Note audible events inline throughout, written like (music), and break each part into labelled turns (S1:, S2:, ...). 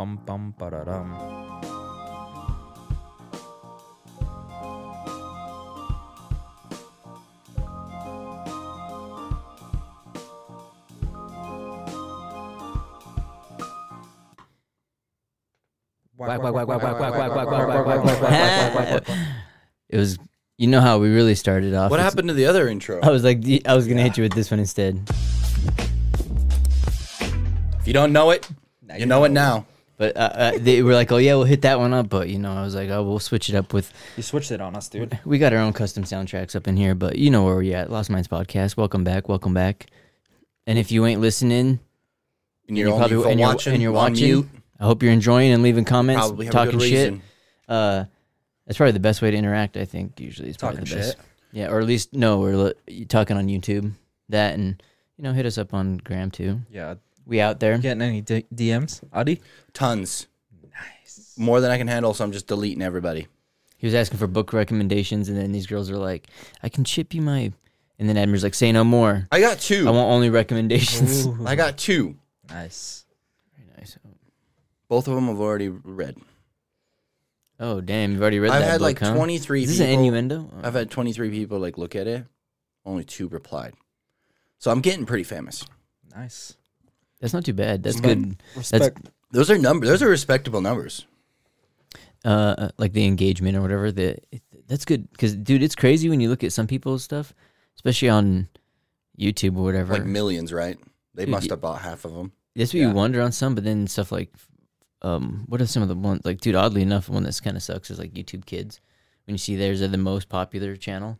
S1: Bum bum ba-da-dum.
S2: Whack, whack, whack, whack, whack, whack, whack, whack, whack, whack, whack, whack, whack, whack, whack,
S3: it was, you know how we really started off.
S2: What
S3: It's-
S2: happened to the other intro?
S3: I was like, "Y- I was gonna hit you with this one instead.
S2: If you don't know it, you know it now.
S3: But uh, uh, they were like, oh yeah, we'll hit that one up. But you know, I was like, oh, we'll switch it up with.
S1: (laughs)
S3: (laughs)
S1: You switched it on us,
S2: (laughs)
S1: dude.
S3: We got our own custom soundtracks up in here, but you know where we at. Lost Minds podcast. Welcome back. Welcome back. And if you ain't listening,
S2: And
S3: you're
S2: only
S3: probably
S2: for
S3: and you're, and you're
S2: on
S3: watching.
S2: mute,
S3: I hope you're enjoying and leaving comments,
S2: probably have a
S3: talking
S2: good
S3: shit.
S2: reason.
S3: Uh, that's probably the best way to interact. I think usually it's probably
S1: Talking
S3: the best.
S1: shit.
S3: Yeah, or at least no, we're li- you talking on YouTube. That and you know, hit us up on Gram too.
S1: Yeah.
S3: We out there.
S1: Getting any d- DMs, Adi?
S2: Tons. Nice. More than I can handle, so I'm just deleting everybody.
S3: He was asking for book recommendations, and then these girls are like, "I can ship you my," and then Admiral's like, "Say no more.
S2: I got
S3: I
S2: two.
S3: want only recommendations."
S2: I got two.
S1: (laughs) Nice.
S3: (laughs) Very nice.
S2: Both of them I've already read.
S3: Oh damn, you've already read
S2: I've
S3: that
S2: had
S3: book,
S2: like
S3: huh?
S2: 23
S3: Is this an
S2: people.
S3: innuendo? Oh,
S2: I've had 23 people like look at it. Only two replied. So I'm getting pretty famous.
S1: Nice.
S3: that's not too bad. That's
S2: Some-
S3: good.
S1: Respect.
S2: Those are numbers. Those are respectable numbers.
S3: uh, uh, like the engagement or whatever. The it, that's good because dude, it's crazy when you look at some people's stuff, especially on YouTube or whatever.
S2: Like millions, right? They
S3: Dude,
S2: must
S3: you-
S2: have bought half of them.
S3: that's what
S1: yeah.
S3: you wonder on some, but then stuff like, um, what are some of the ones like, dude? Oddly enough, one that's kind of sucks is like YouTube Kids. When you see theirs are the most popular channel,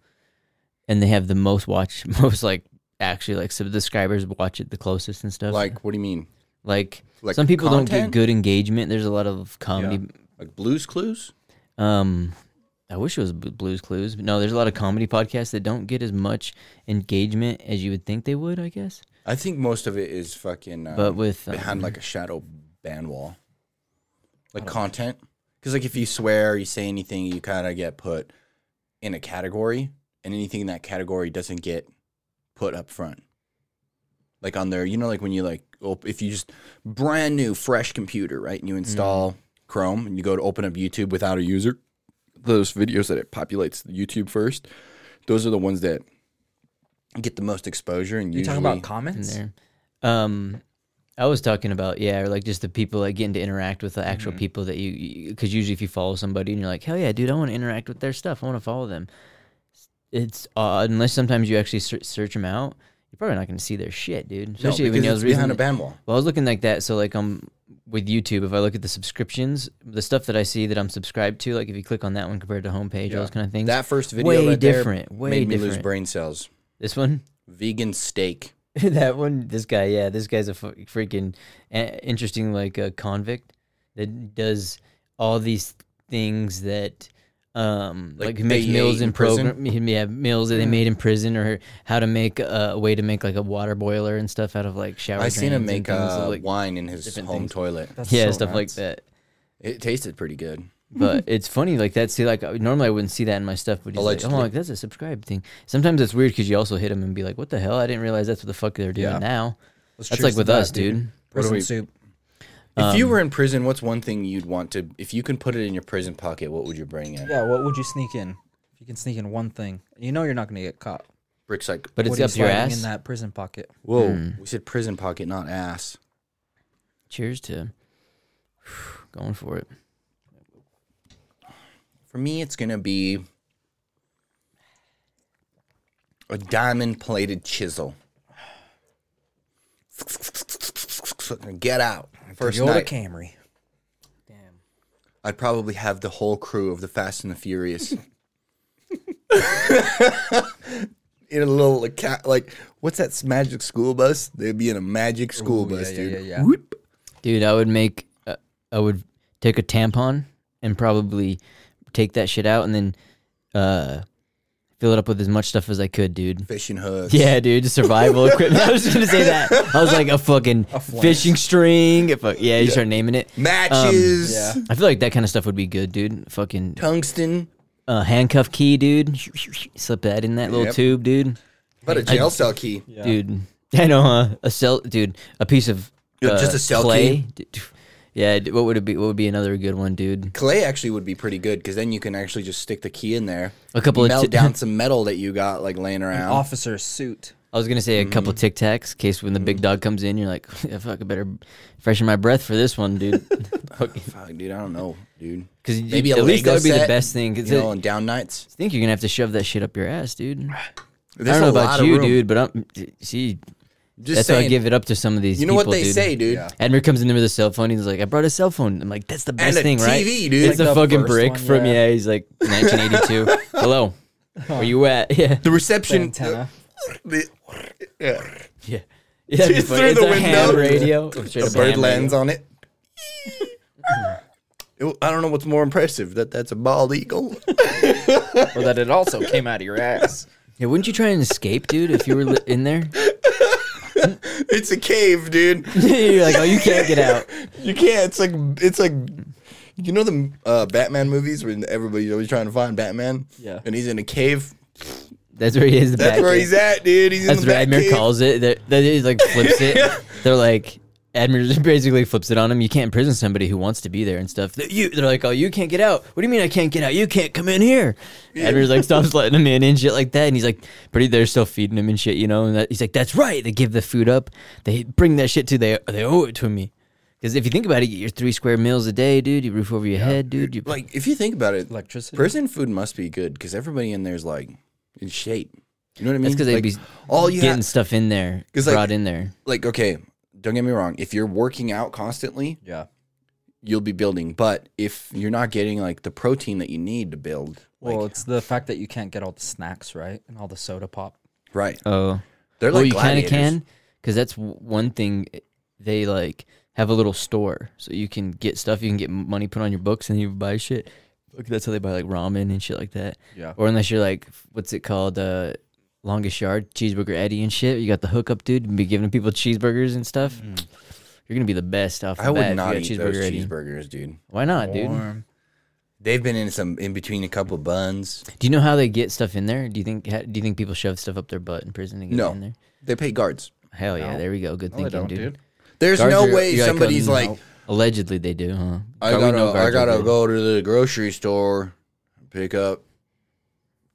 S3: and they have the most watch, (laughs) most like actually like subscribers watch it the closest and stuff.
S2: Like, what do you mean?
S3: like,
S2: Like
S3: some people don't get
S2: content?
S3: good engagement. There's a lot of comedy
S2: Like Blues Clues?
S3: Um, I wish it was B- Blues Clues. But no, there's a lot of comedy podcasts that don't get as much engagement as you would think they would. I guess,
S2: I think most of it is fucking um,
S3: but with um,
S2: behind like a shadow ban wall,
S1: Oh.
S2: like content. Because like if you swear, you say anything, you kind of get put in a category, and anything in that category doesn't get put up front. Like on there, you know, like when you like op- if you just brand new fresh computer, right, and you
S1: Mm.
S2: install Chrome and you go to open up YouTube without a user, those videos that it populates YouTube first, those are the ones that get the most exposure. And
S1: You
S2: usually,
S1: talking about
S3: in
S1: comments?
S3: there. Um, I was talking about yeah, or like just the people like getting to interact with the actual
S2: Mm-hmm.
S3: people that you because usually if you follow somebody and you're like hell yeah, dude, I want to interact with their stuff, I want to follow them. It's uh, unless sometimes you actually ser- search them out, you're probably not going to see their shit, dude.
S2: no,
S3: Especially when
S2: because
S3: you
S2: it's
S3: was reading
S2: behind a
S3: the-
S2: ban wall.
S3: Well, I was looking like that. So, like, um, with YouTube, if I look at the subscriptions, the stuff that I see that I'm subscribed to, like, if you click on that one compared to homepage, all
S2: Yeah.
S3: those kind of things.
S2: That first video
S3: way
S2: right there
S3: different. way
S2: made
S3: different.
S2: me lose brain cells.
S3: This one,
S2: Vegan steak.
S3: (laughs) that one, this guy, yeah, this guy's a fu- freaking uh, interesting, like, uh, convict that does all these things that. Um,
S2: Like
S3: like, he makes
S2: they
S3: meals
S2: ate in
S3: in program, yeah, meals that they made in prison, or how to make uh, a way to make like a water boiler and stuff out of like shower.
S2: I seen him
S3: drains and
S2: make
S3: things that
S2: uh,
S3: look-
S2: wine in his
S3: different
S2: home
S3: things.
S2: toilet.
S1: That's
S3: (laughs) yeah,
S1: so
S3: stuff like
S1: nuts.
S3: that.
S2: It tasted pretty good. (laughs)
S3: but it's funny like that. See, like I- normally I wouldn't see that in my stuff, but he's like, oh,
S2: Allegedly.
S3: like that's a subscribe thing. Sometimes it's weird because you also hit them and be like, what the hell? I didn't realize that's what the fuck they're doing
S2: Yeah.
S3: now.
S1: Let's
S3: That's
S1: cheers
S3: like
S1: to
S3: with
S1: that,
S3: us, dude.
S2: What do
S1: Prison
S2: we-
S1: soup.
S2: If you
S3: Um,
S2: were in prison, what's one thing you'd want to? If you can put it in your prison pocket, what would you bring in?
S1: Yeah, what would you sneak in? If you can sneak in one thing, you know you're not gonna get caught.
S2: Brick's like,
S3: But hmm.
S1: What
S3: it's
S1: are you
S3: up your
S1: sliding in
S3: ass.
S1: that prison pocket.
S2: whoa, we said prison pocket, not ass.
S3: Cheers to (sighs) going for it.
S2: For me, it's gonna be a diamond plated chisel. (sighs) Get out first
S1: Toyota
S2: night. (laughs)
S1: Camry.
S2: I'd probably have the whole crew of the Fast and the Furious. (laughs) in a little like, ca- like what's that s- magic school bus? They'd be in a magic school
S1: Ooh, yeah,
S2: bus,
S1: yeah,
S2: dude.
S1: yeah, yeah.
S2: Whoop.
S3: Dude, I would make, uh, I would take a tampon and probably take that shit out and then uh, fill it up with as much stuff as I could, dude. (laughs)
S2: Fishing hooks.
S3: Yeah, dude, (laughs) survival equipment. I was gonna say that. I was like a fucking
S1: flange.
S3: fishing string. a fu- yeah, you start naming it.
S2: Matches.
S1: Yeah.
S3: I feel like that kind of stuff would be good, dude. Fucking
S2: Tungsten.
S3: uh, handcuff key, dude. Slip that in that little
S2: Yep.
S3: tube, dude.
S2: But a jail cell key.
S1: Yeah.
S3: (laughs) Dude, I know, huh? A cell, dude. A piece of
S2: Yeah, just
S3: uh,
S2: a cell
S3: clay.
S2: key.
S3: D- d- Yeah, d- what would it be? What would be another good one, dude?
S2: Clay actually would be pretty good because then you can actually just stick the key in there,
S3: A couple of
S2: melt
S3: ti- (laughs)
S2: down some metal that you got like
S1: An
S2: laying around.
S1: (laughs) officer suit.
S3: I was gonna say a
S2: Mm.
S3: couple Tic Tacs, in case when the big dog comes in, you're like, (laughs) yeah, fuck, I better freshen my breath for this one,
S2: (laughs)
S3: dude.
S2: Fuck, dude, I don't know, dude.
S3: Because
S2: Maybe
S3: at
S2: a
S3: least
S2: Lego
S3: that would be the
S2: set,
S3: best thing. 'cause
S2: You
S3: it-
S2: know, on down nights.
S3: I think you're gonna have to shove that shit up your ass, dude.
S2: There's
S3: I
S2: a
S3: don't know
S2: lot
S3: about
S2: of
S3: you,
S2: room.
S3: dude, but I'm see.
S2: Just
S3: that's why I
S2: saying.
S3: give it up to some of these.
S2: You know what
S3: people,
S2: they
S3: dude.
S2: say, dude.
S1: Yeah.
S3: Admir comes in there with a cell phone. He's like, "I brought a cell phone." I'm like, "That's the best
S2: a
S3: thing, right?"
S2: TV, dude.
S3: It's
S1: Like
S3: a
S1: the
S3: fucking
S1: first
S3: brick
S1: one,
S3: from
S1: yeah.
S3: yeah. He's like
S2: (laughs)
S3: 1982. Hello, where you at? (laughs) Yeah,
S2: The reception.
S1: antenna.
S2: The, yeah.
S3: yeah. yeah that'd be
S2: It's
S3: funny.
S2: through
S3: it's
S2: the
S3: a ham
S2: window.
S3: radio.
S2: (laughs)
S3: Or straight
S2: A
S3: up
S2: bird
S3: ham
S2: lands
S3: radio.
S2: on it. It- I don't know what's more impressive that that's a bald eagle. (laughs)
S1: or that it also came out of your (laughs) ass.
S3: Yeah, wouldn't you try and escape, dude? If you were li- in there, (laughs)
S2: it's a cave, dude.
S3: you're like, "Oh, you can't get out."
S2: You can't. It's like it's like you know the uh, Batman movies when everybody's always trying to find Batman.
S1: Yeah.
S2: And he's in a cave.
S3: That's where he is. The
S2: That's
S3: back
S2: where
S3: end.
S2: he's at, dude. He's
S3: That's
S2: in the
S3: what
S2: back
S3: Admir
S2: cave.
S3: calls it. That that is like flips
S2: (laughs)
S3: it. They're like Admir just (laughs) basically flips it on him. You can't imprison somebody who wants to be there and stuff. They- You, they're like, oh, you can't get out. What do you mean I can't get out? You can't come in here. Admir's like
S2: (laughs)
S3: stops letting him in and shit like that. And he's like, pretty, they're still feeding him and shit, you know. And that, he's like, that's right. They give the food up. They bring that shit to they they owe it to me. Because if you think about it, you get your three square meals a day, dude. You roof over your head, dude. You,
S2: Like if you think about it, like
S1: Electricity.
S2: prison food must be good because everybody in there's like in shape. You know what I mean?
S3: that's because they'd
S2: Like,
S3: be
S2: all you
S3: getting
S2: have,
S3: stuff in there,
S2: 'Cause,
S3: brought
S2: like,
S3: in there.
S2: like okay. Don't get me wrong. If you're working out constantly,
S1: Yeah.
S2: you'll be building. But if you're not getting like the protein that you need to build, like,
S1: Well, it's the fact that you can't get all the snacks right and all the soda pop.
S2: right?
S3: Oh.
S2: They're
S3: well,
S2: like
S3: you kind of
S2: gladiators.
S3: can because that's w- one thing they like have a little store so you can get stuff you can get m- money put on your books and you buy shit Look, that's how they buy like ramen and shit like that
S1: Yeah.
S3: or unless you're like f- what's it called uh longest yard cheeseburger eddie and shit you got the hookup dude and be giving people cheeseburgers and stuff you're gonna be the best off the
S2: Mm-hmm. I
S3: bat
S2: would
S3: if
S2: not
S3: you got
S2: eat those
S3: Eddie.
S2: cheeseburgers, dude.
S3: why not dude
S1: Warm.
S2: They've been in some in between a couple buns.
S3: do you know how they get stuff in there do you think ha- do you think people shove stuff up their butt in prison to get
S2: No.
S3: it in there
S2: They pay guards.
S3: hell yeah
S1: No.
S3: there we go good
S1: No, they
S3: thinking
S1: don't,
S3: dude
S1: dude.
S2: There's
S3: Guards
S2: no
S3: are-
S2: way
S3: you're like,
S2: somebody's
S3: um,
S2: like,
S3: Allegedly, they do, huh?
S2: I
S3: Guard- we know
S2: gotta,
S3: guards
S2: I
S3: are
S2: gotta
S3: good.
S2: go to the grocery store, pick up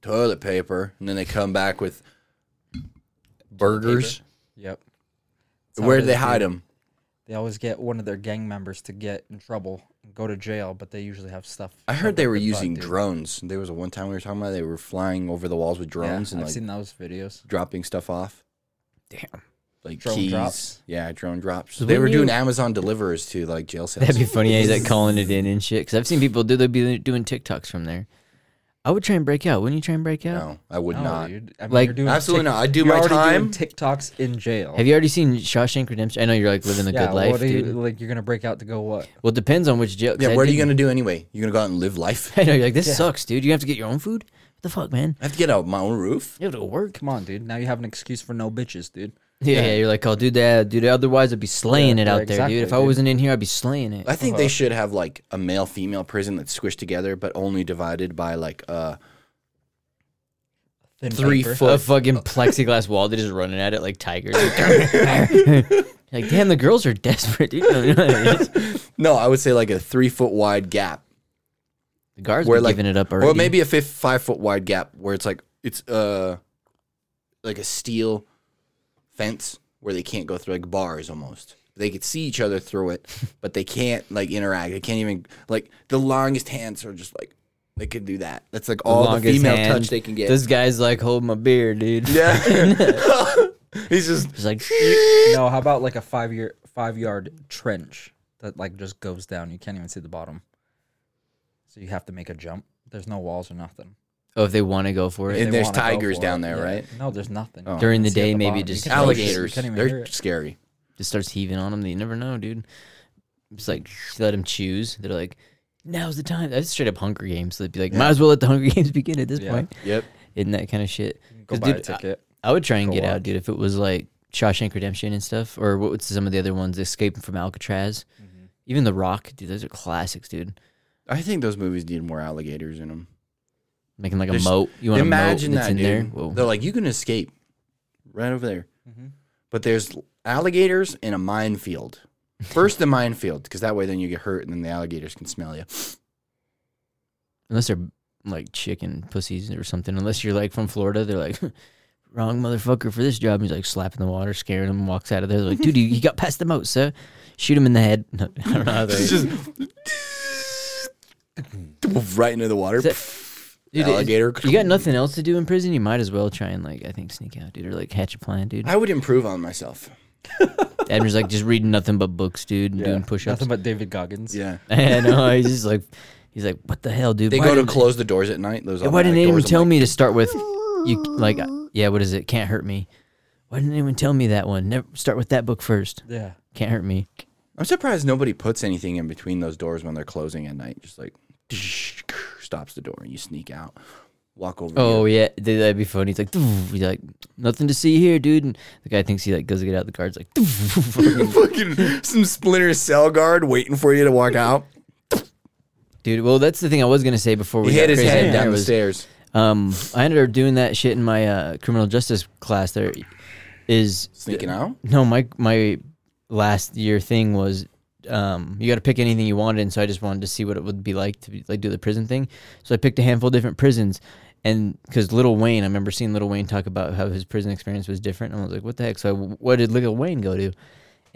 S2: toilet paper, and then they come back with burgers.
S1: Yep. That's how
S2: Where
S1: it
S2: do they
S1: is, dude.
S2: hide them?
S1: They always get one of their gang members to get in trouble and go to jail, but they usually have stuff.
S2: I
S1: shoved
S2: heard they
S1: up their
S2: were
S1: butt,
S2: using
S1: dude.
S2: drones. There was a one time we were talking about they were flying over the walls with
S1: Yeah,
S2: drones and
S1: I've
S2: like
S1: seen those videos.
S2: dropping stuff off,
S3: Damn.
S2: like
S1: Drone
S2: keys.
S1: drops.
S2: Yeah, drone drops.
S3: So
S2: They were
S3: wouldn't
S2: doing
S3: you-
S2: Amazon delivers to like jail cells.
S3: That'd be funny. eh? Yeah, he's
S2: (laughs)
S3: like calling it in and shit. Because I've seen people do. They'd be doing TikToks from there. I would try and break out. Wouldn't you try and break out?
S2: no, I would
S1: No,
S2: not.
S1: dude. I mean,
S3: Like-
S1: you're doing
S2: Absolutely
S1: Tik-
S2: not. I do
S1: you're
S2: my
S1: already
S2: time.
S1: doing TikToks in jail.
S3: Have you already seen Shawshank Redemption? I know you're like living the
S1: yeah,
S3: good life,
S1: what are you,
S3: dude.
S1: like you're gonna break out to go what?
S3: Well, it depends on which jail. 'cause
S2: yeah,
S3: I
S2: what are you
S3: didn't-
S2: gonna do anyway? You're gonna go out and
S1: (laughs)
S2: live life?
S3: (laughs) I know you're like this sucks, dude. You have to get your own food. What the fuck, man?
S2: I have to get out my own roof.
S3: You have to go work.
S1: Come on, dude. Now you have an excuse for no bitches, dude.
S3: Yeah, yeah. You're like, oh, do that, dude. Otherwise, I'd be slaying
S1: Yeah,
S3: it out
S1: yeah,
S3: there, dude.
S1: exactly,
S3: If I
S1: dude.
S3: wasn't in here, I'd be slaying
S1: (laughs)
S3: it.
S2: I think
S1: Uh-huh.
S2: they should have like a male female prison that's squished together, but only divided by like uh
S1: Thin
S2: Three
S1: paper.
S2: foot-
S3: a fucking plexiglass wall. They're just running at it
S1: (laughs)
S3: like tigers. like, damn, the girls are desperate, dude. (laughs) You know what I mean?
S2: no, I would say like a three foot wide gap
S3: The guards
S2: where
S3: were
S2: like
S3: giving it up already.
S2: or maybe a fifth, five foot wide gap where it's like it's uh like a steel fence where they can't go through like bars almost. They could see each other through
S3: (laughs)
S2: it, but they can't like interact. They can't even like the longest hands are just like they could do that. That's like all the
S3: longest
S2: female
S3: hand.
S2: touch they can get. (laughs)
S3: This guy's like, hold my beer, dude. (laughs)
S2: yeah, he's just
S3: He's like,
S1: No, how about like a five year five yard trench that like just goes down. You can't even see the bottom. So you have to make a jump. There's no walls or nothing.
S3: oh, if they want to go for it.
S2: And there's
S1: wanna go
S2: tigers
S1: for
S2: down there,
S1: Yeah.
S2: right?
S1: No, there's nothing.
S2: Oh.
S3: During the
S1: See at
S3: day,
S1: the
S3: maybe
S1: bottom.
S3: just
S1: You can't even- you
S2: (laughs) alligators.
S1: can't even hear
S2: They're
S1: it.
S2: scary.
S3: just starts heaving on them. You never know, dude. Just like let them choose. They're like, now's the time. That's straight up Hunger Games. So they'd be like, might as well let the Hunger Games begin at this
S1: Yeah.
S3: point.
S2: Yep.
S3: Isn't that kind of shit?
S1: Go
S3: 'Cause,
S1: buy a
S3: dude, I-
S1: ticket.
S3: I would try and
S1: Go
S3: get out,
S1: watch.
S3: dude, if it was like Shawshank Redemption and stuff, or what was some of the other ones? Escaping from Alcatraz,
S2: Mm-hmm.
S3: even The Rock, dude. Those are classics, dude.
S2: I think those movies need more alligators in them.
S3: Making like a
S2: There's-
S3: moat. You want
S2: Imagine
S3: a moat that's
S2: that,
S3: in
S2: dude.
S3: there? Whoa.
S2: They're like, you can escape right over there, but there's alligators in a minefield. First the minefield, because that way then you get hurt and then the alligators can smell you.
S3: Unless they're like chicken pussies or something. Unless you're like from Florida, they're like, (laughs) wrong motherfucker for this job. And he's like slapping the water, scaring him, walks out of there. They're like, dude, you, you got past the moat, sir. Shoot him in the head. (laughs) No, I don't know how they.
S2: Just right into the water.
S3: Is that- Dude, it-
S2: alligator.
S3: You got nothing else to do in prison. You might as well try and like I think sneak out, dude, or like hatch a plan, dude.
S2: I would improve on myself.
S3: Admiral's like just reading nothing but books, dude, and
S2: Yeah.
S3: doing push-ups. (laughs)
S1: Nothing but David Goggins.
S2: Yeah.
S3: I know. He's just like, he's like, what the hell, dude?
S2: They
S3: Why
S2: go to
S3: didn't-
S2: close the doors at night. Those
S3: Yeah, Why didn't
S2: automatic
S3: anyone
S2: doors. I'm
S3: tell
S2: like,
S3: me to start with? You like, yeah, what is it? Can't hurt me. Why didn't anyone tell me that one? Never start with that book first.
S1: Yeah.
S3: Can't hurt me.
S2: I'm surprised nobody puts anything in between those doors when they're closing at night. Just like (laughs) stops the door and you sneak out, walk over.
S3: Oh
S2: here.
S3: yeah, dude, that'd be funny. He's like, he's like, nothing to see here, dude. And the guy thinks he like goes to get out the cards, like,
S2: (laughs) fucking some splinter cell guard waiting for you to walk out.
S3: (laughs) dude. Well, that's the thing I was gonna say before we
S2: He
S3: got
S2: hit his
S3: crazy
S2: head
S3: in there
S2: down the
S3: was,
S2: stairs.
S3: Um, I ended up doing that shit in my uh, criminal justice class. There is
S2: Sneaking out?
S3: no my my last year thing was um you got to pick anything you wanted and so i just wanted to see what it would be like to be, like do the prison thing so i picked a handful of different prisons and because little wayne i remember seeing little wayne talk about how his prison experience was different and i was like what the heck so I, what did little wayne go to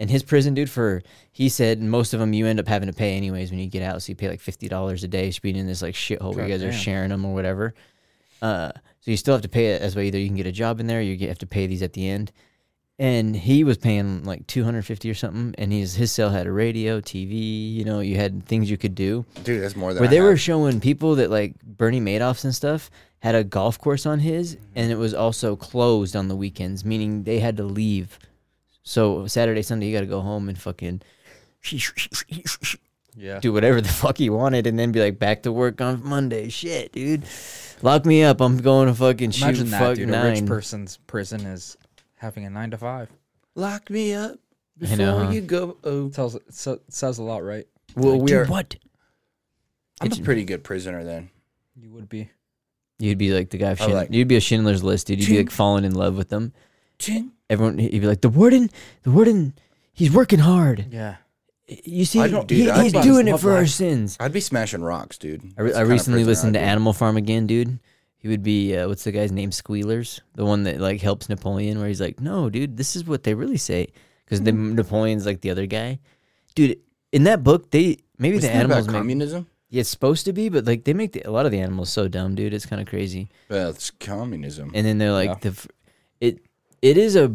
S3: and his prison dude for he said most of them you end up having to pay anyways when you get out so you pay like $50 a day just being in this like shithole where you guys are
S1: Goddamn.
S3: sharing them or whatever uh, so you still have to pay it as well either you can get a job in there or you get, have to pay these at the end and he was paying like 250 or something and his his cell had a radio tv you know you had things you could do
S2: Dude, that's more than
S3: where
S2: I
S3: they were
S2: have.
S3: showing people that like bernie madoff's and stuff had a golf course on his and it was also closed on the weekends meaning they had to leave so saturday sunday you got to go home and fucking
S1: Yeah.
S3: do whatever the fuck he wanted and then be like back to work on monday shit dude lock me up i'm going to fucking shoot
S1: Imagine that,
S3: fuck
S1: dude.
S3: nine
S1: A rich person's prison is having a nine to five.
S2: Lock me up
S3: I know, huh?
S2: go. Oh.
S1: Tells so, says a lot, right?
S2: Well,
S3: Like,
S2: we
S3: dude,
S2: are.
S3: what
S2: I'm a pretty good prisoner then.
S1: You would be.
S3: You'd be like the guy. Of
S2: I
S3: Schind-
S2: like-
S3: you'd be a Schindler's List, dude. You'd be like falling in love with them.
S2: Ching.
S3: Everyone, he'd be like the warden. The warden, he's working hard.
S1: Yeah.
S3: You see,
S2: I don't do
S3: he-
S2: that.
S3: he's
S2: That's
S3: doing
S1: not
S3: it for our
S1: life.
S3: sins.
S2: I'd be smashing rocks, dude.
S3: I, re- I
S2: That's the kind of
S3: recently
S2: prisoner
S3: listened to
S2: I'd be.
S3: Animal Farm again, dude. He would be uh, what's the guy's name? Squealers, the one that like helps Napoleon, where he's like, "No, dude, this is what they really say,"
S2: Hmm.
S3: because the Napoleon's like the other guy, dude. In that book, they maybe
S2: Isn't
S3: the
S2: that
S3: animals
S2: about
S3: make,
S2: communism.
S3: yeah, it's supposed to be, but like they make the, a lot of the animals so dumb, dude. It's kind of crazy.
S2: That's communism.
S3: and then they're like
S1: Yeah.
S3: the f- it it is a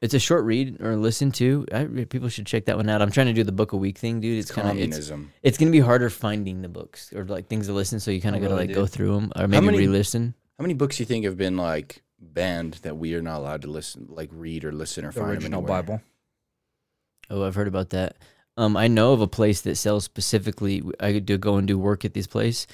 S3: it's a short read or listen to I, people should check that one out i'm trying to do the book a week thing dude it's kind of it's,
S2: communism.
S3: it's gonna be harder finding the books or like things to listen so you kind
S1: I
S3: of gotta
S1: really
S3: like
S1: do.
S3: go through them or maybe
S2: many-
S3: re-listen
S2: How many books do you think have been like banned that we are not allowed to listen, like read or listen or
S1: The
S2: find 'em
S1: original
S2: anywhere?
S1: Bible.
S3: oh i've heard about that um i know of a place that sells specifically i could do go and do work at this place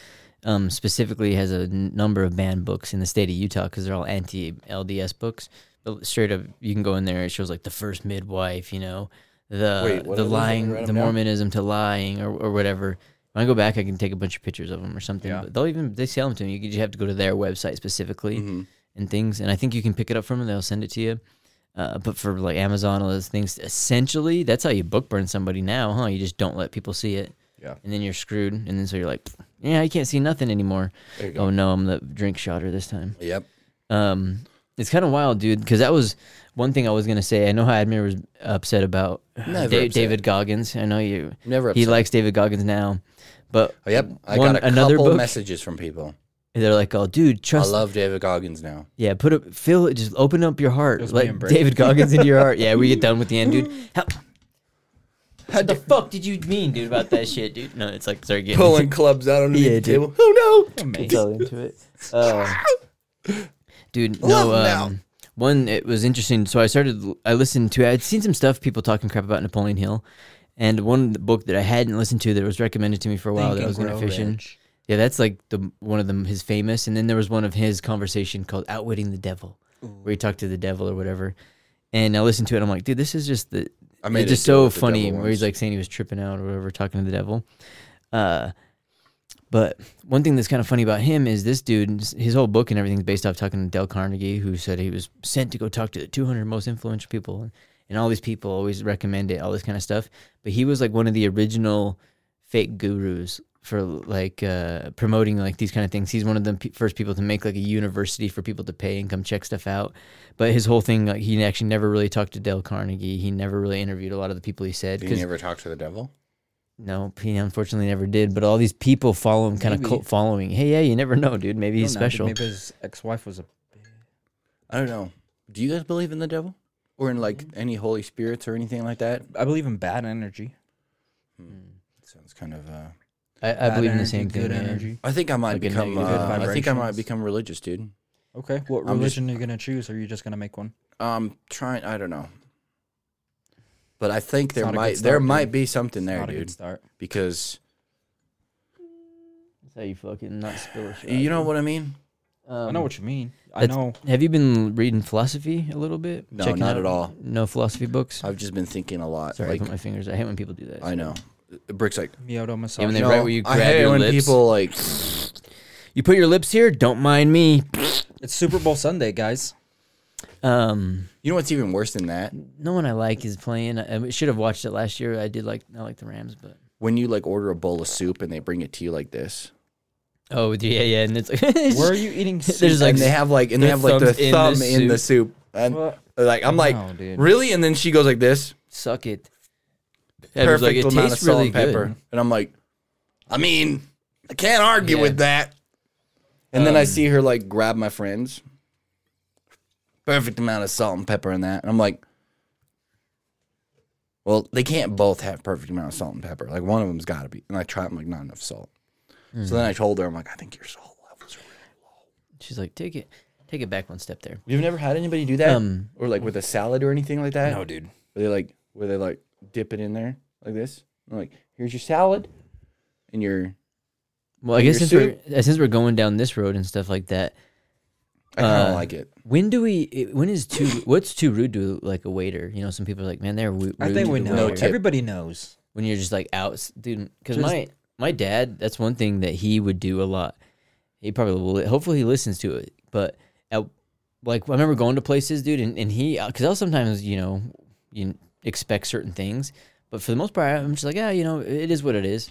S3: um specifically has a n- number of banned books in the state of utah because they're all anti-lds books but straight up you can go in there it shows like the first midwife you know the
S2: Wait, what
S3: the
S2: are those? Let me
S3: lying
S2: write
S3: the
S2: 'em down.
S3: mormonism to lying or, or whatever when i go back i can take a bunch of pictures of them or something
S1: Yeah.
S3: but they'll even they sell them to me you just have to go to their website specifically
S2: Mhm.
S3: and things and i think you can pick it up from them they'll send it to you uh, but for like amazon all those things essentially that's how you book burn somebody now huh you just don't let people see it
S1: Yeah.
S3: and then you're screwed and then so you're like yeah i can't see nothing anymore
S2: There you go.
S3: oh no i'm the drink shotter this time
S2: Yep.
S3: um, it's kind of wild, dude. Because that was one thing I was gonna say. I know how Admir was upset about
S2: Never
S3: Da-
S2: upset.
S3: David Goggins. I know you.
S2: Never
S3: He
S2: upset.
S3: likes David Goggins now, but
S2: Oh, yep. I
S3: one-
S2: got a
S3: another
S2: couple
S3: book?
S2: messages from people.
S3: they're like, "Oh, dude,
S2: I
S3: trust."
S2: love David Goggins now.
S3: (laughs) yeah, put up, fill it. Just open up your heart,
S1: was me
S3: like
S1: and Brady.
S3: David Goggins into your heart. Yeah, we get done with the
S1: (laughs)
S3: end, dude. How, what the fuck did you mean, dude, about that shit, dude? No, it's like sorry, getting
S2: clubs out under
S3: Yeah, dude.
S2: Oh
S1: Amazing.
S3: fell into it. Uh, dude, no.
S2: Love now.
S3: Um, one, it was interesting. So I started. I listened to. I'd seen some stuff people talking crap about Napoleon Hill, and one book that I hadn't listened to that was recommended to me for a while
S1: Think
S3: that I
S1: and
S3: was going to
S1: Grow
S3: fish in.
S1: Rich.
S3: Yeah, that's like the one of them his famous, and then there was one of his conversation called "Outwitting the Devil," where he talked to the devil or whatever. And I listened to it. and I'm like, dude, this is just the
S2: I made
S3: it's
S2: a
S3: just
S2: deal
S3: so
S2: with the
S3: funny
S2: devil
S3: where he's
S2: once.
S3: like saying he was tripping out or whatever, talking to the devil. Uh, but one thing that's kind of funny about him is this dude, his whole book and everything's based off talking to Dale Carnegie, who said he was sent to go talk to the 200 most influential people. and all these people always recommend it, all this kind of stuff. But he was like one of the original fake gurus for like uh, promoting like these kind of things. He's one of the pe- first people to make like a university for people to pay and come check stuff out. But his whole thing, like he actually never really talked to Dale Carnegie. He never really interviewed a lot of the people he said.
S2: Did
S3: Cause,
S2: you ever talk to the devil?
S3: no, he unfortunately never did. But all these people follow him, kind of
S1: Maybe.
S3: cult following. Hey, yeah, you never know, dude.
S1: I
S3: Maybe he's
S1: don't know, dude,
S3: special.
S1: Maybe his ex-wife was a.
S2: I don't know. Do you guys believe in the devil? Or in like any holy spirits or anything like that?
S1: I believe in bad energy.
S3: Hmm.
S2: Sounds kind of uh
S3: I, I
S1: Bad
S3: believe in the
S1: energy,
S3: same thing.
S1: good
S3: yeah.
S1: energy.
S2: I think I might
S3: Like a
S2: become
S3: negative
S2: uh, I think I might
S1: vibrations.
S2: become religious, dude.
S1: Okay, what
S2: I'm just-
S1: religion are you gonna choose? Or are you just gonna make one?
S2: Um trying I don't know. But I think there
S1: not a good
S2: might
S1: start,
S2: there
S1: dude.
S2: might be something there,
S1: Not a good
S2: dude.
S1: start.
S2: Because
S3: That's how you fucking not spill a shot,
S2: you know
S3: dude.
S2: what I mean?
S3: Um,
S1: I know what you mean. I
S3: that's-
S1: know.
S3: Have you been reading philosophy a little bit?
S2: No, not at all.
S3: No philosophy books.
S2: I've just been thinking a lot.
S3: Sorry, I
S2: like
S3: put my fingers. I hate when people do that.
S2: I know. Brick's like
S1: Mioto
S3: Yeah, when
S1: massage.
S3: they- right where you
S2: I
S3: grab
S2: hate
S3: your
S2: when
S3: lips.
S2: people like
S3: You put your lips here. Don't mind me.
S1: It's Super Bowl Sunday, guys.
S3: Um,
S2: you know what's even worse than that?
S3: no one I like is playing. I I should have watched it last year. I did like I like the Rams, but
S2: When you like order a bowl of soup and they bring it to you like this.
S3: oh yeah, yeah, and (laughs) it's (laughs) like
S1: Where are you eating? soup?
S3: There's like
S2: and they have like and they
S3: their
S2: have like the
S3: thumbs in the
S2: thumb in the soup. And
S1: What?
S2: like I'm like
S1: No, dude.
S2: really, and then she goes like this,
S3: suck it.
S2: perfect amount of salt and
S3: good.
S2: pepper, and I'm like, I mean, I can't argue
S3: Yeah. Um,
S2: with that. And then I see her like grab my friends, perfect amount of salt and pepper in that, and I'm like, well, they can't both have perfect amount of salt and pepper. Like one of them's got to be. And I try, I'm like, not enough salt.
S3: Hmm.
S2: So then I told her, I'm like, I think your salt levels are.
S3: She's like, take it, take it back one step there.
S2: You've never had anybody do that,
S3: Um,
S2: or like with a salad or anything like that.
S1: No, dude.
S2: Where they like where they like dip it in there like this. And like, here's your salad and your
S3: Well, I guess
S2: Your
S3: since we're uh, since we're going down this road and stuff like that,
S2: I kinda
S3: Uh,
S2: like it.
S3: when do we? it- When is too? what's too rude to like a waiter? You know, some people are like, man, they're ru- rude.
S1: I think
S3: to
S1: we
S3: the
S1: know.
S2: No
S3: waiter."
S2: tip.
S1: Everybody knows.
S3: when you're just like out, s- dude. Because
S1: Just-
S3: my my dad, that's one thing that he would do a lot. He probably will. Hopefully, he listens to it. But at, like, I remember going to places, dude, and, and he uh, because I'll sometimes you know you expect certain things, but for the most part, I'm just like, yeah, you know, it is what it is,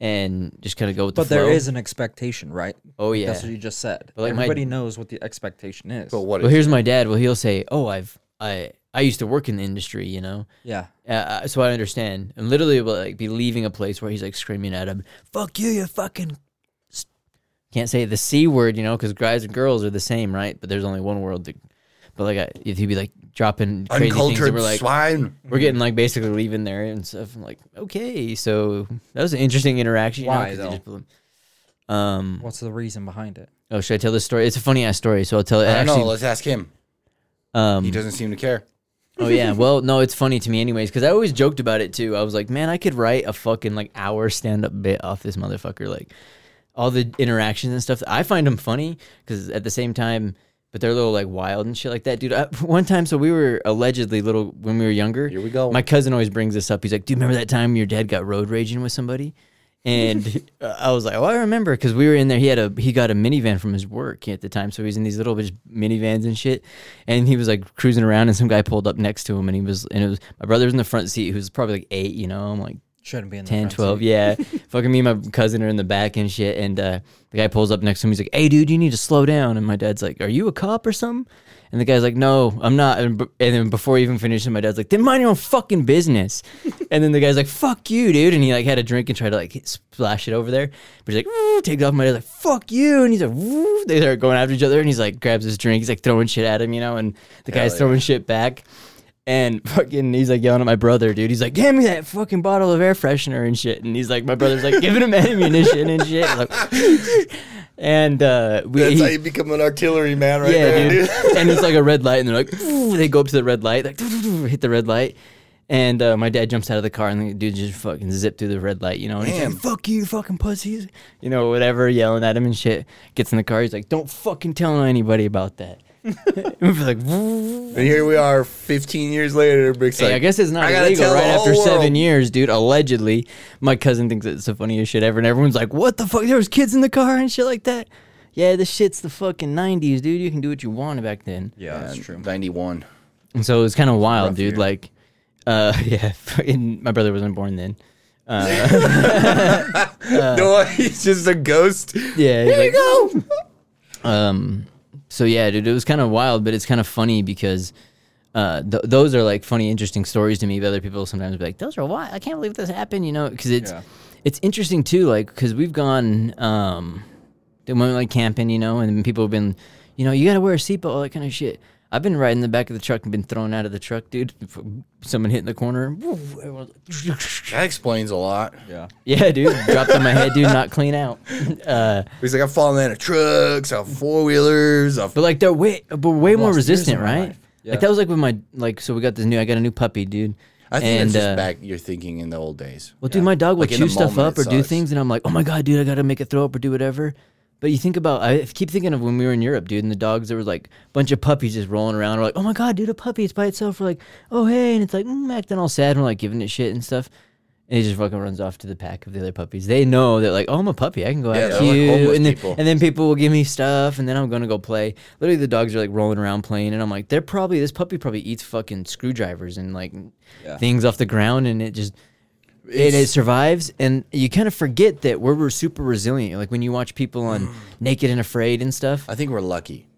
S3: and just kind of go with the
S1: But there
S3: flow.
S1: is an expectation, right?
S3: oh yeah,
S1: That's what you just said.
S3: But, like, my-
S1: Everybody knows what the expectation is.
S2: But what
S3: Well, here's my dad. Well, he'll say, "Oh, I've I I used to work in the industry, you know,
S1: yeah.
S3: uh, uh, so I understand." And literally, will like be leaving a place where he's like screaming at him, "Fuck you, you fucking." s-" Can't say the c word, you know, because guys and girls are the same, right? But there's only one world. That, but like, I, if he'd be like dropping crazy things, that
S2: uncultured
S3: we're like,
S2: swine.
S3: we're getting like basically leaving there and stuff. I'm like, okay, so that was an interesting interaction. you know,
S1: Why,
S3: 'cause they
S1: though?
S3: just blew- Um.
S1: What's the reason behind it?
S3: Oh, should I tell this story? It's a funny ass story, so I'll tell it.
S2: I don't know,
S3: Actually,
S2: let's ask him.
S3: um,
S2: He doesn't seem to care.
S3: Oh yeah. Well, no, it's funny to me anyways because I always joked about it too. I was like, man, I could write a fucking like hour stand up bit off this motherfucker. Like all the interactions and stuff. I find them funny because at the same time, but they're a little like wild and shit like that, dude. I, (laughs) one time, so we were allegedly little when we were younger.
S2: Here we go. (laughs)
S3: My cousin always brings this up. He's like, "Do you remember that time your dad got road raging with somebody?" And uh, I was like, "Oh, I remember," because we were in there. He had a he got a minivan from his work at the time, so he was in these little just minivans and shit. And he was like cruising around, and some guy pulled up next to him, and he was and it was my brother's in the front seat, who's probably like eight, you know. I'm like
S1: Shouldn't be in the
S3: 10,
S1: front seat. (laughs)
S3: 12, yeah. Fucking me and my cousin are in the back and shit. And uh, the guy pulls up next to me. He's like, hey, dude, you need to slow down. And my dad's like, are you a cop or something? And the guy's like, no, I'm not. And, b- and then before he even finished, my dad's like, then mind your own
S1: (laughs)
S3: fucking business. and then the guy's like, fuck you, dude. And he like had a drink and tried to like splash it over there. But he's like, "Ooh," takes off. My dad's like, fuck you. And he's like, "Ooh." they start going after each other. And he's like, grabs his drink. He's like throwing shit at him, you know? And the guy's
S2: yeah.
S3: throwing shit back. And (laughs) fucking, he's like yelling at my brother, dude. He's like, "Give me that fucking bottle of air freshener and shit." And he's like, my brother's like giving him (laughs) ammunition and shit. Like, (laughs) and uh, we, he- (laughs)
S2: become an artillery man right
S3: yeah,
S2: (laughs)
S3: dude. (laughs) and it's like a red light, and they're like, "Ooh," they go up to the red light, like (laughs) hit the red light, and uh, my dad jumps out of the car, and the dude just fucking zipped through the red light, you know, and he's
S2: Damn.
S3: like, "Fuck you, fucking pussies," you know, whatever, yelling at him and shit. Gets in the car, he's like, "Don't fucking tell anybody about that." (laughs) and we're like. "Ooh."
S2: And here we are 15 years later, Brick's
S3: Hey, I guess it's not
S2: I gotta
S3: illegal
S2: tell the
S3: right
S2: whole
S3: after seven
S2: world.
S3: years, dude. Allegedly, my cousin thinks it's the funniest shit ever, and everyone's like, "What the fuck? There was kids in the car and shit like that." Yeah, this shit's the fucking '90s, dude. You can do what you want back then,
S1: Yeah, that's true.
S2: 91.
S3: and so it was kind of wild,
S1: rough
S3: dude.
S1: year.
S3: Like, Uh, (laughs) yeah, in, my brother wasn't born then. Uh,
S1: Oh,
S2: no, he's just a ghost.
S3: yeah, he's like-
S2: go.
S3: (laughs) Um, so yeah, dude, it was kind of wild, but it's kind of funny because uh, th- those are like funny, interesting stories to me. But other people sometimes be like, "Those are wild! I can't believe this happened," you know, because it's
S1: Yeah.
S3: it's interesting too, like because we've gone um, the moment like camping, you know, and then people have been, you know, you got to wear a seatbelt, all that kind of shit. I've been riding the back of the truck and been thrown out of the truck, dude. (laughs) f- Someone hit in the corner. (laughs)
S2: That explains a lot.
S1: Yeah.
S3: Yeah, dude. Dropped on my head, dude. Not clean out. (laughs) Uh,
S2: He's like, I'm falling out of trucks, off four wheelers, off.
S3: But like they're way, but way more
S1: lost years
S3: resistant,
S1: of my
S3: right?
S1: life.
S3: Like
S1: Yeah.
S3: that was like with my like. So we got this new. I got a new puppy, dude.
S2: I think
S3: and,
S2: that's just
S3: uh,
S2: back. You're thinking in the old days.
S3: Well, dude, my dog will
S2: Like, in the
S3: chew stuff up
S2: moment, it
S3: or do
S2: sucks.
S3: things, and I'm like, oh my god, dude, I gotta make it throw up or do whatever. But you think about, I keep thinking of when we were in Europe, dude, and the dogs. There was like a bunch of puppies just rolling around. We're like, oh my god, dude, a puppy, it's by itself. We're like, oh hey, and it's like mm, acting all sad. And we're like giving it shit and stuff. And it just fucking runs off to the pack of the other puppies. They know that like, oh, I'm a puppy. I can go
S2: Yeah,
S3: out
S2: they're
S3: and
S2: like
S3: you.
S2: homeless
S3: and, then,
S2: people.
S3: and then people will give me stuff, and then I'm gonna go play. Literally, the dogs are like rolling around playing, and I'm like, they're probably this puppy probably eats fucking screwdrivers and like
S1: Yeah.
S3: things off the ground, and it just it, it survives and you kind of forget that we're, we're super resilient like when you watch people on naked and afraid and stuff
S2: I think we're lucky.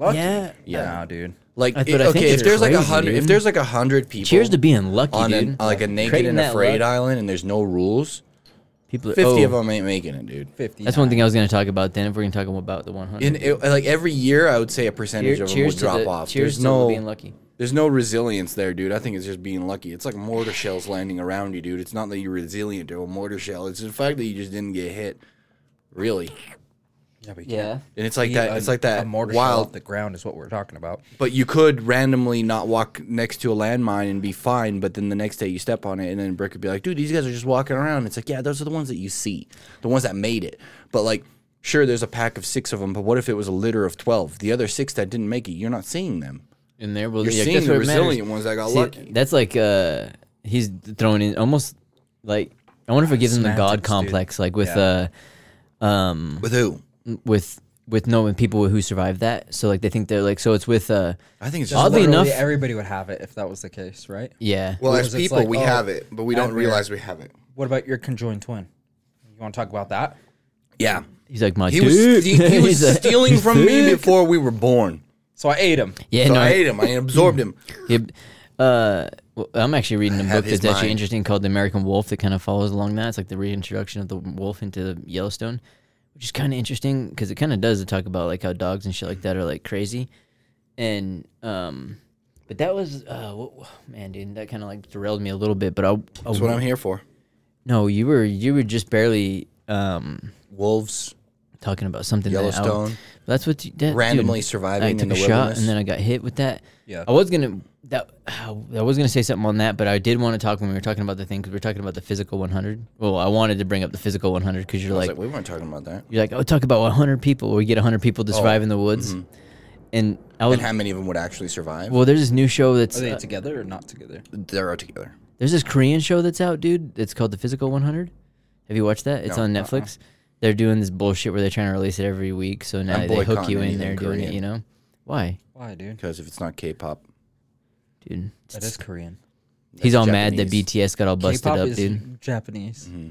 S3: yeah
S2: Yeah.
S1: Nah, dude.
S2: Like,
S3: I-
S2: it-
S3: but I think
S2: okay,
S3: it's
S2: if there's like a
S3: crazy,
S2: hundred, if
S3: dude.
S2: there's like a hundred people,
S3: cheers to being lucky
S2: on
S3: dude
S2: an, uh, like a naked
S3: Creating
S2: and
S3: that
S2: afraid
S3: luck.
S2: island, and there's no rules.
S3: people are,
S2: Fifty
S3: oh,
S2: of them ain't making it, dude.
S1: 50.
S3: that's one thing i was going to talk about then if we're going to talk about the 100
S2: In it, like every year, I would say a percentage
S3: Cheer-
S2: of them
S3: cheers
S2: would
S3: to
S2: drop
S3: the-
S2: off.
S3: cheers
S2: There's
S3: to being
S2: no,
S3: lucky
S2: there's no resilience there, dude. I think it's just being lucky. It's like mortar shells landing around you, dude. It's not that you're resilient to a mortar shell. It's the fact that you just didn't get hit, really.
S1: Yeah. But you
S3: yeah
S1: can't
S2: And it's like
S1: be
S2: that.
S1: a-
S2: it's like that
S1: A mortar shell
S2: wild
S1: off the ground is what we're talking about.
S2: But you could randomly not walk next to a landmine and be fine, but then the next day you step on it, and then Brick would be like, dude, these guys are just walking around. It's like, yeah, those are the ones that you see, the ones that made it. But like, sure, there's a pack of six of them, but what if it was a litter of 12? The other six that didn't make it, you're not seeing them.
S3: in there well
S2: You're
S3: yeah,
S2: seeing
S3: that's what
S2: the
S3: it matters.
S2: resilient ones that got
S3: See,
S2: lucky.
S3: that's like uh he's throwing in almost like i wonder if it gives him the god
S1: Semantics, dude.
S3: complex like with
S1: Yeah.
S3: uh um
S2: With who?
S3: with with knowing people who survived that. So like they think they're like so it's with uh
S2: I think it's
S3: just Oddly
S1: Literally,
S3: enough-
S1: everybody would have it if that was the case, right?
S3: yeah.
S4: Well,
S1: Because
S4: as
S1: it's
S4: people,
S1: like,
S4: we
S1: oh,
S4: have it, but we don't
S1: I'm
S4: realize we have it.
S1: What about your conjoined twin? You want to talk about that?
S2: yeah.
S3: he's like my
S2: He
S3: dude.
S2: was, ste- (laughs)
S3: (laughs)
S2: he
S3: He's
S2: was
S3: like,
S2: stealing from me
S3: "Dude."
S2: before we were born.
S1: So I ate him.
S3: Yeah,
S2: So
S3: no.
S2: I ate him. I absorbed him.
S3: he- uh well, I'm actually reading a
S2: have
S3: book
S2: his
S3: that's actually
S2: mind.
S3: interesting called The American Wolf that kind of follows along that. It's like the reintroduction of the wolf into Yellowstone, which is kind of interesting because it kind of does talk about like how dogs and shit like that are like crazy. And um but that was uh what, man dude, that kind of like derailed me a little bit, but I, I
S2: That's what I'm here for.
S3: No, you were you were just barely um
S2: Wolves,
S3: talking about something that I-
S2: Yellowstone,
S3: that's what you, that, dude,
S2: randomly
S3: I
S2: surviving
S3: took
S2: in
S3: a
S2: the
S3: shot
S2: wilderness.
S3: and then I got hit with that.
S1: Yeah.
S3: I was gonna that I was gonna say something on that, but I did want to talk when we were talking about the thing because we were talking about the physical 100. Well, I wanted to bring up the physical 100 because you're
S2: I was
S3: like,
S2: like, we weren't talking about that.
S3: you're like oh talk about 100 people or we get 100 people to survive in the woods, and I was
S2: Oh, mm-hmm. and how many of them would actually survive?
S3: well there's this new show that's
S1: Are they
S3: uh,
S1: together or not together?
S2: They're all together.
S3: There's this Korean show that's out, dude. It's called The Physical 100. Have you watched that? It's
S2: No, uh-uh.
S3: on Netflix. They're doing this bullshit where they're trying to release it every week. So now they hook
S2: boycotting
S3: you in
S2: anything
S3: there doing it,
S2: Korean.
S3: you know? Why?
S1: Why, dude?
S2: Because if it's not K-pop,
S3: Dude.
S1: That is Korean.
S3: He's
S2: that's
S3: all mad that
S2: Japanese.
S3: BTS got all busted
S1: K-pop
S3: up,
S1: is
S3: dude.
S1: Japanese.
S2: Mm-hmm.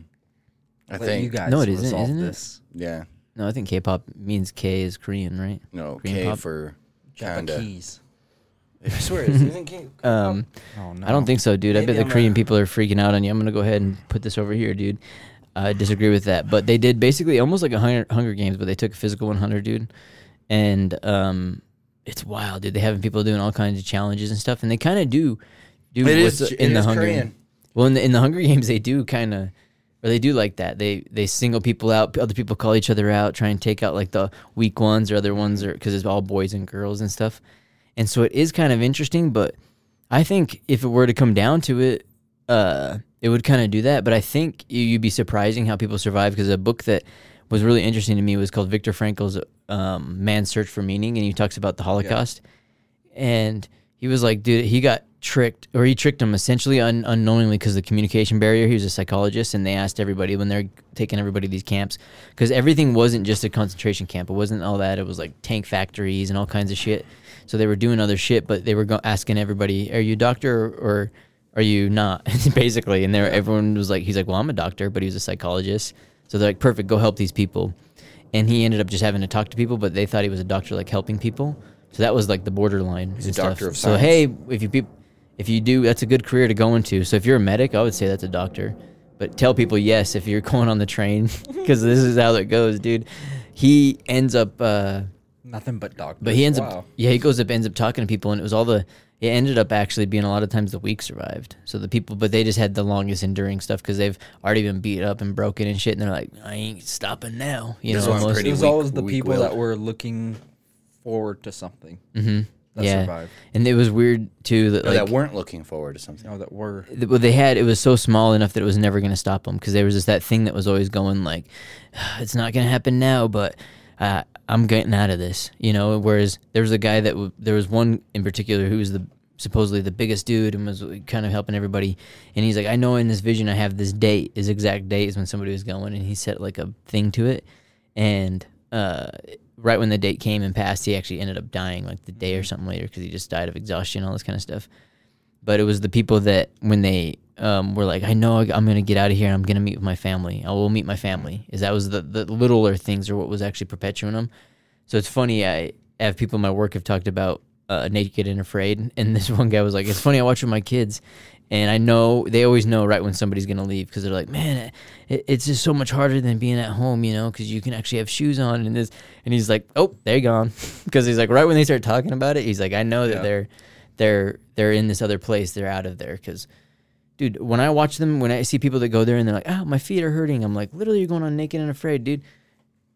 S2: I
S1: But you
S2: think.
S1: guys
S3: No, it
S1: it
S3: isn't, isn't it?
S1: this.
S2: yeah.
S3: No, I think K pop means K is Korean, right?
S2: No,
S3: Green
S2: K
S3: pop?
S2: for kinda.
S1: Japanese.
S2: (laughs) I swear,
S3: (laughs)
S2: it isn't K.
S3: Um,
S1: Oh no.
S3: I don't think so, dude. I bet
S2: Maybe
S3: the
S2: I'm a-
S3: Korean people are freaking out on you. I'm going to go ahead and put this over here, dude. I disagree with that. But they did basically almost like a Hunger, Hunger Games, but they took a Physical 100, dude. And um, it's wild, dude. They having people doing all kinds of challenges and stuff. And they kind of do. do
S2: It
S3: what's
S2: is-
S3: in
S2: it
S3: the
S2: is
S3: Hunger
S2: Korean.
S3: Well, in the, in the Hunger Games, they do kind of, or they do like that. They they single people out. Other people call each other out, try and take out like the weak ones or other ones, or because it's all boys and girls and stuff. And so it is kind of interesting. But I think if it were to come down to it, uh, it would kind of do that. But I think you, you'd be surprising how people survive because a book that was really interesting to me was called Viktor Frankl's um, Man's Search for Meaning, and he talks about the Holocaust and he was like, dude, he got tricked or he tricked them essentially un- unknowingly because the communication barrier he was a psychologist and they asked everybody when they're taking everybody to these camps because everything wasn't just a concentration camp it wasn't all that it was like tank factories and all kinds of shit so they were doing other shit but they were go- asking everybody are you a doctor or are you not (laughs) basically and there everyone was like he's like well i'm a doctor but he was a psychologist so they're like perfect go help these people and he ended up just having to talk to people but they thought he was a doctor like helping people so that was like the borderline
S2: a
S3: and stuff.
S2: doctor of
S3: so
S2: science.
S3: hey if you peop- if you do that's a good career to go into so if you're a medic i would say that's a doctor but tell people yes if you're (laughs) going on the train because this is how it goes dude he ends up uh
S1: Nothing but doctors.
S3: but he ends
S1: Wow.
S3: up, yeah, he goes up, ends up talking to people, and it was all the. It ended up actually being a lot of times the weak survived. So the people, but they just had the longest enduring stuff because they've already been beat up and broken and shit, and they're like, I ain't stopping now, you
S2: That's
S3: know.
S2: why I'm
S3: almost.
S2: pretty
S1: It was
S2: weak-
S1: always the people
S2: weak-willed.
S1: that were looking forward to something that
S3: yeah,
S1: survived.
S3: and it was weird too that
S2: No,
S3: like
S2: that weren't looking forward to something.
S1: You know, that were
S3: th- what they had it was so small enough that it was never going to stop them because there was just that thing that was always going like "Ah, it's not going to happen now but uh, i'm getting out of this you know whereas there was a guy that w- there was one in particular who was the supposedly the biggest dude and was kind of helping everybody and he's like i know in this vision i have this date his exact date is when somebody was going and he set like a thing to it and uh, right when the date came and passed he actually ended up dying like the day or something later because he just died of exhaustion all this kind of stuff but it was the people that when they um, were like, I know I- I'm gonna get out of here and I'm gonna meet with my family. I will meet my family. Is that was the the littler things or what was actually perpetuating them. So it's funny. I have people in my work have talked about uh, naked and afraid, and this one guy was like, "It's funny. I watch with my kids, and I know they always know right when somebody's gonna leave because they're like, man, it, it's just so much harder than being at home, you know, because you can actually have shoes on and this." And he's like, "Oh, they're gone," (laughs) because he's like, right when they start talking about it, he's like, "I know that
S1: Yeah.
S3: they're they're they're in this other place. They're out of there because." Dude, when I watch them, when I see people that go there and they're like, "Ah, my feet are hurting," I'm like, "Literally, you're going on naked and afraid, dude."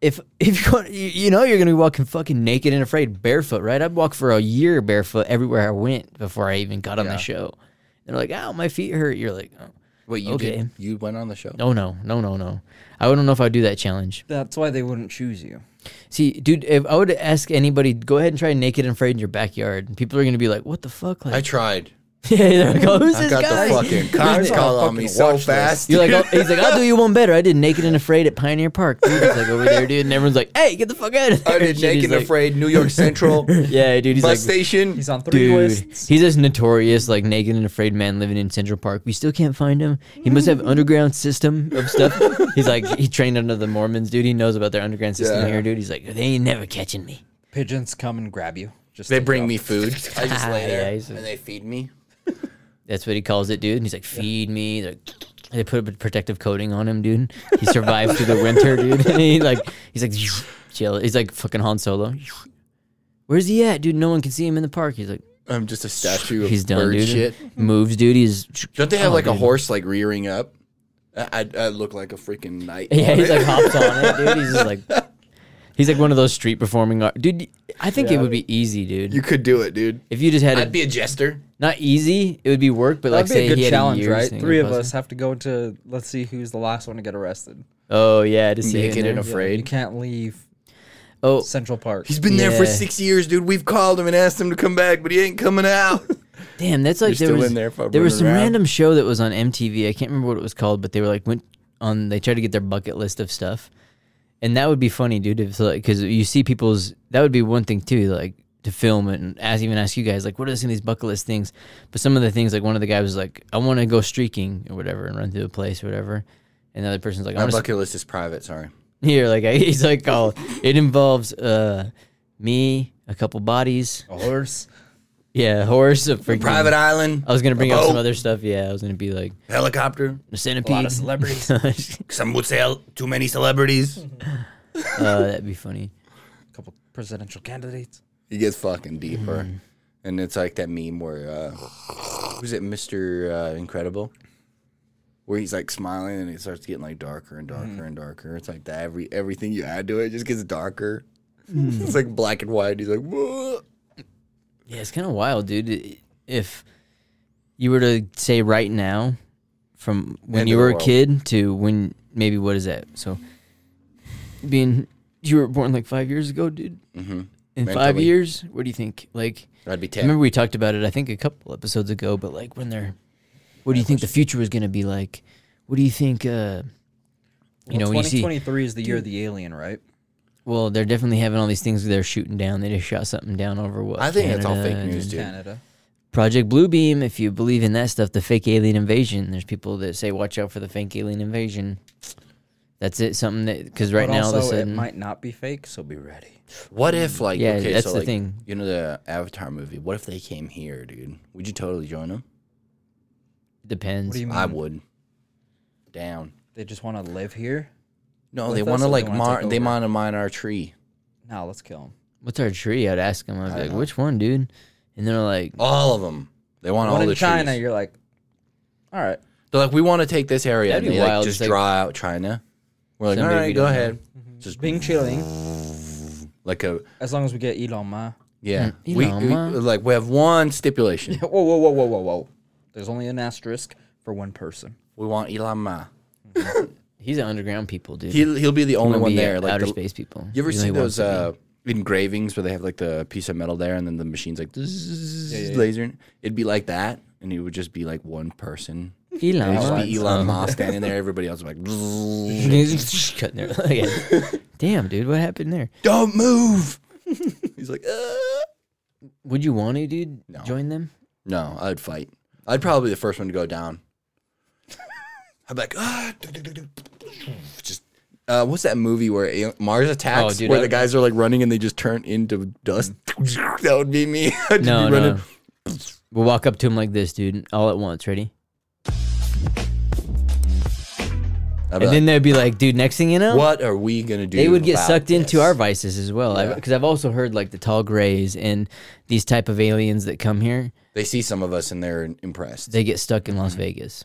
S3: if (laughs) if you're going, you, you know you're gonna be walking fucking naked and afraid barefoot, right? I'd walk for a year barefoot everywhere I went before I even got on the show. They're like, "Ow, my feet hurt." You're like, "Oh,
S2: Wait, you
S3: Okay.
S2: did, you went on the show?
S3: no, no, no, no, no." I don't know if I'd do that challenge.
S1: that's why they wouldn't choose you.
S3: See, dude, if I would ask anybody, go ahead and try naked and afraid in your backyard, and people are gonna be like, "What the fuck?"
S2: I
S3: Like,
S2: tried.
S3: (laughs) yeah, they're like, oh, "Who's
S2: I
S3: this
S2: got
S3: guy?"
S2: the
S3: (laughs)
S2: fucking cops
S1: on
S2: called
S1: a
S2: on me
S1: fucking
S2: so
S1: watch list.
S2: fast.
S3: You're like, oh, he's like, I'll do you one better. I did naked and afraid at Pioneer Park. Dude, he's like over there, dude, and everyone's like, "Hey, get the fuck out of there!"
S2: I did
S3: Shit,
S2: naked
S3: he's
S2: and
S3: like-
S2: afraid. New York Central
S3: (laughs)
S2: bus
S3: Yeah, dude, (laughs) he's like,
S2: station.
S1: He's on three
S3: Dude,
S1: lists.
S3: he's this notorious, like naked and afraid man living in Central Park. We still can't find him. He must have underground system of
S2: (laughs)
S3: stuff. he's like, he trained under the Mormons, dude. He knows about their underground system
S2: Yeah.
S3: here, dude. He's like, they ain't never catching me.
S1: Pigeons come and grab you. Just
S2: they
S1: take
S2: bring
S1: off.
S3: (laughs)
S2: me food. I just
S3: Ah, Yeah,
S2: lay there
S3: he's a-
S2: and they feed me.
S3: That's what he calls it, dude. And he's like, feed me. They're like, they put a protective coating on him, dude. He survived through the winter, dude. (laughs) And he like, he's like, chill. He's like fucking Han Solo. Where's he at, dude? No one can see him in the park. He's like,
S2: I'm just a statue of
S3: he's done,
S2: bird
S3: dude.
S2: shit.
S3: Moves, dude. He's
S2: Don't they have
S3: Oh,
S2: like a
S3: dude.
S2: horse like rearing up? I, I, I look like a freaking (laughs) knight.
S3: Yeah,
S2: on
S3: he's
S2: it.
S3: like hops on it, dude. He's just like, (laughs) he's like one of those street performing art. Dude, I think it would be easy, dude.
S2: you could do it, dude.
S3: if you just had
S2: I'd
S3: it,
S2: be a jester.
S3: not easy, it would be work, but like
S1: That'd be
S3: say
S1: a
S3: he
S1: good
S3: had
S1: challenge,
S3: a year's
S1: right?
S3: thing
S1: Three
S3: in
S1: of
S3: the
S1: us have to go into. Let's see who's the last one to get arrested.
S3: puzzle. Oh yeah, to see it
S2: Naked and
S3: in
S2: af-
S3: there.
S2: Afraid?
S1: You can't leave
S3: Oh,
S1: Central Park.
S2: He's been there for
S3: Yeah.
S2: six years, dude. We've called him and asked him to come back, but he ain't coming out.
S3: damn, that's like
S2: You're
S3: there
S2: still
S3: was
S2: in there, fucking
S3: there was some
S2: around.
S3: random show that was on MTV. I can't remember what it was called, but they were like went on. They tried to get their bucket list of stuff, and that would be funny, dude. If because you see people's, that would be one thing too. Like to film it and ask even ask you guys like, what are some of these bucket list things? But some of the things like one of the guys was like, I want to go streaking or whatever and run through the place or whatever. And the other person's like, I
S2: (laughs) My
S3: want to
S2: bucket list is private. Sorry.
S3: (laughs) here like I, he's like, oh, it involves uh me, a couple bodies,
S1: a horse.
S3: yeah, a horse, a freaking.
S2: Private island.
S3: I was gonna bring up some
S2: boat.
S3: other stuff. Yeah, I was gonna be like
S2: helicopter.
S3: a
S1: A
S3: centipede.
S1: lot of celebrities.
S3: uh, (laughs)
S2: Some would say too many celebrities.
S3: Uh, that'd be funny.
S1: a couple presidential candidates.
S2: It gets fucking deeper,
S3: Mm-hmm.
S2: and it's like that meme where uh, was it Mister uh, Incredible, where he's like smiling and it starts getting like darker and darker
S3: Mm-hmm.
S2: and darker. It's like that every everything you add to it just gets darker.
S3: Mm-hmm.
S2: it's like black and white. He's like, "Whoa."
S3: Yeah, it's kind of wild, dude. If you were to say right now, from when
S2: End
S3: you
S2: of the
S3: were a
S2: world.
S3: kid to when maybe what is that? So, being you were born like five years ago, dude,
S2: Mhm.
S3: in five
S2: Mentally.
S3: years, what do you think? Like,
S2: That'd be
S3: I
S2: ten.
S3: Mm-hmm. remember we talked about it, I think, a couple episodes ago, but like, when they're, what do you think the future is going to be like? What do you think, uh, you know, when you see,
S1: 2023 is the year of the alien, right?
S3: well, they're definitely having all these things they're shooting down. They just shot something down over what?
S2: I think that's all
S3: Canada
S2: fake news,
S3: and
S2: dude.
S1: Canada.
S3: Project Bluebeam, if you believe in that stuff, the fake alien invasion. There's people that say, watch out for the fake alien invasion. That's it. Something that, because right
S1: but
S3: now, all
S1: also,
S3: of a sudden,
S1: it might not be fake, so be ready.
S2: What if like
S3: Mm-hmm. yeah,
S2: okay,
S3: that's
S2: so
S3: the
S2: like,
S3: thing.
S2: You know the Avatar movie. What if they came here, dude? Would you totally join them?
S3: depends.
S1: What do you mean?
S2: I would. Down.
S1: They just want to live here.
S2: No,
S1: With
S2: they
S1: us
S2: want
S1: or
S2: to
S1: they
S2: like
S1: wanna
S2: mar-
S1: take
S2: they
S1: over?
S2: want to mine our tree.
S1: No, let's kill them.
S3: What's our tree? I'd ask them. I'd
S2: I
S3: be like,
S2: know.
S3: which one, dude? And they're like,
S2: All of them. They want all
S1: When
S2: the
S1: in China,
S2: trees.
S1: you're like, all right.
S2: They're like, we want to take this area.
S3: That'd
S2: and
S3: be
S2: they, like,
S3: wild,
S2: Just
S3: it's like-
S2: draw out China. We're like, all
S3: Somebody
S2: right,
S3: we
S2: go
S3: don't know."
S2: ahead. Just
S1: Bing chilling.
S2: like a
S1: As long as we get Elon Ma.
S2: yeah.
S3: you
S2: we,
S3: know,
S2: we-
S3: ma.
S2: like we have one stipulation.
S3: (laughs)
S1: Whoa, whoa, whoa, whoa, whoa, whoa. There's only an asterisk for one person.
S2: we want Elon Ma.
S3: he's an underground people, dude.
S2: He'll he'll be the only
S3: Wanna
S2: one
S3: be
S2: there.
S3: out-
S2: Like
S3: outer
S2: the-
S3: space people.
S2: You ever
S3: He
S2: see
S3: only wants
S2: those uh, engravings where they have like the piece of metal there and then the machine's like zzz,
S1: yeah, yeah.
S2: (laughs) lasering? It'd be like that, and it would just be like one person.
S3: to be-
S2: It'd
S3: Elon,
S2: just
S3: Musk. (laughs)
S2: be Elon Musk standing there. Everybody else would be like, zzz,
S3: He's cutting their (laughs) yeah. Damn, dude, what happened there?
S2: don't move. (laughs) He's like, "Uh."
S3: Would you want to, dude?
S2: No.
S3: Join them?
S2: no, I'd fight. I'd probably be the first one to go down. (laughs) I'd be like, ah, just. Uh, what's that movie where a- Mars attacks?
S3: Oh, dude,
S2: where
S3: I- Mm.
S2: the guys are like running and they just turn into dust. (laughs) that would be me. I'd just
S3: No,
S2: be running.
S3: no. We'll walk up to him like this, dude, all at once. Ready?
S2: I'd be
S3: And
S2: like,
S3: then they'd be like, dude, next thing you know,
S2: What are we gonna do?
S3: they would get
S2: about
S3: sucked into
S2: this?
S3: our vices as well. Because I've also heard like the tall grays and these type of aliens that come here.
S2: They see some of us and they're impressed.
S3: they get stuck in
S1: Mm.
S3: Las Vegas.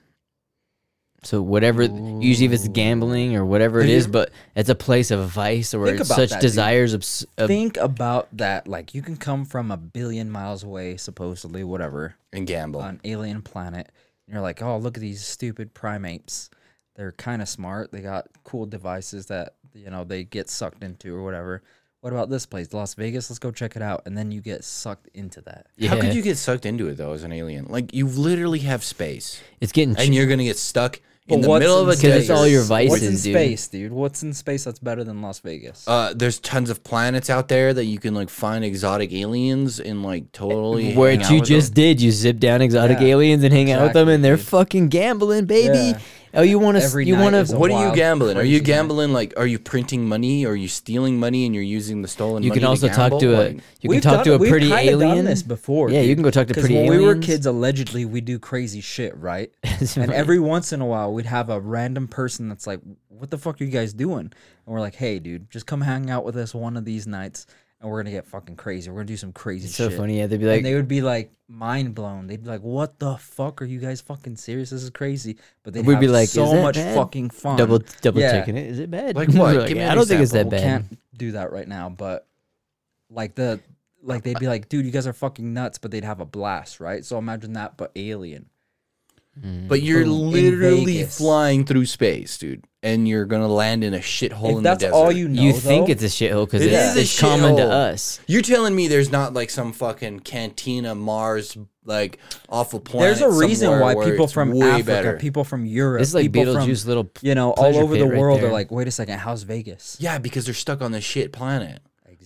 S3: So whatever, usually if it's gambling or whatever it is, but it's a place of vice or
S1: Think
S3: it's
S1: about
S3: such
S1: that, dude.
S3: desires of, s- of
S1: Think about that. Like, you can come from a billion miles away, supposedly, whatever,
S2: and gamble.
S1: on alien planet. And you're like, oh, look at these stupid primates. They're kind of smart. They got cool devices that, you know, they get sucked into or whatever. What about this place? Las Vegas? Let's go check it out. And then you get sucked into that.
S2: How
S3: Yeah.
S2: could you get sucked into it though as an alien? Like you literally have space,
S3: it's getting
S2: and
S3: cheap.
S2: you're gonna get stuck
S1: But
S2: in the
S1: what's
S2: middle of a
S1: in space?
S2: desert.
S3: 'Cause it's all your vices,
S1: What's in
S3: dude.
S1: space, dude? What's in space that's better than Las Vegas?
S2: Uh, there's tons of planets out there that you can like find exotic aliens and like totally. hang
S3: What
S2: out
S3: you
S2: with
S3: just
S2: them.
S3: did, you zip down exotic
S1: Yeah,
S3: aliens and hang out with them,
S1: exactly,
S3: and they're
S1: dude.
S3: fucking gambling, baby.
S1: Yeah.
S3: Oh, you want to?
S1: Every
S3: You
S1: night
S3: want
S1: is a
S3: to?
S2: What are you
S1: wild,
S2: gambling? Are
S1: crazy
S2: you
S1: night.
S2: gambling like? Are you printing money? Are you stealing money and you're using the stolen?
S3: You
S2: money
S3: can also
S2: to
S3: talk
S2: gamble?
S3: to a.
S2: Like,
S3: You can
S1: We've
S3: talk
S1: done-
S3: to a
S1: we've
S3: pretty
S1: kinda done
S3: alien.
S1: this before.
S3: Yeah,
S1: dude.
S3: you can go talk to
S1: 'Cause
S3: pretty
S1: when
S3: aliens.
S1: we were kids, allegedly we do crazy shit, right? (laughs)
S3: (laughs)
S1: and every once in a while, we'd have a random person that's like, "What the fuck are you guys doing?" And we're like, "Hey, dude, just come hang out with us one of these nights, and we're gonna get fucking crazy. We're gonna do some crazy
S3: so
S1: shit."
S3: funny. Yeah, they'd be
S1: And
S3: like,
S1: they would be like mind blown. They'd be like, "What the fuck are you guys fucking serious? This is crazy." But they'd
S3: We'd
S1: have
S3: be like, "Is
S1: "So
S3: that
S1: much
S3: bad?"
S1: fucking fun."
S3: double double
S1: Yeah.
S3: checking it. Is it bad?
S2: Like
S3: We're
S2: what? Give me
S3: "Yeah,
S2: an
S3: I don't think it's that
S2: example.
S3: bad.
S1: We can't do that right now, but like the like they'd be like, dude, you guys are fucking nuts, but they'd have a blast, right? So imagine that, but alien.
S2: But you're
S1: Boom, in
S2: literally
S1: Vegas.
S2: flying through space, dude, and you're gonna land in a shithole in
S1: if
S2: the
S1: that's
S2: desert.
S1: all you know,
S3: you think
S1: though,
S3: it's a shithole because
S2: It
S3: it's,
S2: is a
S3: it's common to
S2: shithole.
S3: us.
S2: You're telling me there's not like some fucking cantina Mars like awful planet.
S1: there's a reason
S2: somewhere
S1: why
S2: where
S1: people
S2: it's
S1: from
S2: way
S1: Africa,
S2: better.
S1: people from Europe,
S3: This is like
S1: people
S3: Beetlejuice
S1: from,
S3: little p-
S1: you know, all
S3: pleasure
S1: over the
S3: pit right
S1: world
S3: there.
S1: are like, wait a second, how's Vegas?
S2: yeah, because they're stuck on this shit planet.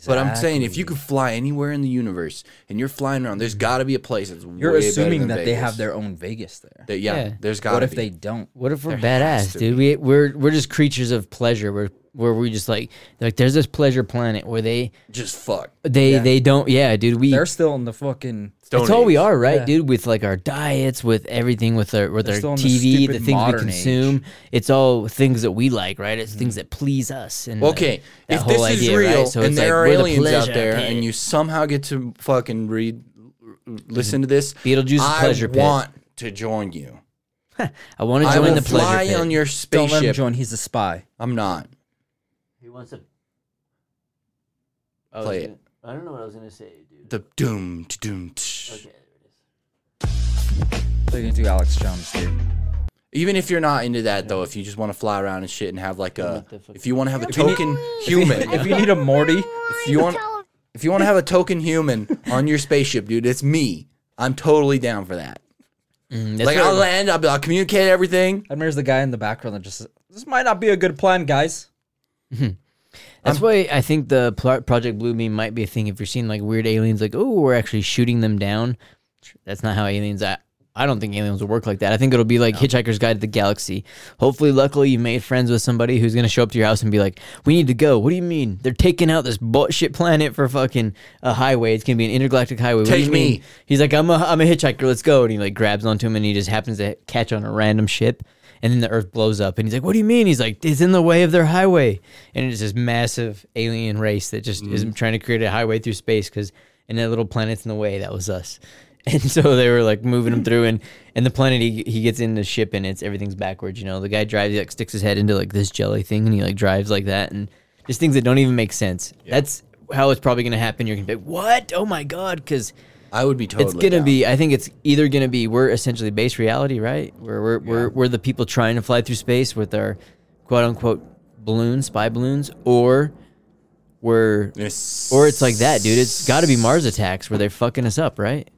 S2: But I'm saying if you could fly anywhere in the universe and you're flying around, there's got to be a place that's
S1: You're
S2: way better
S1: assuming
S2: than
S1: that they
S2: Vegas.
S1: have their own Vegas there.
S2: That- yeah,
S3: Yeah.
S2: there's got
S1: What
S2: to
S1: if
S2: be.
S1: they don't?
S3: What if we're
S2: There has
S3: badass,
S2: to
S3: dude? We we're we're just creatures of pleasure. We're where we just like like there's this pleasure planet where they
S2: just fuck?
S3: they they don't yeah, dude. We
S1: They're still in the fucking.
S2: Stone
S3: that's all we
S2: Age.
S3: are, right,
S1: Yeah.
S3: dude? With like our diets, with everything, with our with
S1: still
S3: our
S1: in the
S3: TV, the,
S1: stupid
S3: things we
S1: modern
S3: consume. It's all things that we like, right? It's things that please us. And like,
S2: Okay,
S3: (laughs) that
S2: if
S3: whole
S2: this is
S3: idea, right?
S2: real
S3: So
S2: and
S3: it's like,
S2: there
S3: we're
S2: are
S3: the
S2: aliens out
S3: pleasure
S2: there,
S3: pit.
S2: and you somehow get to fucking read, listen to this,
S3: Beetlejuice is
S2: I
S3: pleasure pit.
S2: want to join you.
S3: I want to
S2: I
S3: join
S2: will
S3: the pleasure
S2: fly
S3: pit.
S2: on your
S1: Don't let him
S2: spaceship.
S1: join. He's a spy.
S2: I'm not.
S3: Who wants to
S2: was Play gonna- it.
S3: I don't know what I was gonna say, dude.
S2: The doom, t- doom. tsh.
S1: They're gonna do Alex Jones, dude.
S2: Even if you're not into that though, if you just want to fly around and shit and have like uh, a,
S3: the
S1: (laughs)
S3: fuck-
S2: if you want to have a token human,
S1: if you need a Morty,
S2: if you want, If you want to have a token human on your spaceship, dude, it's me. I'm totally down for that.
S3: Mm, that's
S2: like
S3: what-
S2: I'll land, I'll, be, I'll communicate everything.
S1: Admires the guy in the background that just says, this might not be a good plan, guys.
S3: That's why I think the pl- Project Blue Beam might be a thing. If you're seeing like weird aliens, like oh, we're actually shooting them down. That's not how aliens. I I don't think aliens will work like that. I think it'll be like Hitchhiker's Guide to the Galaxy. Hopefully, luckily, you made friends with somebody who's gonna show up to your house and be like, "We need to go." What do you mean? They're taking out this bullshit planet for fucking a highway. It's gonna be an intergalactic highway. what do
S2: Take
S3: you mean?"
S2: me.
S3: He's like, "I'm a I'm a hitchhiker. Let's go." And he like grabs onto him and he just happens to catch on a random ship. And then the Earth blows up, and he's like, "What do you mean?" He's like, "It's in the way of their highway," and it's this massive alien race that just is trying to create a highway through space because and that little planet's in the way. That was us, (laughs) and so they were like moving him through, and and the planet he he gets in the ship, and it's everything's backwards. You know, the guy drives, he like sticks his head into like this jelly thing, and he like drives like that, and just things that don't even make sense. That's how it's probably gonna happen. You're gonna be like, "What? Oh my god!" Because
S2: I would be totally.
S3: it's gonna
S2: down.
S3: be. I think it's either gonna be we're essentially base reality, right? We're we're we're, we're the people trying to fly through space with our quote unquote balloons, spy balloons, or we're
S2: Yes.
S3: or it's like that, dude. It's got to be Mars attacks where they're fucking us up, right?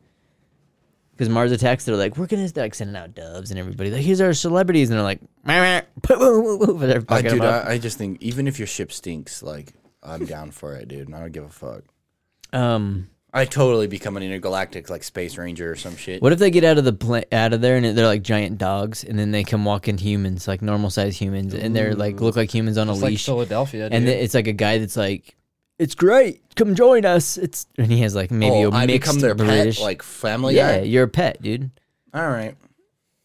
S3: Because Mars attacks, they're like, we're gonna like sending out doves and everybody like, here's our celebrities, and they're like, "Meow, meow, woo, woo, woo," but they're
S2: I,
S3: fucking
S2: dude,
S3: them up.
S2: I, I just think even if your ship stinks, like I'm down for it, dude, and I don't give a fuck.
S3: um,
S2: I totally become an intergalactic like space ranger or some shit.
S3: What if they get out of the pla- out of there and they're like giant dogs, and then they come walk in humans, like normal sized humans, and they're like look like humans on a
S1: It's like
S3: leash,
S1: Philadelphia, dude.
S3: and then it's like a guy that's like, "It's great, come join us." It's and he has like maybe
S2: oh,
S3: a
S2: I
S3: mixed
S2: become their
S3: British.
S2: pet, like oh, family
S3: yeah,
S2: guy.
S3: you're a pet, dude.
S2: All right,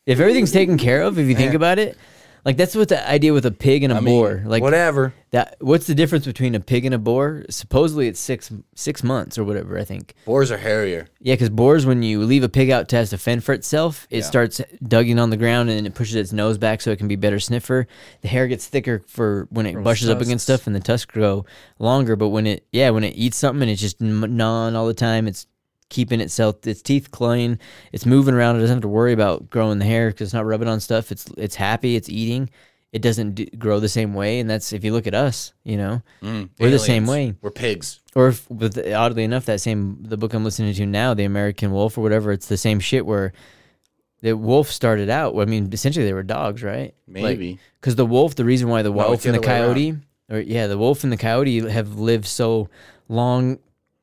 S3: If everything's taken care of, if you think
S2: Yeah.
S3: about it, like that's what the idea with a pig and a
S2: I mean,
S3: boar, like
S2: whatever.
S3: that. What's the difference between a pig and a boar? Supposedly it's six six months or whatever. I think.
S2: Boars are hairier.
S3: Yeah, because boars, when you leave a pig out to has to fend for itself, it starts digging on the ground and it pushes its nose back so it can be better sniffer. The hair gets thicker for when it bushes up against
S1: tusks.
S3: stuff, and the tusks grow longer. But when it, yeah, when it eats something and it's just m- gnawing all the time, it's keeping itself, its teeth clean, it's moving around. It doesn't have to worry about growing the hair because it's not rubbing on stuff. It's it's happy. It's eating. It doesn't d- grow the same way, and that's if you look at us, you know,
S2: Mm,
S3: we're the same
S2: aliens.
S3: way
S2: We're pigs.
S3: or if, with oddly enough, that same the book I'm listening to now, The American Wolf or whatever, it's the same shit where the wolf started out. I mean, essentially they were dogs, right?
S2: Maybe
S3: because the wolf, the reason why the
S2: No,
S3: wolf
S2: it's the
S3: and the
S2: other way
S3: coyote,
S2: around.
S3: or yeah, the wolf and the coyote have lived so long.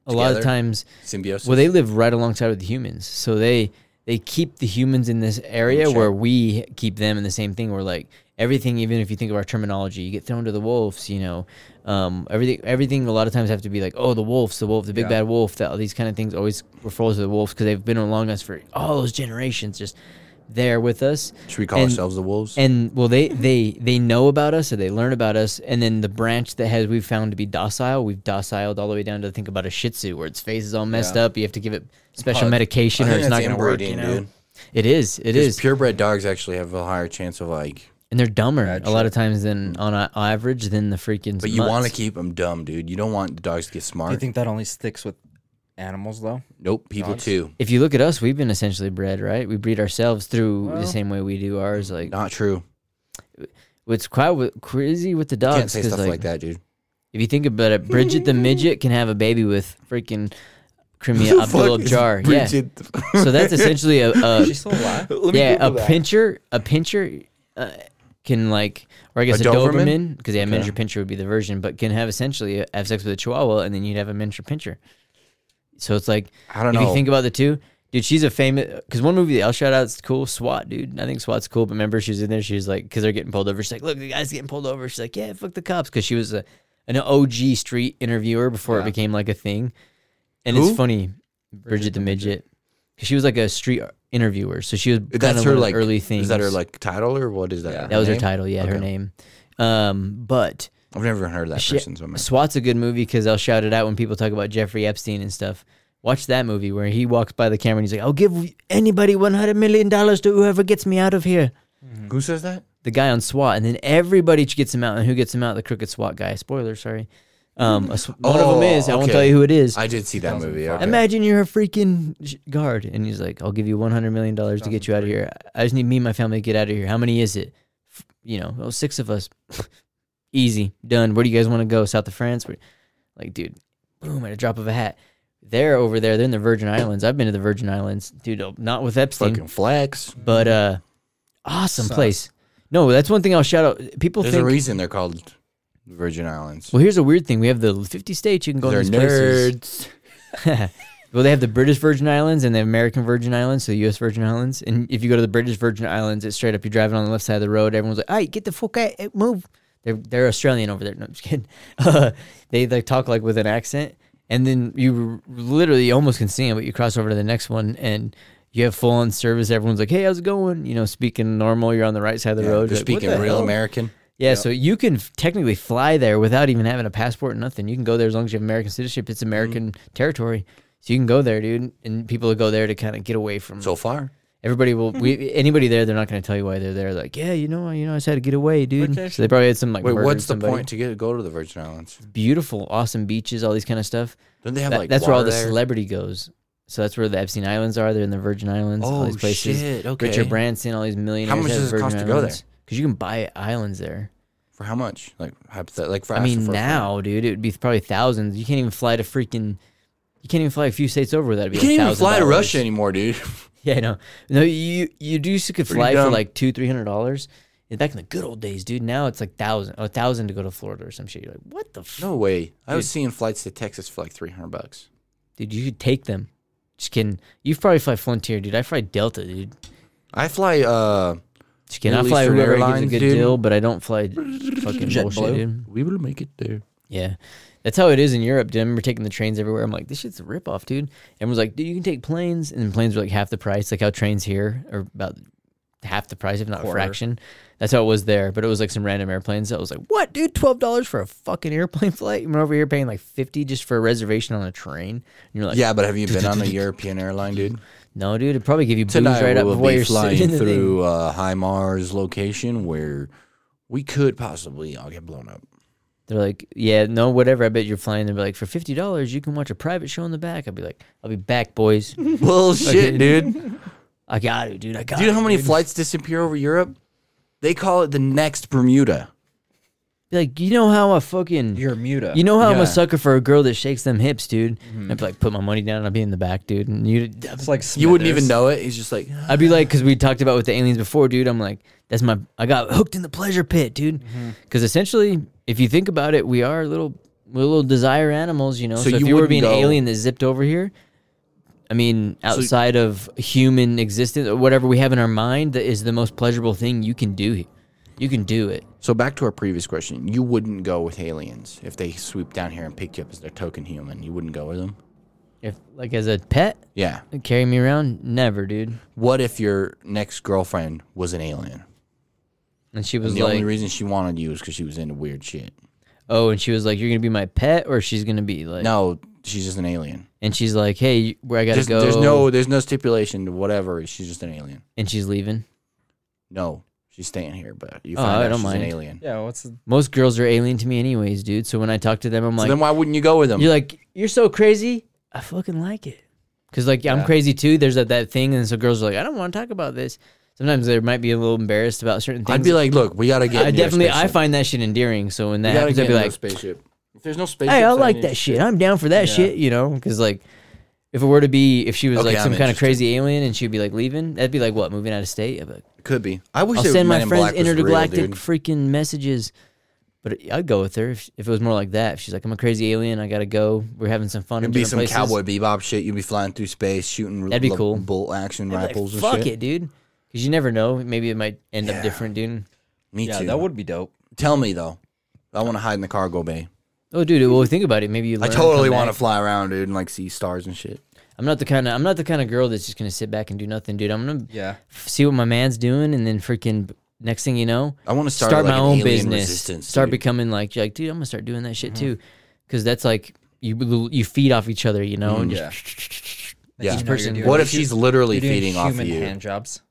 S3: A lot of
S2: Together.
S3: times,
S2: symbiosis.
S3: well, they live right alongside with the humans, so they they keep the humans in this area
S2: check.
S3: where we keep them in the same thing. Where like everything, even if you think of our terminology, you get thrown to the wolves. You know, um, everything everything a lot of times have to be like, oh, the wolves, the wolf, the big
S1: Yeah.
S3: bad wolf. That all these kind of things always refer to the wolves because they've been along us for all those generations, just there with us.
S2: Should we call
S3: and-
S2: ourselves the wolves?
S3: And well, they
S2: Mm-hmm.
S3: they they know about us, or they learn about us, and then the branch that has we've found to be docile, we've dociled all the way down to think about a Shih Tzu, where its face is all messed up. You have to give it special
S2: Oh,
S3: medication,
S2: I
S3: or
S2: think
S3: it's not
S2: that's
S3: going to work. You
S2: inbreeding,
S3: know,
S2: dude.
S3: it is, it
S2: Because
S3: is,
S2: purebred dogs actually have a higher chance of like.
S3: and they're dumber
S1: Bad
S3: a lot of times than on a, average than the freaking.
S2: Mm-hmm. But you want to
S3: mutts.
S2: keep them dumb, dude. You don't want the dogs to get smart.
S1: Do you think that only sticks with animals, though?
S2: nope, people
S1: Dogs?
S2: too.
S3: If you look at us, we've been essentially bred, right? We breed ourselves through the same way we do ours. Like,
S2: Not true.
S3: it's quite wi- crazy with the dogs.
S2: Can't say
S3: 'cause,
S2: stuff like, that, dude.
S3: If you think about it,
S2: (laughs)
S3: Bridget the midget can have a baby with freaking Crimea
S2: Who the fuck
S3: Abdul
S2: is
S3: Abjar. (laughs) Yeah.
S2: Bridget the-
S3: So that's
S2: (laughs)
S3: essentially a, a
S1: She's still alive.
S2: Let me
S3: yeah
S2: Google
S3: a
S2: that.
S3: pincher a pincher uh, can like or I guess
S2: A
S3: a
S2: Doberman?
S3: Doberman because yeah miniature pincher would be the version, but can have essentially uh, have sex with a Chihuahua and then you'd have a miniature pincher. So it's like
S2: I don't
S3: if
S2: know.
S3: you think about the two, dude, she's a famous because one movie that I'll shout out is cool. SWAT, dude. I think SWAT's cool. But remember, she was in there. She was like, because they're getting pulled over. She's like, look, the guy's getting pulled over. She's like, yeah, fuck the cops, because she was a an OG street interviewer before it became like a thing. And
S2: Who?
S3: it's funny, Bridget, the midget, because she was like a street interviewer. So she was kind
S2: that's
S3: of
S2: her
S3: her
S2: like
S3: early things.
S2: Is that her like title or what is that?
S1: Yeah.
S3: that was her
S2: name?
S3: title. Yeah, her
S2: Okay.
S3: name. Um, but
S2: I've never heard of that
S3: Shit.
S2: person's woman.
S3: SWAT's a good movie because I'll shout it out when people talk about Jeffrey Epstein and stuff. Watch that movie where he walks by the camera and he's like, "I'll give anybody one hundred million dollars to whoever gets me out of here."
S2: Who says that?
S3: The guy on SWAT, and then everybody gets him out, and who gets him out? The crooked SWAT guy. Spoiler, sorry. Um, a, sw- one of them
S2: Oh,
S3: is. I won't
S2: okay.
S3: tell you who it is.
S2: I did see that movie. Okay.
S3: Imagine you're a freaking sh- guard, and he's like, "I'll give you one hundred million dollars to get you out of here. I I just need me and my family to get out of here. How many is it? F- You know, oh, (laughs) six of us. Easy, done. Where do you guys want to go? South of France? Where- Like, dude, boom, at a drop of a hat. They're over there. They're in the Virgin Islands. I've been to the Virgin Islands, dude. uh, Not with Epstein,
S2: Fucking flex.
S3: but uh, awesome
S1: Sus.
S3: place. No, that's one thing I'll shout out. People
S2: There's
S3: think.
S2: a reason they're called Virgin Islands.
S3: well, here's a weird thing. We have the 50 states you can go to
S2: they're
S3: these places.
S2: nerds.
S3: well, they have the British Virgin Islands and the American Virgin Islands, so the U.S. Virgin Islands. And if you go to the British Virgin Islands, it's straight up. You're driving on the left side of the road. Everyone's like, "All right, get the fuck out, eh, move." They're they're Australian over there. No, I'm just kidding. (laughs) Uh, they like talk like with an accent, and then you r- literally almost can see them. But you cross over to the next one, and you have full on service. Everyone's like, "Hey, how's it going?" You know, speaking normal. You're on the right side of the
S2: Yeah,
S3: road.
S2: they're
S3: You're like, "What
S2: speaking
S3: the
S2: real
S3: hell?"
S2: American.
S3: Yeah, so you can f- technically fly there without even having a passport or nothing. You can go there as long as you have American citizenship.
S2: Mm-hmm.
S3: It's American territory, so you can go there, dude. And people will go there to kind of get away from.
S2: Mm. So far,
S3: everybody will. We,
S2: (laughs)
S3: anybody there, they're not going to tell you why they're there. Like, yeah, you know, you know, I just had to get away, dude.
S2: Which is-
S3: So they probably had some like.
S2: wait,
S3: murdered
S2: what's the
S3: somebody.
S2: point to get go to the Virgin Islands?
S3: Beautiful, awesome beaches, all these kind of stuff.
S2: Don't they have
S3: That-
S2: like
S3: that's where all the
S2: water there?
S3: celebrity goes. So that's where the Epstein Islands are. They're in the Virgin Islands. all
S2: Oh
S3: these places.
S2: shit! Okay,
S3: Richard Branson, all these millionaires.
S2: much
S3: have
S2: does it
S3: Virgin
S2: cost to go there?
S3: Because you can buy islands there.
S2: for how much? Like hypothet- like for
S3: I mean,
S2: for-
S3: now, dude, it would be probably thousands. You can't even fly to freaking. You can't even fly a few states over without it.
S2: You
S3: being
S2: can't even fly to
S3: $1,000.
S2: Russia anymore, dude.
S3: (laughs) Yeah, no, no. You you do used to could
S2: Pretty
S3: fly for
S2: dumb.
S3: like two, three hundred dollars. Yeah, Back in the good old days, dude. Now it's like thousand, a thousand to go to Florida or some shit. You're like, what the f
S2: No way. I was seeing flights to Texas for like three hundred bucks.
S3: dude? You could take them. Just kidding. You've probably fly Frontier, dude. I fly Delta, dude.
S2: I fly. uh
S3: Just kidding. I
S2: Middle
S3: fly
S2: Eastern
S3: whoever gives a
S2: Airlines,
S3: good
S2: dude.
S3: deal, but I don't
S2: (laughs)
S3: fly fucking bullshit, dude.
S2: We will make it there.
S3: Yeah. That's how it is in Europe, dude. I remember taking the trains everywhere. I'm like, this shit's a ripoff, dude. Everyone's like, dude, you can take planes. And then planes were like half the price, like how trains here are about half the price, if not a
S1: Quarter.
S3: fraction. That's how it was there. But it was like some random airplanes. I was like, what, dude? $12 for a fucking airplane (laughs) flight? And we're over here paying like 50 just for a reservation on a train. And you're like, yeah.
S2: Yeah, but have you been on a European airline, dude?
S3: no, dude, it'd probably give you booze
S2: Tonight
S3: right up
S2: we
S3: before
S2: will be
S3: you're sitting in
S2: flying
S3: the thing.
S2: through uh, High Mars location where we could possibly all
S3: (laughs)
S2: get blown up.
S3: They're like, yeah, no, whatever. I bet you're flying. They're like, for fifty dollars, you can watch a private show in the back. I'll be like, I'll be back,
S2: (laughs)
S3: boys.
S2: Bullshit, dude.
S3: I got it, dude. I got
S2: Do you
S3: it.
S2: know how many flights disappear over Europe? They call it the next Bermuda.
S3: Be like, you know how I fucking,
S1: You're muta.
S3: you know how I'm
S2: Yeah. Mm-hmm.
S3: a sucker for a girl that shakes them hips, dude. I'd be like, put my money down, and I'd be in the back, dude. And you,
S1: it's like
S2: You wouldn't even
S1: Smithers.
S2: know it. It's just like "Ah."
S3: I'd be like, because we talked about with the aliens before, dude. I'm like, that's my, I got hooked in the pleasure pit, dude.
S2: Mm-hmm.
S3: Because essentially, if you think about it, we are little, we're little desire animals, you know. So,
S2: So
S3: if
S2: you
S3: you were
S2: wouldn't
S3: being
S2: go-
S3: alien that zipped over here, I mean, outside of human existence or whatever we have in our mind, that is the most pleasurable thing you can do. You can do it.
S2: So back to our previous question, you wouldn't go with aliens if they swooped down here and picked you up as their token human. You wouldn't go with them.
S3: If like as a pet,
S2: Yeah.
S3: carry me around, never, dude.
S2: What if your next girlfriend was an alien?
S3: And she was
S2: The
S3: like,
S2: only reason she wanted you is because she was into weird shit.
S3: "Oh," and she was like, "You're gonna be my pet," or she's gonna be like,
S2: No, she's just an alien.
S3: And she's like, "Hey, where I gotta
S2: Just-
S3: go?"
S2: There's no, there's no stipulation to whatever. She's just an alien.
S3: And she's leaving.
S2: No, she's staying here, but you
S3: Oh,
S2: find
S3: I
S2: out
S3: don't
S2: she's
S3: mind.
S2: an alien.
S1: Yeah, what's the,
S3: Most girls are alien to me, anyways, dude. So when I talk to them, I'm
S2: so
S3: like,
S2: then why wouldn't you go with them?
S3: "You're like, you're so crazy. I fucking like it." Cause like I'm crazy too. There's that that thing, and so girls are like, "I don't want to talk about this." Sometimes they might be a little embarrassed about certain things.
S2: I'd be like, look, we gotta get.
S3: I
S2: into a
S3: definitely I
S2: spaceship.
S3: find that shit endearing. So when
S2: we
S3: that
S2: gotta
S3: happens, I'd
S2: get
S3: be
S2: into a
S3: like,
S2: spaceship. If there's no spaceship,
S3: hey, I like that shit. I'm down for that
S1: Yeah.
S3: shit, you know? Because, like, if it were to be, if she was
S2: Okay,
S3: like some
S2: I'm
S3: kind of
S2: interested.
S3: crazy alien and she'd be like leaving, that'd be like what, moving out of state? I'd be like,
S2: Could be. I wish
S3: I'll
S2: they
S3: send
S2: Men
S3: my
S2: in
S3: friends
S2: Black was real,
S3: intergalactic
S2: dude.
S3: freaking messages. But I'd go with her if, if it was more like that. If she's like, I'm a crazy alien, I gotta go. We're having some fun. in
S2: It'd be
S3: different
S2: some
S3: places.
S2: cowboy bebop shit. You'd be flying through space, shooting
S3: That'd be
S2: l-
S3: cool.
S2: bolt action
S3: I'd be like,
S2: rifles
S3: Fuck
S2: and shit.
S3: it, dude. Because you never know. Maybe it might end up
S2: Yeah.
S3: different, dude.
S2: Me
S1: yeah,
S2: too.
S1: that would be dope.
S2: Tell me though, I want to hide in the cargo bay.
S3: Oh, dude. Well, think about it. Maybe you.
S2: I
S3: learn,
S2: totally
S3: come
S2: want to
S3: back.
S2: fly around, dude, and like see stars and shit.
S3: I'm not the kind of. I'm not the kind of girl that's just gonna sit back and do nothing, dude. I'm gonna
S1: Yeah.
S3: f- see what my man's doing, and then freaking next thing you know,
S2: I want to start,
S3: start,
S2: like,
S3: my
S2: an
S3: own
S2: alien
S3: business.
S2: Resistance,
S3: Start
S2: dude. Mm-hmm.
S3: becoming like, you're like, dude, I'm gonna start doing that shit too, because that's like you you feed off each other, you know. and
S2: Mm-hmm.
S1: Yeah.
S2: Yeah.
S1: Each
S2: You
S3: know you're
S1: person-
S3: doing-
S2: What if she's literally
S1: You're doing
S2: feeding off of
S1: human
S2: you?
S1: hand jobs?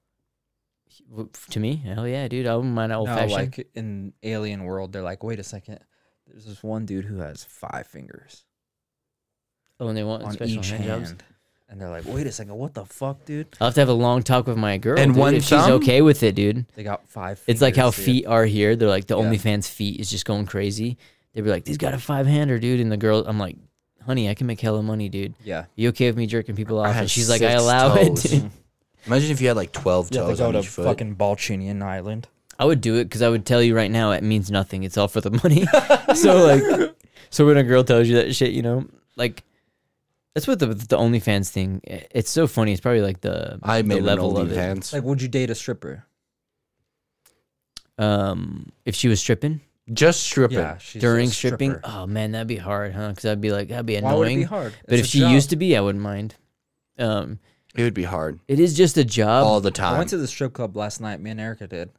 S3: just- to me, hell yeah, dude, I wouldn't mind old
S1: no,
S3: fashioned.
S1: like in Alien World, they're like, wait a second. There's this one dude who has five fingers
S3: oh, and they want
S1: on
S3: special
S1: each
S3: hand
S1: hand,
S3: jobs.
S1: and they're like, wait a second, what the fuck, dude?
S3: I'll have to have a long talk with my girl,
S2: And
S3: dude,
S2: one
S3: if she's
S2: thumb?
S3: okay with it, dude.
S1: They got five. Fingers,
S3: It's like how
S1: dude.
S3: feet are here. They're like the
S1: Yeah.
S3: OnlyFans feet is just going crazy. They'd be like, "He's got a five hander, dude," and the girl, I'm like, honey, I can make hella money, dude.
S1: Yeah.
S3: You okay with me jerking people off?
S2: had
S3: And she's like, I
S2: six
S3: allow
S2: toes.
S3: it. dude."
S2: Imagine if you had like twelve
S1: You have to
S2: toes
S1: go
S2: on
S1: to
S2: each foot.
S1: fucking Balchinian Island.
S3: I would do it because I would tell you right now it means nothing. It's all for the
S1: (laughs)
S3: money. so like, so when a girl tells you that shit, you know, like that's what the the OnlyFans thing. i- It's so funny. It's probably like the
S2: I
S3: the
S2: made an
S3: level
S2: oldie
S3: of it.
S2: hands.
S1: Like, would you date a stripper?
S3: Um, if she was stripping
S2: Just stripping.
S1: Yeah. She's
S3: during
S1: a
S3: stripping,
S1: stripper.
S3: oh man, that'd be hard, huh? Because I'd be like, that'd be
S1: Why would it
S3: annoying.
S1: be hard?
S3: But if she used to be, I wouldn't mind. Um,
S2: It would be hard
S3: it is just a job.
S2: all the
S1: I
S2: time.
S1: went to the strip club last night. Me and Erica
S3: (laughs)
S1: did.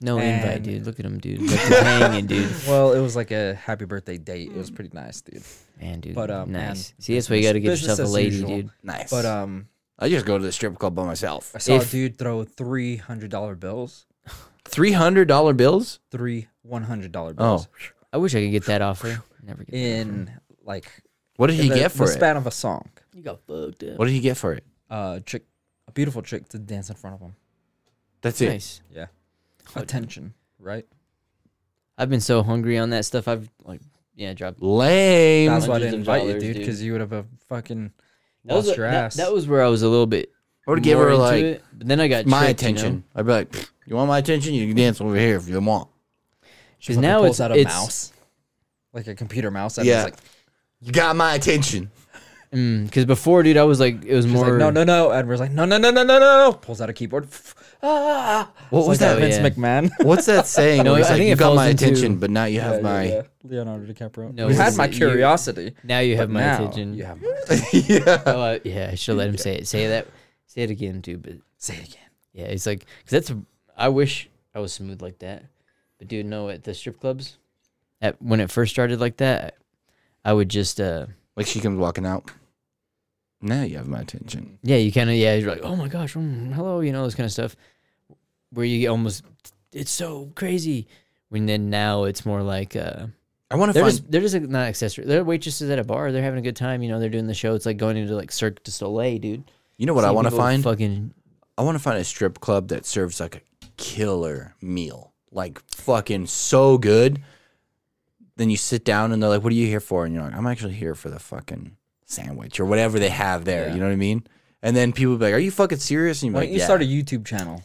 S3: no invite,
S1: and-
S3: dude. Look at
S1: (laughs)
S3: him, dude. Look at him hanging, dude.
S1: Well, it was like a happy birthday date. It
S3: Hmm.
S1: was pretty nice, dude.
S3: Man, dude.
S1: But, um, man,
S3: nice. See, that's why you
S1: business-
S3: got to get
S1: business
S3: yourself a
S1: as
S3: lady,
S1: usual.
S3: dude.
S2: nice.
S1: But um,
S2: I just go to the strip club by myself.
S1: I saw
S3: If-
S1: a dude throw three hundred dollar bills,
S2: Three hundred dollar bills.
S1: three one hundred dollar
S2: Oh,
S1: bills
S3: I wish I could get that offer. Never get.
S1: in
S3: Mm-hmm.
S1: like
S2: what did he
S1: the,
S2: get
S1: the
S2: for it?
S1: span of a song.
S3: You got fucked up.
S2: What did he get for it?
S1: Uh, chick, a beautiful chick to dance in front of him.
S2: That's it.
S3: Nice. Oh,
S1: Attention, right?
S3: I've been so hungry on that stuff. I've like, yeah, dropped.
S2: Lame.
S1: That's why I
S3: hundreds
S1: didn't
S3: of
S1: invite you,
S3: dollars,
S1: dude,
S3: dude.
S1: because you would have a fucking
S3: That
S1: lost
S3: was,
S1: your
S3: that,
S1: ass.
S3: that was where I was a little bit.
S2: I would give
S3: more
S2: her
S3: into
S2: like
S3: it, but then I got tricked, you
S2: my
S3: know?
S2: attention. I'd be like, "Pfft, "You want my attention? You can dance over here if you want."
S1: She
S3: 'Cause
S1: fucking
S3: now
S1: pulls
S3: it's-
S1: out a
S3: it's-
S1: mouse, like a computer mouse. And it's
S2: Yeah.
S1: like,
S2: You got my attention.
S3: Because before, dude, I was like, it was
S1: she's
S3: more.
S1: like, no, no, no. And we're like, no, no, no, no, no, no. Pulls out a keyboard. (laughs) ah.
S2: What
S1: It's
S2: was
S1: like
S2: that?
S1: Vince
S3: yeah. (laughs)
S1: McMahon.
S2: What's that saying?
S3: No,
S2: where he's
S3: I
S2: like,
S3: think
S2: you
S3: it
S2: got
S3: falls
S2: my
S3: into-
S2: attention, but now you
S1: (laughs)
S2: have my.
S1: Yeah, Leonardo DiCaprio.
S3: No,
S1: you had
S3: it's-
S1: my
S3: you-
S1: curiosity.
S3: Now you have
S1: but
S3: my
S1: now
S3: attention.
S1: You have
S2: (laughs) yeah.
S3: Oh, I, yeah. I should let him say it. Say that. Say it again, dude. But
S1: Say it again.
S3: yeah, it's like, because that's. I wish I was smooth like that. But dude, no, at the strip clubs, at when it first started like that, I would just. uh
S2: Like she comes walking out. Now you have my attention.
S3: Yeah, you kind of yeah. You're like, oh my gosh, mm, hello, you know this kind of stuff, where you get almost it's so crazy. When then now it's more like uh,
S2: I want to
S3: they're
S2: find.
S3: just they're just like, not accessory. They're waitresses at a bar. They're having a good time. You know, they're doing the show. It's like going into like Cirque du Soleil, dude.
S2: you know what I
S3: See
S2: want to
S3: people
S2: find?
S3: fucking
S2: I want to find a strip club that serves like a killer meal, like fucking so good. Then you sit down and they're like, "What are you here for?" And you're like, "I'm actually here for the fucking sandwich or whatever they have there."
S1: Yeah.
S2: You know what I mean? And then people be like, "Are you fucking serious?" And you're
S1: Why
S2: like,
S1: don't you
S2: yeah.
S1: start a YouTube channel?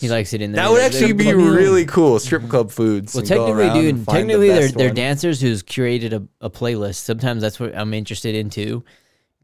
S3: he likes it in there.
S2: That would
S3: They're- they're
S2: actually be
S3: fucking-
S2: really cool. Strip club foods.
S3: Well,
S2: and go
S3: technically,
S2: around and
S3: dude,
S2: find the
S3: technically they're,
S2: best
S3: they're
S2: one.
S3: dancers who's curated a, a playlist. Sometimes that's what I'm interested in too,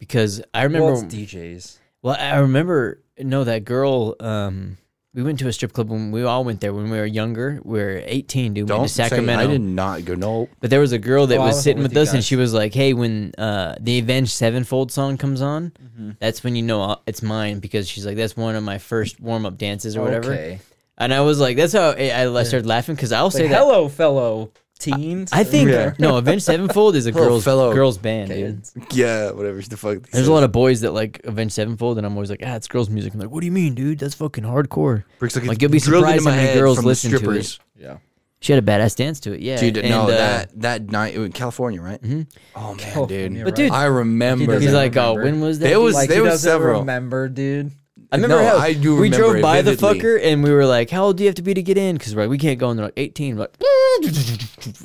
S3: because I remember
S1: Well, it's DJs.
S3: Well, I remember no that girl. Um, we went to a strip club when we all went there when we were younger. We were eighteen, dude. We went
S2: Don't
S3: to
S2: say- I
S3: Sacramento.
S2: did not go. No,
S3: But there was a girl that
S1: Oh, I
S3: was
S1: wasn't
S3: sitting
S1: with
S3: with
S1: you
S3: us, and
S1: guys.
S3: she was like, "Hey, when uh, the Avenged Sevenfold song comes on,
S2: Mm-hmm.
S3: that's when you know uh, it's mine." Because she's like, "That's one of my first warm up dances or whatever."
S1: Okay.
S3: And I was like, "That's how I, I started laughing." Because I'll say
S1: Like,
S3: that
S1: hello, fellow teens.
S3: I think
S2: Yeah.
S3: no Avenged Sevenfold
S2: (laughs)
S3: is a
S2: Hello,
S3: girls
S2: fellow
S3: girls band, dude.
S1: kids.
S2: yeah, whatever the fuck.
S3: There's a lot of boys that like Avenged Sevenfold, and I'm always like, ah, it's girls' music. I'm like, what do you mean, dude? That's fucking hardcore.
S2: like,
S3: like, you'll be
S2: drilled into
S3: surprised how
S2: my
S3: many
S2: head
S3: girls
S2: from the
S3: listen to it.
S2: strippers.
S1: Yeah.
S3: She had a badass dance to it, yeah.
S2: Dude,
S3: and,
S2: no,
S3: uh,
S2: that that night in California, right? Oh man,
S1: California,
S2: dude.
S3: But dude-
S2: I remember.
S1: He
S3: He's
S1: doesn't
S3: like,
S2: that.
S3: oh,
S1: remember.
S3: when was that?
S2: There was-
S1: Like he
S2: there was
S1: doesn't
S2: several.
S1: remember, dude.
S3: I remember
S2: No,
S3: how
S2: I do
S3: we
S2: remember
S3: drove
S2: it
S3: by the
S2: vividly.
S3: fucker and we were like, how old do you have to be to get in? Because we're like, we can't go. And they're like, 18. We're like,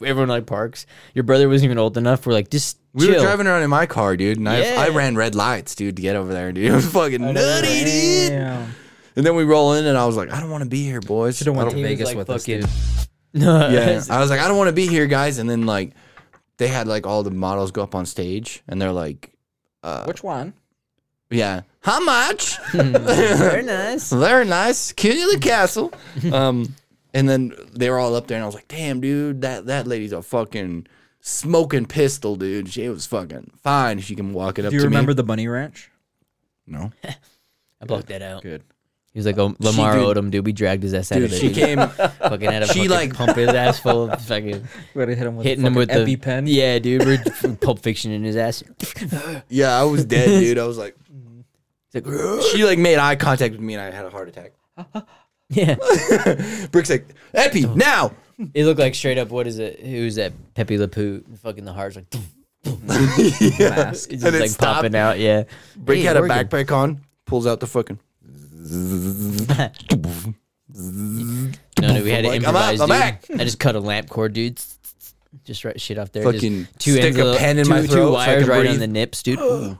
S3: everyone like (laughs) parks. Your brother wasn't even old enough. We're like, just
S2: we
S3: chill. (laughs)
S2: were driving around in my car, dude, and
S3: Yeah.
S2: I, I ran red lights, dude, to get over there, dude. (laughs) It was fucking nutty, dude.
S1: Damn.
S2: And then we roll in, and I was like, I don't want to be here, boys.
S1: Should've
S2: I
S1: went
S2: don't-
S1: to
S3: was
S1: Vegas
S3: like
S1: with
S3: fucking-
S1: us, dude.
S3: No,
S2: (laughs) yeah, I was like, I don't want to be here, guys. And then like, they had like all the models go up on stage, and they're like,
S1: Which one?
S2: yeah, how much?
S3: very nice.
S2: (laughs) Very nice. King of the
S3: (laughs)
S2: castle. Um, and then they were all up there, and I was like, damn, dude, that, that lady's a fucking smoking pistol, dude. She was fucking fine. She can walk it up
S1: Do you
S2: to
S1: remember
S2: me.
S1: the Bunny Ranch?
S2: No.
S3: I blocked that out.
S1: Good.
S3: He was like, oh, Lamar
S2: Uh, did-
S3: Odom, dude. We dragged his ass out
S2: Dude,
S3: of there.
S2: she
S3: dude.
S2: came.
S3: fucking had a
S2: She,
S3: fucking
S2: like-
S3: pump his ass full of fucking
S1: We had to hit him with
S3: hitting
S1: a
S3: him with
S1: fucking
S3: the
S1: EpiPen.
S3: Yeah, dude, we're (laughs) f- Pulp Fiction in his ass. He's
S2: (laughs) Yeah, I was dead, dude. I was like,
S3: like, (laughs)
S2: she like made eye contact with me, and I had a heart attack.
S3: yeah,
S2: Brick's like, Epi, now.
S3: it looked like straight up. What is it? Who's that? Pepe Le Pew. Fucking the heart's like, (laughs)
S1: Mask.
S3: it's just
S2: And it
S3: like
S2: stopped.
S3: popping out. Yeah,
S2: Brick
S3: Hey,
S2: had a
S3: working.
S2: backpack on, pulls out the fucking.
S3: No, no, we had to (laughs)
S2: Like, I'm out,
S3: improvise,
S2: I'm
S3: dude.
S2: back.
S3: I just cut a lamp cord, dude. Just right shit off there. just
S2: Fucking
S3: two
S2: stick
S3: ends
S2: a
S3: of the-
S2: pen in
S3: two,
S2: my
S3: Two
S2: throat so I
S3: wires
S2: can
S3: right on
S2: breathe.
S3: the nips,
S2: (gasps)
S3: dude. Ooh.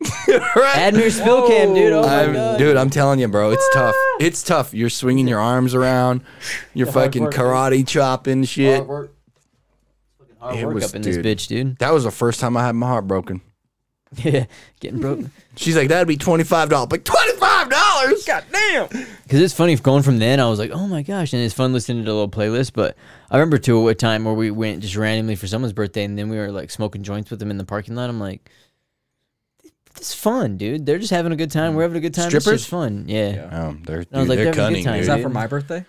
S2: right?
S3: Admir spill cam, dude. Oh my
S2: I'm-
S3: god. Ah!
S2: dude, I'm telling you, bro, it's tough. It's tough. You're swinging your arms around. You're fucking karate chopping shit.
S3: Hard
S2: it
S3: work
S2: was-
S3: up in
S2: dude.
S3: this bitch, dude. (laughs)
S2: That was the first time I had my heart broken.
S3: Yeah, getting broke.
S2: She's like, that'd be twenty five dollars. Like twenty five dollars. God damn.
S3: Because it's funny if going from then, I was like, oh my gosh, and it's fun listening to the little playlist. But I remember too a time where we went just randomly for someone's birthday, and then we were like smoking joints with them in the parking lot. I'm like, this is fun, dude. They're just having a good time. We're having a good time. It's
S2: Strippers?
S3: just fun, yeah.
S2: Um, they're
S3: I was like,
S2: dude,
S3: they're
S2: they're
S3: having a good
S2: cunning,
S3: time.
S1: Is
S2: dude.
S1: that for my birthday?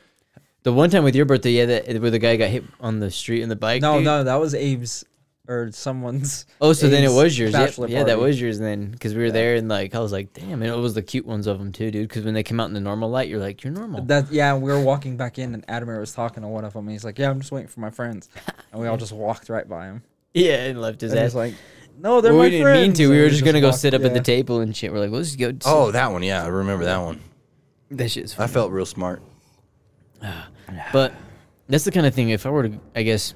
S3: The one time with your birthday, yeah, that where the guy got hit on the street in the bike.
S1: No,
S3: dude.
S1: no, that was Abe's or someone's.
S3: Oh, so then it
S1: Abe's
S3: was yours. Yep.
S1: bachelor
S3: Yeah, that
S1: party.
S3: was yours then. Because we were there, and like I was like, damn, and it was the cute ones of them too, dude. Because when they came out in the normal light, you're like, you're normal.
S1: That yeah, we were walking back in, and Adamir was talking to one of them, and he's like, "Yeah, I'm just waiting for my friends," and we all just walked right by him.
S3: yeah, and left his
S1: And
S3: ass.
S1: he's like, "No, they're
S3: Well,
S1: my
S3: we didn't mean
S1: friends,"
S3: to. We
S1: and
S3: were just gonna go
S1: walked-
S3: sit up at the
S1: yeah.
S3: table and shit. We're like, well, let's go. Oh,
S2: Oh, that one. Yeah, I remember that one.
S3: that shit's.
S2: I
S3: Fun.
S2: felt real smart.
S3: But that's the kind of thing. If I were to, I guess,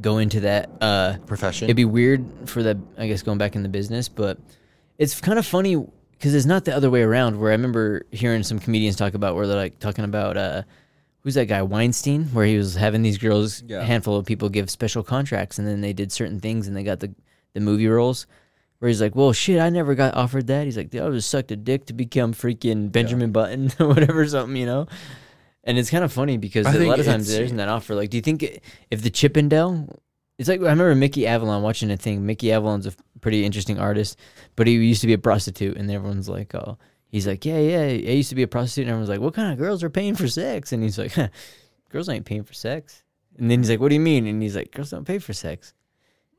S3: go into that, uh,
S2: Profession.
S3: it'd be weird for the. I guess going back in the business, but it's kind of funny because it's not the other way around. Where I remember hearing some comedians talk about where they're like talking about. uh Who's that guy Weinstein? Where he was having these girls,
S1: Yeah.
S3: a handful of people, give special contracts, and then they did certain things, and they got the the movie roles. Where he's like, "Well, shit, I never got offered that." He's like, "Dude, "I was sucked a dick to become freaking Benjamin Button (laughs) or whatever, something, you know." And it's kind of funny because
S2: I
S3: a lot
S2: think
S3: of times
S2: it's-
S3: there isn't that offer. Like, do you think it- if the Chippendale, it's like I remember Mickey Avalon watching a thing. Mickey Avalon's a pretty interesting artist, but he used to be a prostitute, and everyone's like, "Oh." He's like, yeah, yeah. I used to be a prostitute, and everyone's like, "What kind of girls are paying for sex?" And he's like, (laughs) "Girls ain't paying for sex." And then he's like, "What do you mean?" And he's like, "Girls don't pay for sex."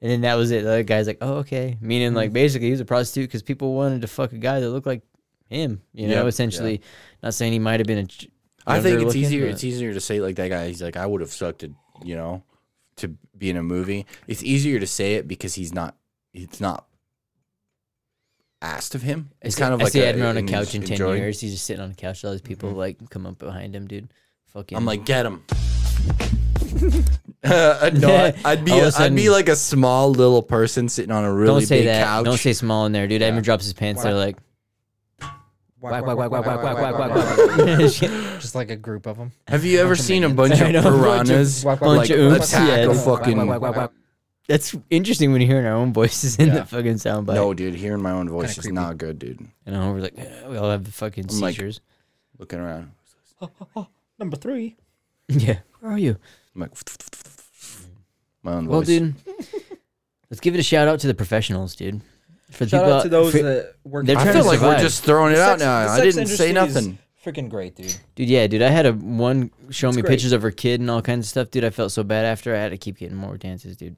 S3: And then that was it. The other guy's like, oh, okay. Meaning,
S2: Mm.
S3: like, basically, he was a prostitute because people wanted to fuck a guy that looked like him, you know,
S2: Yeah,
S3: essentially. Not saying he might have been a. ch-
S2: I
S3: younger
S2: think it's
S3: looking,
S2: easier.
S3: but-
S2: It's e, easier to say like that guy. He's like, I would have sucked it, you know, to be in a movie. It's easier to say it because he's not. It's not asked of him.
S3: I
S2: It's
S3: see-
S2: kind of
S3: I
S2: like
S3: see
S2: a-
S3: Admiral on a
S2: an
S3: couch in 10
S2: enjoy.
S3: years. He's just sitting on a couch. All these people, like, come up behind him, dude. Fucking.
S2: I'm like, get him. (laughs) Uh,
S3: (laughs)
S2: no, I- I'd be
S3: All of a
S2: a, I'd be
S3: sudden-
S2: like a small little person sitting on a really
S3: don't say
S2: big
S3: that.
S2: couch.
S3: Don't say small in there, dude. Edmund drops his pants. They're like, whack, whack, whack, whack, whack, whack, whack, whack, (laughs)
S2: (laughs)
S3: whack. Shit.
S1: Just like a group of them.
S2: Have you ever seen a
S3: (laughs)
S2: bunch
S3: I
S2: of
S3: know, a bunch of-
S2: piranhas
S1: Whack, whack,
S2: like
S3: Bunch of oops.
S2: attack
S3: Yeah,
S2: a
S3: just whack,
S2: fucking?
S3: whack, whack, whack. That's interesting when you're hearing our own voices in
S1: Yeah.
S3: the fucking soundbite.
S2: No, dude, hearing my own voice is
S1: creepy.
S2: not good, dude.
S3: And I'm over like, we all have the fucking
S2: I'm like-
S3: seizures. (laughs)
S2: Looking around,
S1: Number three.
S3: yeah. Where are you?
S2: I'm like, Mm. my own
S3: Well,
S2: voice.
S3: dude, let's give it a shout out to the professionals, dude. For the
S1: Shout
S3: people
S1: out to those
S3: for-
S1: that work.
S3: They're
S2: I
S3: trying
S2: feel
S3: to
S2: like
S3: survive.
S2: we're just throwing it
S1: The
S2: out
S1: sex-
S2: now.
S1: the
S2: I
S1: sex
S2: didn't say
S1: industry is
S2: nothing.
S1: Freaking great, dude.
S3: dude. Yeah, dude, I had a one showing me
S1: great.
S3: pictures of her kid and all kinds of stuff, dude. I felt so bad after. I had to keep getting more dances, dude.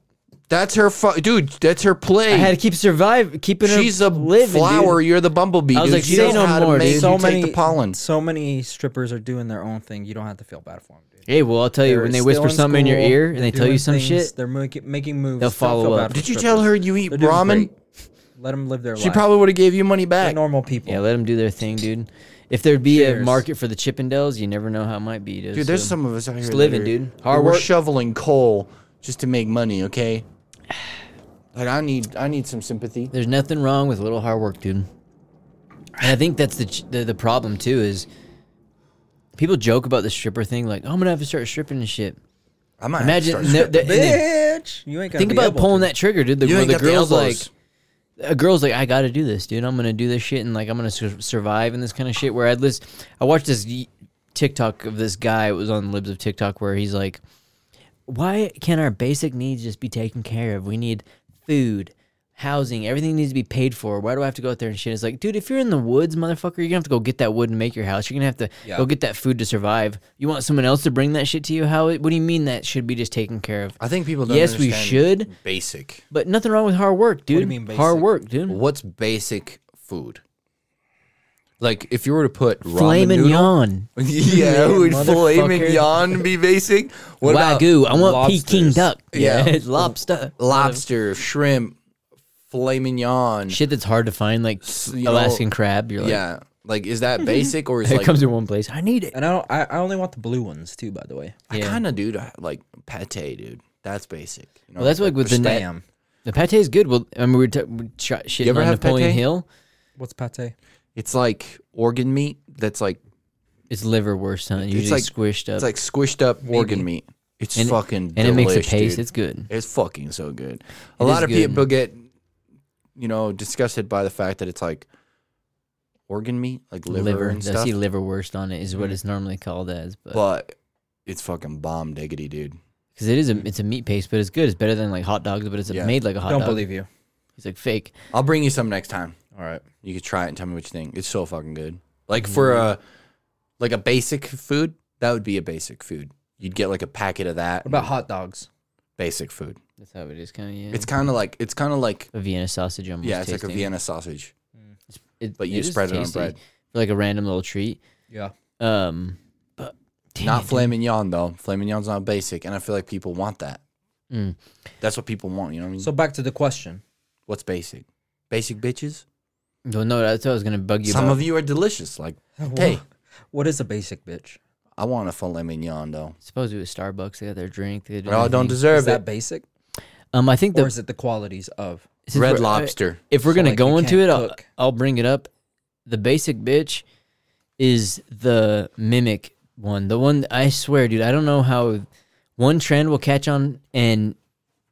S2: That's her, fu- dude. That's her play.
S3: I had to keep survive, keeping her.
S2: She's a
S3: living, dude.
S2: flower. You're the bumblebee.
S3: I was
S2: dude.
S3: like,
S2: She
S3: say
S2: knows
S3: no
S2: how to
S3: more,
S2: make
S3: dude.
S2: you
S1: so
S2: take
S1: many
S2: the pollen.
S1: So many strippers are doing their own thing. You don't have to feel bad for them, dude.
S3: Hey, well, I'll tell you
S1: They're
S3: when they
S1: still
S3: whisper something in your
S1: school,
S3: ear and
S1: they're
S3: they tell you
S1: doing
S3: some
S1: things,
S3: shit.
S1: They're mak- making moves.
S3: They'll
S1: Don't
S3: follow
S1: feel
S3: up.
S1: bad for
S2: Did you
S1: strippers.
S2: tell her you eat
S1: They're doing
S2: ramen?
S1: great. Let them live their
S2: She
S1: life.
S2: probably would have gave you money
S1: They're
S2: back.
S1: normal people.
S3: Yeah, let them do their thing, dude. If there'd be a
S1: Cheers.
S3: market for the Chippendales, you never know how it might be, dude.
S2: Dude, there's
S3: so-
S2: some of us out here.
S3: Just
S2: that
S3: living,
S2: are-
S3: dude.
S2: We're
S3: Hard work.
S2: shoveling coal just to make money. Okay. Like I need, I need some sympathy.
S3: There's nothing wrong with a little hard work, dude. And I think that's the ch- the, the problem too is people joke about the stripper thing, like oh, I'm gonna have to start stripping and shit.
S2: I might
S3: Imagine
S2: Have to
S3: no,
S2: start
S3: the-
S2: stripping.
S3: and then
S1: Bitch, you ain't gonna
S3: think
S1: be
S3: about
S1: able
S3: pulling
S1: to.
S3: that trigger, dude. The,
S2: You
S3: where
S2: ain't
S3: the
S2: got the
S3: girl's like,
S2: elbows.
S3: a girl's like, I got to do this, dude. I'm gonna do this shit, and like, I'm gonna sur- survive and this kind of shit. Where I'd list, I watched this y- TikTok of this guy. It was on the libs of TikTok where he's like, "Why can't our basic needs just be taken care of? We need food." Housing, everything needs to be paid for. Why do I have to go out there and shit? It's like, dude, if you're in the woods, motherfucker, you're gonna have to go get that wood and make your house. You're gonna have to
S1: Yeah.
S3: go get that food to survive. You want someone else to bring that shit to you? How? What do you mean that should be just taken care of?
S2: I think people. Don't
S3: Yes, we
S2: understand
S3: should.
S2: Basic.
S3: But nothing wrong with hard work, dude.
S1: you mean
S3: Hard
S1: basic?
S3: work, dude.
S2: What's basic food? Like if you were to put ramen
S3: Flame and
S2: noodle- (laughs)
S3: yawn. (laughs)
S2: yeah, would filet
S1: Motherfucker.
S2: mignon be basic? What about
S3: Wagyu. I want
S1: lobsters?
S3: Peking duck.
S2: (laughs) Yeah.
S3: Yeah, lobster.
S2: lobster, shrimp, filet mignon?
S3: Shit that's hard to find, like
S2: you know,
S3: Alaskan crab. You're like,
S2: yeah, Like,
S3: (laughs)
S2: is that basic or is
S3: it
S2: like
S3: comes in one place. I need it.
S1: And I don't. I, I only want the blue ones too. By the way,
S2: I
S3: Yeah.
S2: kind of do to- like pate, dude. That's basic. You know,
S3: Well, that's like with the net.
S1: damn.
S3: The pate is good. Well, I mean, we were t- we ch- shitting
S2: ever
S3: on
S2: have
S3: Napoleon
S2: pate?
S3: Hill.
S1: What's pate?
S2: it's like organ meat. That's like
S3: It's liverwurst, huh? Usually
S2: like-
S3: squished up,
S2: it's like squished up organ meat. It's
S3: And it-
S2: fucking
S3: and it makes a
S2: delish,
S3: paste.
S2: dude.
S3: It's good.
S2: It's fucking so
S3: It
S2: good. A
S3: is
S2: lot of
S3: good.
S2: people get, you know, disgusted by the fact that it's like organ meat, like liver,
S3: Liver.
S2: and
S3: I
S2: stuff. Mm-hmm.
S3: see liverwurst on it is what it's normally called as, but
S2: but it's fucking bomb diggity, dude.
S3: because it is a it's a meat paste, but it's good. It's better than like hot dogs, but it's
S2: Yeah.
S3: made like a hot
S1: don't
S3: dog.
S1: believe you.
S3: It's like fake.
S2: I'll bring you some next time.
S1: All right.
S2: You could try it and tell me what you think. It's so fucking good. Like for
S3: Mm-hmm.
S2: a like a basic food, that would be a basic food. You'd get like a packet of that.
S1: What about hot dogs?
S2: basic food?
S3: That's how it is, kind of. Yeah,
S2: It's kind of like it's kind of like
S3: a Vienna sausage. Almost
S2: yeah, it's like a
S3: tasting.
S2: Vienna sausage,
S3: It-
S2: but you
S3: is
S2: spread it on
S3: tasty
S2: bread.
S3: for like a random little treat.
S1: Yeah.
S3: Um, but dang
S2: Not
S3: (laughs) it,
S2: filet mignon though. Filet mignon's not basic, and I feel like people want that.
S3: Mm.
S2: That's what people want. You know what I mean?
S1: So back to the (laughs) question.
S2: what's basic? Basic bitches.
S3: dude. Well, no, that's what I was gonna bug you.
S2: Some
S3: about.
S2: of you are delicious. Like, hey,
S1: What is a basic bitch?
S2: I want a filet mignon though.
S3: suppose it was Starbucks. They got their drink. They
S2: No, I don't
S3: everything.
S1: Is
S2: deserve
S1: that
S2: it.
S1: basic,
S3: Um, I think
S1: or
S3: the
S1: is it the qualities of?
S3: since
S2: Red
S3: we're- uh,
S2: lobster.
S3: if we're
S1: So,
S3: gonna
S1: like,
S3: go
S1: you
S3: into it,
S1: can't
S3: I'll,
S1: cook.
S3: I'll bring it up. The basic bitch is the mimic one. The one I swear, dude. I don't know how one trend will catch on and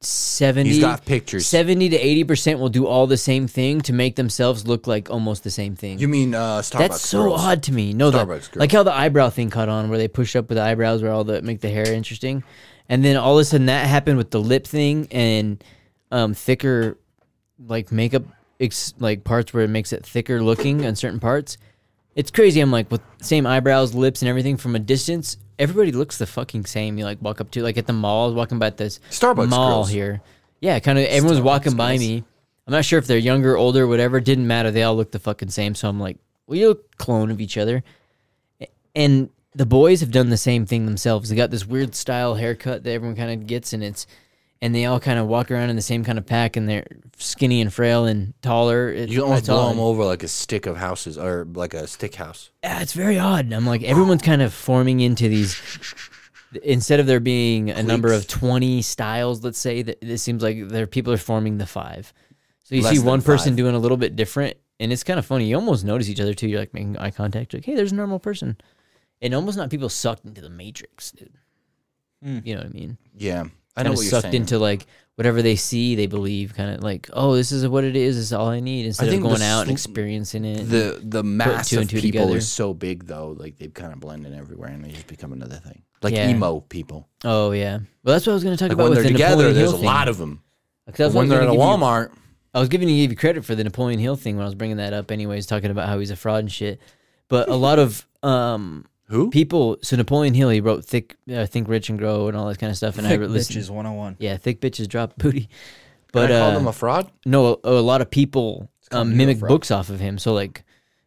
S2: He's
S3: seventy.
S2: got pictures.
S3: 70 to 80% will do all the same thing to make themselves look like almost the same thing.
S2: You mean uh, Starbucks?
S3: That's so
S2: girls.
S3: odd to me. No, the,
S2: Starbucks girls.
S3: like how the eyebrow thing caught on, where they push up with the eyebrows, where all the make the hair interesting, and then all of a sudden that happened with the lip thing and um, thicker, like makeup, ex- like parts where it makes it thicker looking on certain parts. It's crazy. I'm like with same eyebrows, lips, and everything from a distance. Everybody looks the fucking same. You like walk up to like at the mall, walking by this
S2: Starbucks
S3: mall
S2: girls.
S3: here. Yeah, kind of. Everyone's walking by me. I'm not sure if they're younger, older, whatever. Didn't matter. They all look the fucking same. So I'm like, we look clone of each other. A- And the boys have done the same thing themselves. They got this weird style haircut that everyone kind of gets, and it's, and they all kind of walk around in the same kind of pack, and they're skinny and frail and taller. It-
S2: You almost
S3: that's all
S2: blow
S3: I-
S2: them over like a stick of houses or like a stick house.
S3: yeah, "Ah, it's very odd. I'm like, everyone's kind of forming into these. Instead of there being a number of 20 styles, let's say that it seems like there people are forming the five. So you
S2: Less
S3: see
S2: than
S3: one person
S2: five.
S3: doing a little bit different, and it's kind of funny. You almost notice each other too. You're like making eye contact, like, hey, there's a normal person, and almost not people sucked into the matrix, dude. You know what I mean?
S2: Yeah, Hmm. I
S3: Kind
S2: know
S3: of
S2: what you're
S3: sucked
S2: saying.
S3: into like whatever they see, they believe. Kind of like, oh, this is what it is. This is all I need. Instead of
S2: think the
S3: going out and
S2: sl-
S3: experiencing it,
S2: the the mass
S3: two and
S2: of
S3: two
S2: people
S3: together.
S2: is so big though. Like they've kind of blended everywhere and they just become another thing. Like
S3: Yeah.
S2: emo people.
S3: Oh yeah. Well, that's what I was going to talk
S2: Like
S3: about
S2: when
S3: with
S2: they're
S3: the
S2: together,
S3: Napoleon
S2: there's
S3: Hill
S2: a
S3: thing.
S2: lot of them.
S3: 'Cause that's what I
S2: When
S3: was
S2: they're at
S3: gonna
S2: a
S3: give you-
S2: Walmart,
S3: I was giving you, give you credit for the Napoleon Hill thing when I was bringing that up. Anyways, talking about how he's a fraud and shit. But a lot of um
S2: who?
S3: people. So Napoleon Hill, he wrote Thick, uh, Think Rich and Grow, and all that kind of stuff. And
S1: Thick
S3: I listened.
S1: bitches 101.
S3: Yeah, thick bitches drop booty.
S2: But
S3: But
S2: I call
S3: uh,
S2: them a fraud.
S3: no, a, a lot of people
S1: called
S3: um, mimic
S1: Eurofrog.
S3: books off of him. So like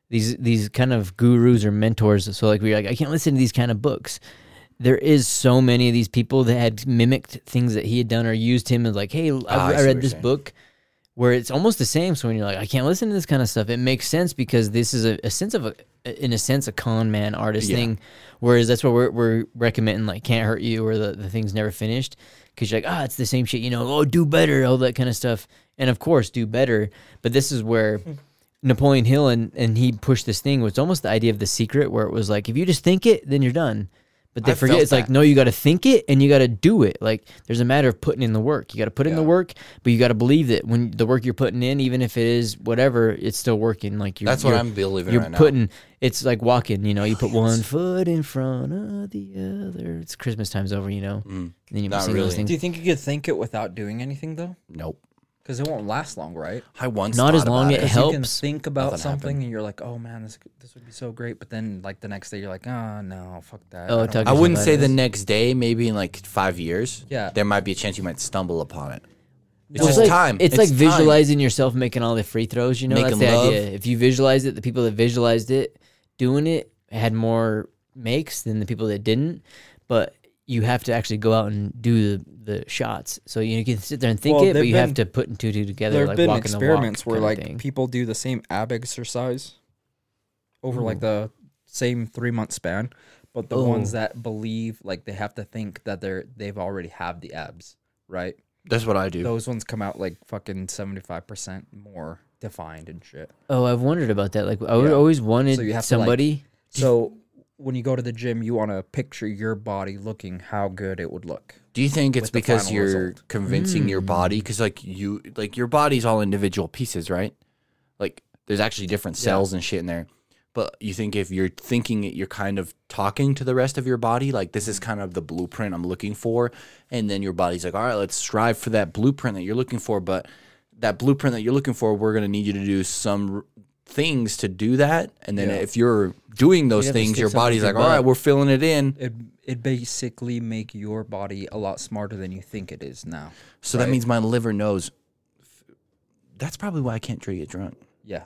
S3: these these kind of gurus or mentors. So like we're like, I can't listen to these kind of books. There is so many of these people that had mimicked things that he had done or used him as like, hey, I,
S2: Ah, I
S3: I,
S2: see what
S3: read
S2: you're
S3: this
S2: saying.
S3: book. Where it's almost the same, so when you're like, I can't listen to this kind of stuff, it makes sense because this is a, a sense of, a, in a sense, a con man artist
S2: Yeah.
S3: thing. Whereas that's what we're, we're recommending, like, can't hurt you or the, the thing's never finished because you're like, ah, it's the same shit, you know, oh, do better, all that kind of stuff. And of course, do better. But this is
S2: (laughs)
S3: where Napoleon Hill and, and he pushed this thing, was almost the idea of the secret, where it was like, if you just think it, then you're done. But they
S2: I
S3: forget
S2: felt
S3: it's like,
S2: that.
S3: no, you got to think it and you got to do it. Like, there's a matter of putting in the work. You got to put in the
S2: Yeah.
S3: work, but you got to believe that when the work you're putting in, even if it is whatever, it's still working. Like, you're,
S2: That's what
S3: you're-
S2: I'm believing
S3: you're
S2: right now.
S3: putting it's like walking you know you
S2: (laughs)
S3: put one foot in front of the other it's christmas time's over you know and then you
S2: Mm. Not
S3: sing those
S2: really.
S1: Do
S3: things
S1: you think you could think it without doing anything though?
S2: Nope.
S1: Because it won't last long, right?
S2: I once
S3: Not as
S2: thought about
S3: long as-
S2: it.
S1: 'Cause You can
S3: helps.
S1: think about
S2: Nothing
S1: something
S2: happened.
S1: and you're like, oh man, this this would be so great. But then like the next day you're like, oh no, fuck that.
S3: Oh,
S1: I don't
S3: it (laughs) took-
S2: I
S1: want-"
S2: wouldn't
S3: Somebody
S2: say the
S3: is.
S2: next day. Maybe in like five years.
S1: Yeah.
S2: There might be a chance you might stumble upon it. It's
S3: Well,
S2: just
S3: like,
S2: time.
S3: It's, like
S2: time.
S3: visualizing yourself making all the free throws. You know,
S2: Making
S3: that's the
S2: love.
S3: idea. If you visualize it, the people that visualized it doing it had more makes than the people that didn't. But you have to actually go out and do the, the shots. So you can sit there and think
S1: Well,
S3: it, but
S1: there've
S3: you have
S1: been-
S3: to put and two, two together.
S1: There have
S3: like
S1: been
S3: walking the walk
S1: experiments where
S3: kinda
S1: like
S3: thing.
S1: people do the same ab exercise over
S3: Hmm.
S1: like the same three month span, but the ones
S3: Oh.
S1: that believe like they have to think that they're they've already have the abs, right?
S2: That's what I do.
S1: Those ones come out like fucking seventy five percent more defined and
S3: (laughs)
S1: shit.
S3: Oh, I've wondered about that. Like I would
S1: Yeah.
S3: always wanted
S1: So you have to, like-
S3: somebody.
S1: So when you go to the gym, you want to picture your body looking how good it would look.
S2: Do you think it's
S1: the
S2: because
S1: final
S2: you're
S1: result.
S2: convincing your body? Because like you, like your body's all individual pieces, right? Like there's actually different cells and shit in there. But you think if you're thinking it, you're kind of talking to the rest of your body, like this
S3: Hmm.
S2: is kind of the blueprint I'm looking for, and then your body's like, all right, let's strive for that blueprint that you're looking for. But that blueprint that you're looking for, we're gonna need you to do some r- things to do that, and then
S1: Yeah.
S2: if you're doing those
S3: have to
S2: things,
S3: stick
S2: your
S3: something
S2: body's
S3: in your
S2: like, all right,
S3: butt."
S2: we're filling it in.
S1: It it basically make your body a lot smarter than you think it is now.
S2: So that means my liver knows. That's probably why I can't try to get drunk.
S1: Yeah.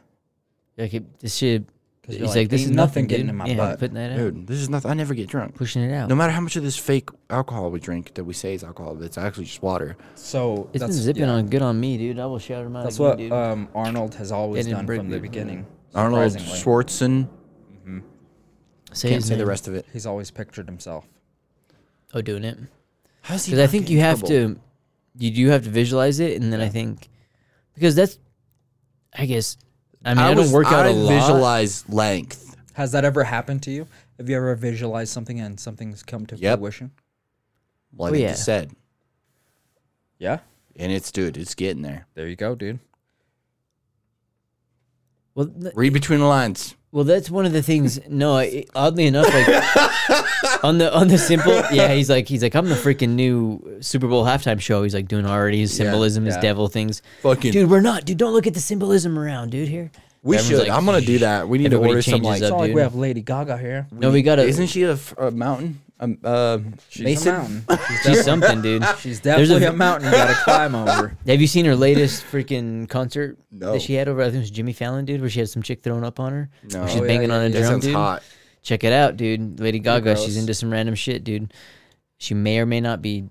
S3: Like it, this shit.
S1: you're
S3: He's like,
S1: like,
S3: this is
S1: "Ain't
S3: nothing
S1: nothing getting
S3: dude."
S1: in my
S3: yeah,
S1: butt.
S3: Putting that out,
S2: Dude, this is nothing. I never get drunk.
S3: pushing it out.
S2: No matter how much of this fake alcohol we drink that we say is alcohol, but it's actually just water.
S1: So
S3: it's been
S1: that's
S3: zipping on good on me, dude. I will shout him out.
S1: that's
S3: again,
S1: what
S3: dude.
S1: um, Arnold has always
S3: They didn't
S1: done
S3: break
S1: from the
S3: me.
S1: beginning.
S2: Arnold
S1: surprisingly.
S2: Schwarzen.
S3: say
S2: Can't
S3: his
S2: say the
S3: name.
S2: rest of it.
S1: He's always pictured himself.
S3: Oh, doing it.
S2: How's he?
S3: because I think you have to, you do have to visualize it, and then I think because that's, I guess, I mean, I, don't work out
S2: a
S3: a lot.
S2: Visualize length.
S1: Has that ever happened to you? Have you ever visualized something and something's come to
S2: Yep.
S1: fruition?
S2: Well, I
S3: Oh,
S2: think
S3: yeah.
S2: you said,
S1: Yeah.
S2: and it's dude, it's getting there.
S1: There you go, dude.
S3: Well, th-
S2: Read between the lines.
S3: well, that's one of the things. No, I, oddly enough, like
S2: (laughs)
S3: on the on the simple, yeah, he's like he's like I'm the freaking new Super Bowl halftime show. He's like doing already his symbolism, his
S1: yeah.
S3: devil things.
S2: Fucking-
S3: dude, we're not, dude. Don't look at the symbolism around, dude. Here,
S2: We
S3: Everyone's
S2: should.
S3: like,
S2: I'm gonna do that. We need to
S3: Everybody
S2: order some
S3: changes
S2: like.
S1: It's
S3: up.
S1: not like
S3: dude.
S1: we have Lady Gaga here.
S3: no, we gotta.
S2: Isn't she a, f- a mountain? Um, uh,
S1: She's
S2: Mason?
S1: a mountain. She's,
S3: she's
S1: def-
S3: something,
S2: (laughs)
S3: dude?
S1: (laughs)
S3: (laughs)
S1: she's
S3: There's
S1: definitely a,
S3: v-
S1: mountain you
S3: (laughs)
S1: gotta climb over.
S3: Have you seen her latest freaking concert
S2: No.
S3: that she had over? I think it was Jimmy Fallon, dude, where she had some chick thrown up on her.
S2: No.
S3: where she's
S2: Oh, yeah,
S3: banging
S1: yeah,
S3: on
S1: yeah.
S3: a
S2: That
S3: drum,
S2: sounds
S3: dude.
S2: hot.
S3: Check it out, dude. Lady Gaga,
S1: gross.
S3: she's into some random shit, dude. She may or may not be,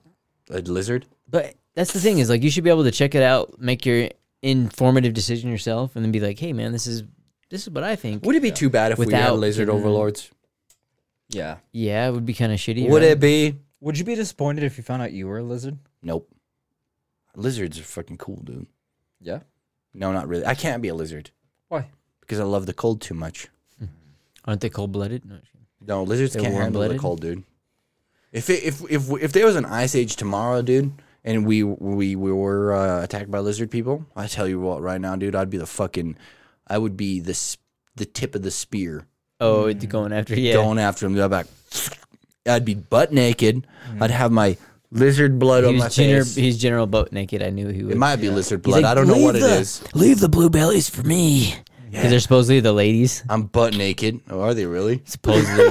S2: A lizard.
S3: but that's the thing is like you should be able to check it out, make your informative decision yourself, and then be like, hey man, this is this is what I think.
S2: Would it be too bad if we had
S3: Without
S2: lizard
S3: getting-
S2: overlords?
S1: Yeah.
S3: Yeah, it would be kind of shitty.
S2: Would
S3: right?
S2: it be?
S1: Would you be disappointed if you found out you were a lizard?
S2: Nope. Lizards are fucking cool, dude.
S1: Yeah.
S2: No, not really. I can't be a lizard
S1: Why?
S2: because I love the cold too much.
S3: Aren't they cold blooded? No, just kidding.
S2: No, lizards
S3: They're
S2: can't handle the
S3: warm-blooded?
S2: cold, dude. If it, if if if there was an ice age tomorrow, dude, and we we we were uh, attacked by lizard people, I tell you what, right now, dude, I'd be the fucking, I would be the s- the tip of the spear.
S3: oh, it's going after yeah.
S2: going after him. I'd be, like, I'd be butt naked. I'd have my lizard blood on
S3: Mm. He
S2: my
S3: was general,
S2: face.
S3: he's general boat naked. I knew he would.
S2: It might be lizard
S3: He's
S2: blood.
S3: like,
S2: I don't know
S3: "Leave
S2: what it
S3: the-
S2: is.
S3: Leave the blue bellies for me. Because they're supposedly the ladies.
S2: I'm butt naked. Oh, are they really?
S3: Supposedly.
S2: (laughs)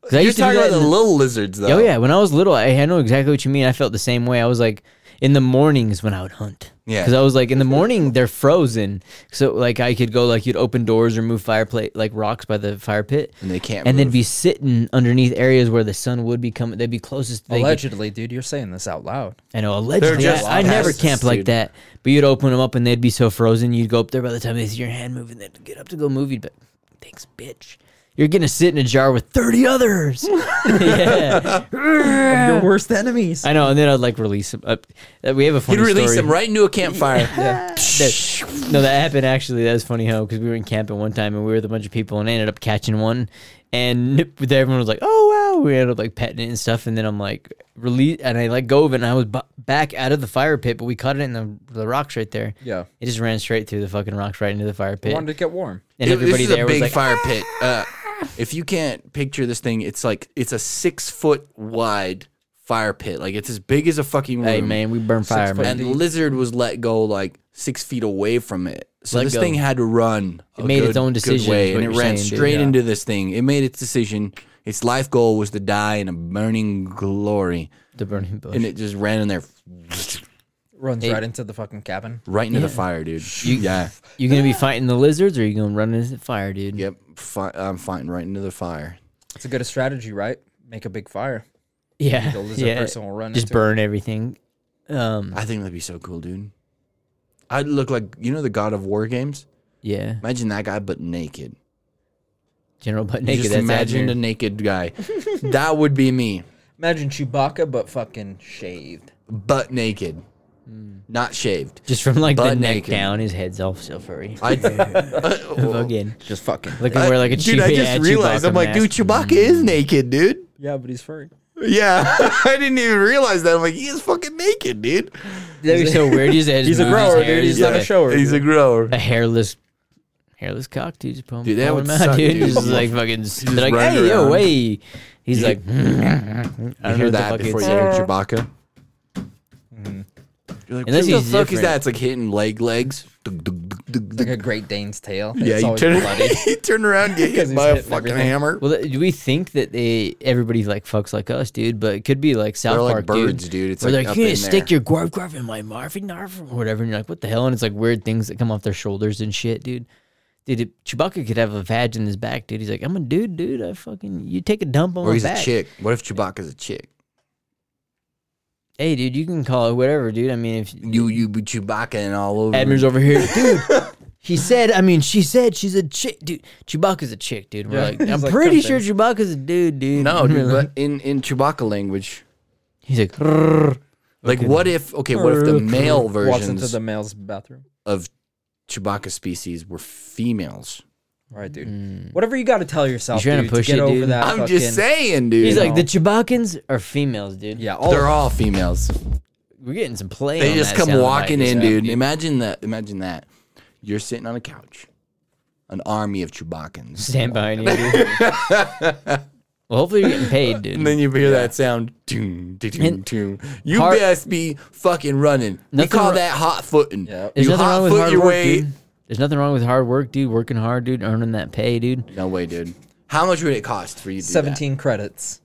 S3: 'Cause I
S2: You're
S3: used to do
S2: talking
S3: that
S2: about the
S3: in the-
S2: little lizards,
S3: Oh
S2: though.
S3: yeah, when I was little, I, I know exactly what you mean. I felt the same way. I was like, in the mornings when I would hunt.
S2: Yeah.
S3: Because I was like,
S2: (laughs)
S3: in the morning they're frozen, so like I could go like you'd open doors or move fireplace like rocks by the fire pit,
S2: And they can't.
S3: and then
S2: move.
S3: be sitting underneath areas where the sun would be coming. They'd be closest.
S2: Oh,
S3: They could,
S1: Allegedly, dude, you're saying this out loud.
S3: I know allegedly.
S2: just
S3: I, I never
S2: pests,
S3: camped
S2: dude.
S3: like that, but you'd open them up and they'd be so frozen. You'd go up there by the time they see your hand moving, they'd get up to go move. You'd be like, thanks, bitch. You're gonna sit in a jar with thirty others. (laughs) yeah.
S1: Your worst enemies.
S3: I know, and then I'd like release him. Up. Uh, we have a funny
S2: You'd release
S3: story.
S2: them right into
S3: (laughs)
S2: a campfire.
S3: That- no, that happened actually. That was funny how because we were in camping one time and we were with a bunch of people and I ended up catching one, and nip- everyone was like, "Oh wow!" We ended up like petting it and stuff, and then I'm like release, and I let go of it, and I was bu- back out of the fire pit, but we caught it in the the rocks right there.
S1: Yeah.
S3: It just ran straight through the fucking rocks right into the fire
S1: I
S3: pit,
S1: wanted to get warm.
S3: and
S2: It-
S3: everybody
S2: this is
S3: there
S2: a
S3: was
S2: big
S3: like, "Ah!"
S2: fire pit. Uh, if you can't picture this thing, it's like it's a six foot wide fire pit. Like it's as big as a fucking room.
S3: "Hey man, we burn fire,
S1: foot
S3: man."
S2: and lizard was let go like six feet away from it. So
S3: Let
S2: this
S3: go.
S2: thing had to run. It
S3: made its own decision, is
S2: way,
S3: what
S2: and it
S3: you're
S2: ran
S3: saying, dude.
S2: straight
S3: Yeah.
S2: into this thing. It made its decision. Its life goal was to die in a burning glory,
S3: The burning bush.
S2: and it just ran in there,
S1: Runs right into the fucking cabin.
S2: right into the fire, dude. yeah.
S3: you gonna be
S2: (laughs)
S3: fighting the lizards, or you gonna run into the fire, dude?
S2: Yep. Fi- I'm fighting right into the fire.
S1: It's a good strategy, right? Make a big fire.
S3: Yeah,
S1: The lizard
S3: yeah.
S1: person will run
S3: Just
S1: into
S3: burn everything. Um,
S2: I think that'd be so cool, dude. I'd look like you know the God of War games.
S3: yeah.
S2: Imagine that guy, but naked.
S3: General butt naked.
S2: Just
S3: that's
S2: imagine a
S3: Abner.
S2: naked guy. that would be me,
S1: Imagine Chewbacca, but fucking shaved.
S2: butt naked,
S1: Hmm. (laughs)
S2: not shaved.
S3: just from like the
S2: butt
S3: neck
S2: naked.
S3: down, his head's all so furry.
S2: I uh,
S3: Again,
S1: Just fucking.
S3: looking where like a
S2: dude, I
S3: Chewie-
S2: just
S3: yeah,
S2: realized.
S3: Chewbacca
S2: I'm like, dude,
S3: mask.
S2: Chewbacca is
S1: Hmm.
S2: naked, dude.
S1: Yeah, but he's furry.
S2: Yeah, (laughs) I didn't even realize that. I'm like, he is fucking naked, dude. (laughs)
S3: That'd be so weird. He just has
S1: He's a
S3: moves his
S1: grower,
S3: hair,
S1: dude. He's
S3: just
S1: not a
S3: like
S1: shower.
S2: He's a grower.
S3: a hairless, hairless cock, dude. Just pull him,
S2: Dude, that
S3: pull
S2: would
S3: him out,
S2: suck,
S3: dude.
S2: dude.
S3: Just like fucking. they're like,
S2: run
S3: hey, yo,
S2: around.
S3: way. He's like, I
S2: You
S3: don't
S2: hear
S3: know
S2: that
S3: that
S2: before you hear Chewbacca.
S1: Mm-hmm.
S2: You're like,
S3: Unless
S2: what the
S3: he's
S2: fuck is
S3: different.
S2: that? It's like hitting leg legs. Dug, dug, dug, dug,
S1: Like
S2: dug.
S1: a Great Dane's tail.
S2: Yeah,
S1: it's
S2: you
S1: always
S2: turn,
S1: bloody.
S2: (laughs) you turn around, get
S1: 'Cause
S2: hit
S1: he's
S2: by a
S1: hitting
S2: fucking
S1: everything.
S2: hammer.
S3: Well, th- do we think that they everybody like fucks like us, dude? But it could be like South
S2: They're like
S3: Park
S2: birds,
S3: dude.
S2: dude. It's
S3: We're
S2: like
S3: like,
S2: up
S3: you
S2: in
S3: need to stick
S2: there.
S3: your guarf guarf in my Marvin Narf or whatever. And you're like, what the hell? And it's like weird things that come off their shoulders and shit, dude. Dude, it, Chewbacca could have a vag in his back, dude. He's like, I'm a dude, dude. I fucking you take a dump on
S2: Or
S3: my
S2: he's a
S3: back.
S2: chick. What if Chewbacca's a chick?
S3: Hey, dude, you can call it whatever, dude. I mean, if
S2: You you be Chewbacca and all over.
S3: Admiral's over
S2: (laughs)
S3: here, dude. He said, I mean, she said she's a chick, dude. Chewbacca's a chick, dude. We're
S1: Yeah,
S2: (laughs)
S3: like,
S1: he's
S3: I'm
S1: like,
S3: pretty
S1: "Come
S3: sure Chewbacca's a dude, dude.
S2: No,
S3: And
S2: dude,
S3: we're like-
S2: but in in Chewbacca language,
S3: he's like, "Rrrr."
S2: like what if okay, what if the male
S1: Walks into
S2: versions
S1: the male's bathroom.
S2: of Chewbacca species were females?
S1: Right, dude. Whatever you got to tell yourself,
S3: You Mm. trying to
S1: dude,
S3: push
S1: get
S3: it,
S1: over
S3: dude?
S1: that.
S2: I'm
S1: fucking,
S2: just saying, dude.
S3: he's like,
S1: know.
S3: the Chewbaccans are females, dude.
S1: Yeah, all
S2: they're all females.
S3: we're getting some play.
S2: They
S3: on
S2: just
S3: that
S2: come
S3: soundbite
S2: walking
S3: this
S2: in,
S3: time,
S2: dude. Imagine that. Imagine that. You're sitting on a couch, an army of Chewbaccans.
S3: Stand behind you, dude. well, hopefully you're getting paid, dude.
S2: (laughs) And then you hear that sound, doom, doom,
S3: And-
S2: doom. You
S3: Har-
S2: best be fucking running. We
S3: Nothing
S2: call
S3: wro-
S2: that hot footing.
S1: Yep.
S3: There's
S2: You
S3: nothing
S2: hot
S3: wrong with
S2: foot
S3: hard
S2: your
S3: work,
S2: way.
S3: dude. There's nothing wrong with hard work, dude. Working hard, dude. Earning that pay, dude.
S2: No way, dude. How much would it cost for you to do
S1: seventeen credits.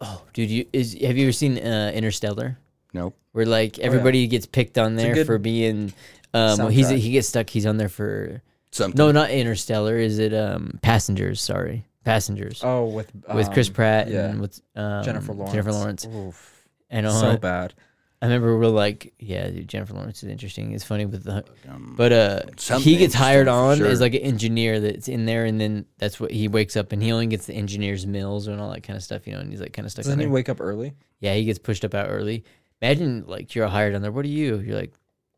S3: Oh, dude, you is have you ever seen uh, Interstellar?
S2: that? Nope.
S3: where like
S2: Oh,
S3: everybody gets picked on there
S1: good
S3: for being um he's
S1: soundtrack.
S3: he gets stuck he's on there for
S2: Something.
S3: no not interstellar is it um passengers sorry passengers
S1: Oh, with
S3: with Chris
S1: um,
S3: Pratt
S1: yeah.
S3: and with um,
S1: Jennifer Lawrence.
S3: Jennifer Lawrence
S1: Oof,
S3: and uh,
S1: so bad.
S3: I remember we are like yeah dude, Jennifer Lawrence is interesting it's funny with the
S2: Um,
S3: but uh
S2: something
S3: he gets hired on
S2: interesting,
S3: as
S2: sure.
S3: like an engineer that's in there and then that's what he wakes up and he only gets the engineer's meals and all that kind of stuff you know and he's like kind of stuck on
S1: Doesn't he
S3: there.
S1: wake up early?
S3: Yeah, he gets pushed up out early. Imagine like you're hired on there. What are you? You're like,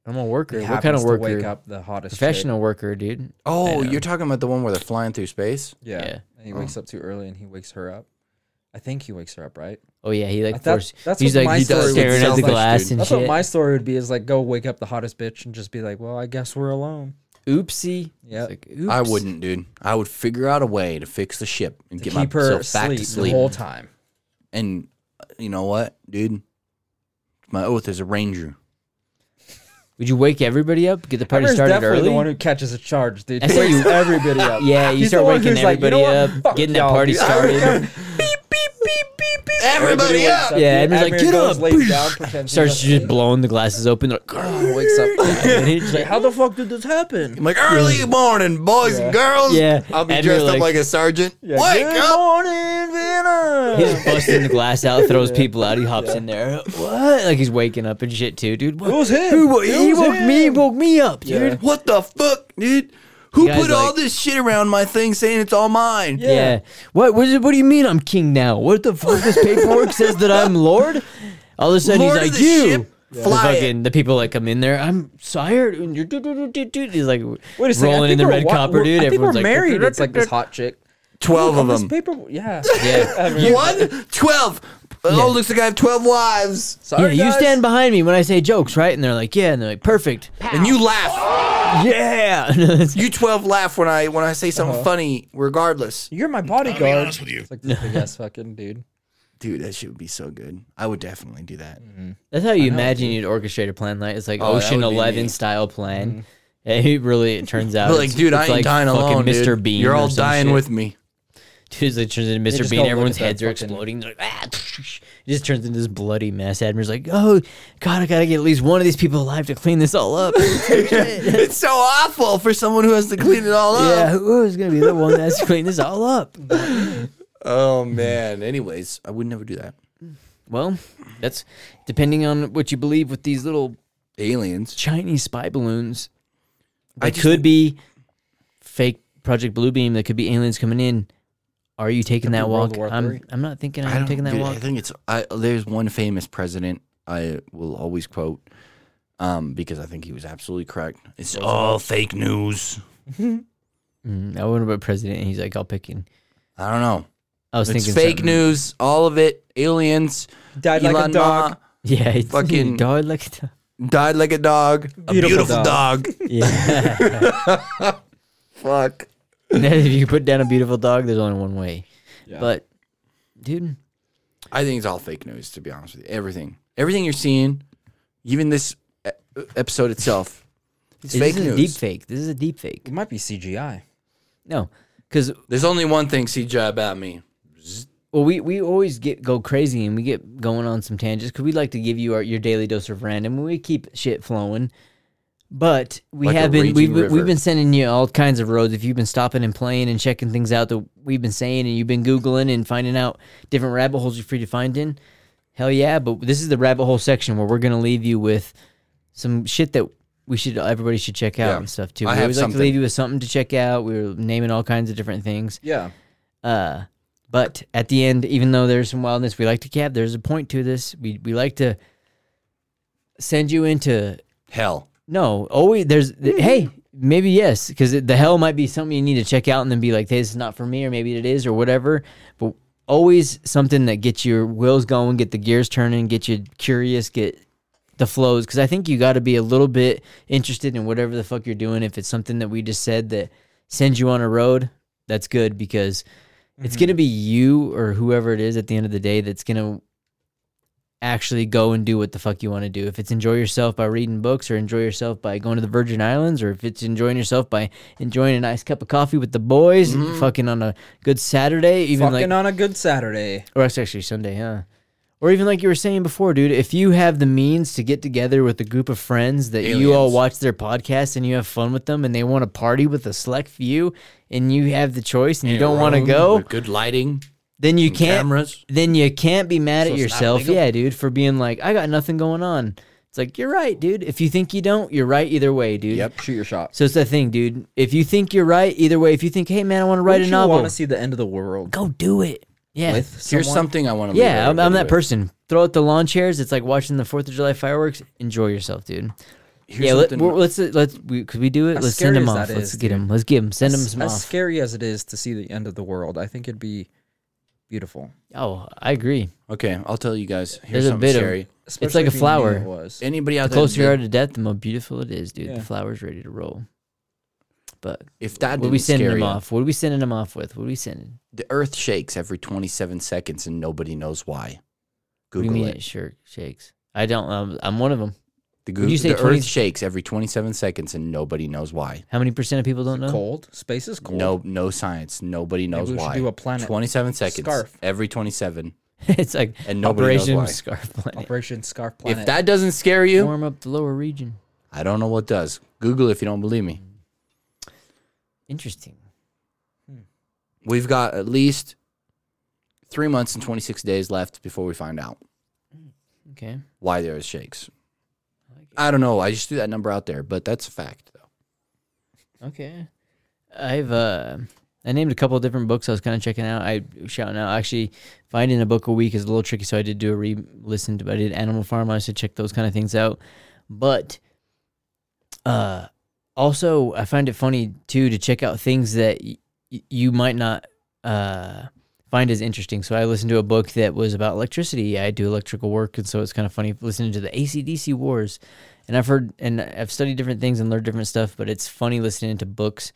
S3: I'm a worker.
S1: He
S3: What kind
S1: happens
S3: of
S1: to
S3: worker?
S1: Wake up the hottest. chick.
S3: Professional worker, dude.
S2: oh,
S3: Yeah.
S2: you're talking about the one where they're flying through space?
S1: Yeah.
S3: Yeah. Oh.
S1: And he wakes up too early, and he wakes her up. I think he wakes her up, right?
S3: Oh yeah, he
S1: I
S3: like
S1: thought-
S3: force.
S1: that's
S3: he's
S1: what
S3: like
S1: my
S3: he's
S1: story would
S3: staring at
S2: sound
S3: the
S2: like,
S3: glass
S2: dude.
S3: and
S1: That's
S3: shit.
S1: what my story would be: is like go wake up the hottest bitch and just be like, "Well, I guess we're alone."
S3: Oopsie.
S1: Yeah.
S3: It's like, Oops.
S2: I wouldn't, dude. I would figure out a way to fix the ship and get
S1: Keep her
S2: myself
S1: asleep,
S2: back to
S1: the
S2: sleep.
S1: whole time.
S2: and uh, you know what, dude? My oath is a ranger.
S3: Would you wake everybody up? Get the party
S1: Emmer's
S3: started
S1: definitely
S3: early.
S1: the one who catches a charge, dude.
S3: I
S1: He
S3: said
S1: wakes
S3: you-
S1: everybody up.
S3: (laughs) yeah, you
S1: He's
S3: start
S1: the one
S3: waking
S1: who's like, you
S3: everybody
S1: know what?
S3: up,
S1: Fuck
S3: getting that
S1: y'all,
S3: party
S1: dude. (laughs)
S3: started.
S2: Everybody
S1: wakes
S2: up!
S3: Yeah,
S1: dude.
S3: Emmer's like,
S1: Emmer
S3: "Get
S1: goes,
S3: up!"
S1: lays down, pretends he's
S3: Starts
S1: asleep.
S3: just blowing the glasses open. They're like, "Grr."
S1: wakes (laughs) up.
S3: And he's like,
S1: How the fuck did this happen?
S2: I'm like early morning, boys and girls.
S3: Yeah.
S2: I'll be
S3: And you're
S2: dressed up
S3: like-
S2: like a sergeant.
S1: Yeah,
S2: Wake
S1: good
S2: up!
S1: morning, Vienna.
S3: He's just busting the
S1: (laughs)
S3: glass out, throws people out. He hops in there. What? Like he's waking up and shit too, dude. What?
S1: It was him.
S3: Who wo-
S1: It
S3: he
S1: was
S3: woke me.
S1: him.
S3: Woke me up,
S1: Yeah.
S3: dude.
S2: What the fuck, dude? Who
S3: You guys
S2: put all
S3: like-
S2: this shit around my thing saying it's all mine?
S3: Yeah. What? What, is it, what do you mean I'm king now? What the fuck? This paperwork says that I'm lord. All of a sudden
S2: Lord
S3: he's
S2: of
S3: like,
S2: the
S3: you.
S2: ship,
S3: The
S2: fly it.
S3: fucking the people that come in there. I'm sire. and you're do- do- do- do- do." He's like
S1: Wait a second. I
S3: rolling
S1: think
S3: in the
S1: we're
S3: red
S1: wa-
S3: copper,
S1: we're-
S3: dude.
S1: I think
S3: Everyone's
S1: we're
S3: like
S1: married. it's like this hot chick.
S2: 12
S1: Look,
S2: of
S1: this
S2: them.
S1: Paper, (laughs) yeah.
S3: (laughs) Yeah.
S1: Emmer.
S2: One? 12. Oh, looks like I have 12 wives.
S3: Yeah,
S1: Sorry,
S3: you
S1: guys.
S3: stand behind me when I say jokes, right? And they're like, yeah, and they're like, perfect.
S2: And you laugh.
S3: Yeah. (laughs)
S2: You 12 laugh when I when I say something funny regardless.
S1: You're my bodyguard. I'll be honest with you. It's like this
S3: (laughs)
S1: big ass fucking dude.
S2: Dude, that shit would be so good. I would definitely do that.
S3: That's how you imagine you'd orchestrate a plan. Like it's like
S2: Oh, that
S3: Ocean
S2: would be
S3: Eleven
S2: neat.
S3: style plan. And Mm-hmm. It really it
S2: (laughs)
S3: turns out
S2: But
S3: it's-
S2: like, dude, I
S3: it's
S2: ain't dying
S3: fucking
S2: alone,
S3: Mr.
S2: dude.
S3: Bean,
S2: You're
S3: or
S2: all
S3: some
S2: dying
S3: shit.
S2: with me. (laughs)
S3: Dude, it turns into Mr.
S1: just
S3: Bean.
S1: don't look
S3: Everyone's
S1: at that
S3: heads are
S1: fucking-
S3: exploding. They're like, ah, it just turns into this bloody mess. Admiral's like, oh god, I gotta get at least one of these people alive to clean this all
S2: (laughs)
S3: up. (laughs)
S2: It's so awful for someone who has to clean it all up.
S3: yeah, who is gonna be the one that's clean this all up?
S2: Oh man. Anyways, I would never do that.
S3: Well, that's depending on what you believe with these little
S2: Aliens.
S3: Chinese spy balloons.
S2: I
S3: They
S2: just
S3: could be fake Project Bluebeam. They could be aliens coming in. Are you taking that
S1: World
S3: walk?
S1: War
S3: I'm,
S1: III?
S3: I'm not thinking
S2: I
S3: I'm
S2: don't-
S3: taking that
S2: dude,
S3: walk.
S2: I think it's I, there's one famous president I will always quote um, because I think he was absolutely correct. It's all fake news.
S3: Mm, I wonder about president. And he's like, I'll pick you.
S2: I don't know.
S3: I was
S2: It's
S3: thinking
S2: fake
S3: something.
S2: news, all of it. Aliens
S1: Died like a
S2: Elon
S1: dog.
S2: Ma
S3: (laughs) Yeah, it's
S2: Fucking-
S3: dog like a dog.
S2: died like a dog. a
S1: Beautiful
S2: beautiful dog.
S3: Yeah. (laughs)
S2: Fuck.
S3: if you put down a beautiful dog, there's only one way. But, dude,
S2: I think it's all fake news. To be honest with you, everything, everything you're seeing, even this e- episode itself, it's
S3: this
S2: fake
S3: is
S2: news.
S3: a deep fake. This is a deep fake.
S1: It might be CGI.
S3: No, because
S2: There's only one thing CJ about me.
S3: well, we, we always get go crazy and we get going on some tangents because we like to give you our, your daily dose of random. and We keep shit flowing, but we
S2: Like a
S3: have been
S2: raging
S3: we've been,
S2: river.
S3: we've been sending you all kinds of roads. If you've been stopping and playing and checking things out that we've been saying, and you've been googling and finding out different rabbit holes you're free to find in, hell yeah! But this is the rabbit hole section where we're gonna leave you with some shit that we should everybody should check out
S2: Yeah.
S3: and stuff too.
S2: I
S3: we
S2: have
S3: always like to
S2: something.
S3: leave you with something to check out. We were naming all kinds of different things.
S1: Yeah.
S3: Uh, but at the end, even though there's some wildness, we like to cap. There's a point to this. We we like to send you into
S2: Hell,
S3: no. Always there's th- hey maybe yes because the hell might be something you need to check out and then be like hey this is not for me or maybe it is or whatever. But always something that gets your wheels going, get the gears turning, get you curious, get the flows because I think you got to be a little bit interested in whatever the fuck you're doing. If it's something that we just said that sends you on a road, that's good because it's gonna be you or whoever it is at the end of the day that's gonna actually go and do what the fuck you want to do. If it's enjoy yourself by reading books or enjoy yourself by going to the Virgin Islands or if it's enjoying yourself by enjoying a nice cup of coffee with the boys, fucking on a good Saturday, even
S1: Fucking
S3: like
S1: on a good Saturday.
S3: or it's actually Sunday, huh? Or even like you were saying before, dude, if you have the means to get together with a group of friends that you all
S2: Aliens.
S3: watch their podcast and you have fun with them and they want to party with a select few and you have the choice and you don't want to
S2: Room
S3: go,
S2: with good lighting,
S3: then you can't
S2: cameras.
S3: then you can't be mad
S1: So it's
S3: at
S1: not
S3: yourself.
S1: legal?
S3: Yeah, dude, for being like, I got nothing going on. It's like, you're right, dude. If you think you don't, you're right either way, dude.
S2: Yep.
S1: Shoot your shot.
S3: So it's that thing, dude. If you think you're right either way, if you think, hey man, I want to write
S1: Wouldn't
S3: a
S1: you
S3: novel,
S1: want to see the end of the world
S3: go do it. Yeah.
S1: with someone?
S2: Here's something I want to.
S3: Yeah, I'm, I'm that person. Throw out the lawn chairs. It's like watching the Fourth of July fireworks. Enjoy yourself, dude. yeah, let, we're- let's uh, let's we, could we do it?
S1: As
S3: let's send
S1: scary as
S3: him off.
S1: that
S3: Let's
S1: is,
S3: get him. Let's give him. Send him
S1: as,
S3: some
S1: as
S3: off.
S1: scary as it is to see the end of the world, I think it'd be beautiful.
S3: oh, I agree.
S2: Okay, I'll tell you guys. Here's
S3: There's a
S2: something
S3: bit of-
S2: scary.
S1: Especially
S3: like a
S1: if you knew
S3: flower.
S1: It was.
S2: Anybody out
S3: The
S2: there?
S3: closer you
S2: that-
S3: are to death, the more beautiful it is, dude.
S1: Yeah.
S3: The flowers ready to roll. But
S2: if that
S3: what are
S2: didn't
S3: we sending
S2: scare
S3: him
S2: you,
S3: off? What are we sending him off with? What are we sending?
S2: the Earth shakes every 27 seconds and nobody knows why.
S3: What do you
S2: Google
S3: mean
S2: it.
S3: it sure shakes? I don't. Um, I'm one of them.
S2: The,
S3: Would
S2: Google,
S3: you say
S2: the
S3: 20
S2: Earth shakes every 27 seconds and nobody knows why.
S3: How many percent of
S1: Oh,
S3: people don't know?
S1: Cold. Space is cold.
S2: No, no science. Nobody knows
S1: we should
S2: why.
S1: do a planet
S2: 27 seconds.
S1: scarf.
S2: Every 27.
S3: (laughs) it's like
S2: And nobody knows
S3: Operation
S2: why.
S3: Scarf Planet.
S1: Operation Scarf Planet.
S2: If that doesn't scare you,
S3: Warm up the lower region.
S2: I don't know what does. Google if you don't believe me.
S3: Interesting.
S2: We've got at least three months and 26 days left before we find out
S3: Okay.
S2: why there is shakes.
S3: like it.
S2: I don't know. I just threw that number out there, but that's a fact, though.
S3: Okay. I've uh I named a couple of different books I was kind of checking out. I shouting out actually finding a book a week is a little tricky, so I did do a re listen to I did Animal Farm, I should check those kind of things out. But uh also I find it funny too to check out things that y- y- you might not uh find as interesting. So I listened to a book that was about electricity. I do electrical work, and so it's kind of funny listening to the ACDC wars. And I've heard and I've studied different things and learned different stuff, but it's funny listening to books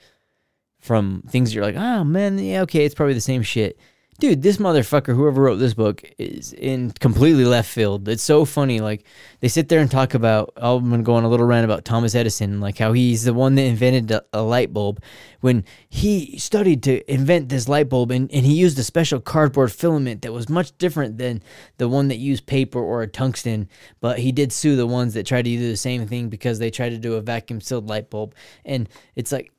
S3: from things you're like, oh man, yeah, okay, it's probably the same shit. Dude, this motherfucker, whoever wrote this book, is in completely left field. It's so funny. Like they sit there and talk about. oh, I'm gonna go on a little rant about Thomas Edison, like how he's the one that invented a, a light bulb, when he studied to invent this light bulb, and, and he used a special cardboard filament that was much different than the one that used paper or a tungsten. But he did sue the ones that tried to do the same thing because they tried to do a vacuum sealed light bulb, and it's like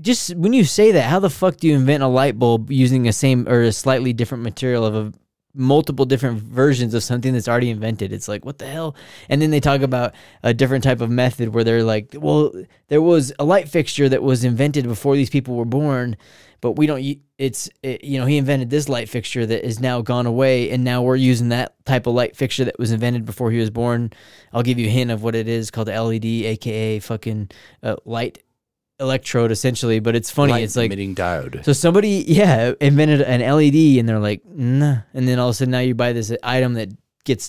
S3: just when you say that, how the fuck do you invent a light bulb using a same or a slightly different material of a multiple different versions of something that's already invented. It's like, what the hell? And then they talk about a different type of method where they're like, well, there was a light fixture that was invented before these people were born, but we don't, u- it's, it, you know, he invented this light fixture that is now gone away. And now we're using that type of light fixture that was invented before he was born. I'll give you a hint of what it is called E LED, AKA fucking uh, light electrode essentially. But it's funny.
S2: Light
S3: it's like,
S2: emitting diode.
S3: so somebody, (laughs) yeah, invented an LED, and they're like, nah. and then all of a sudden now you buy this item that gets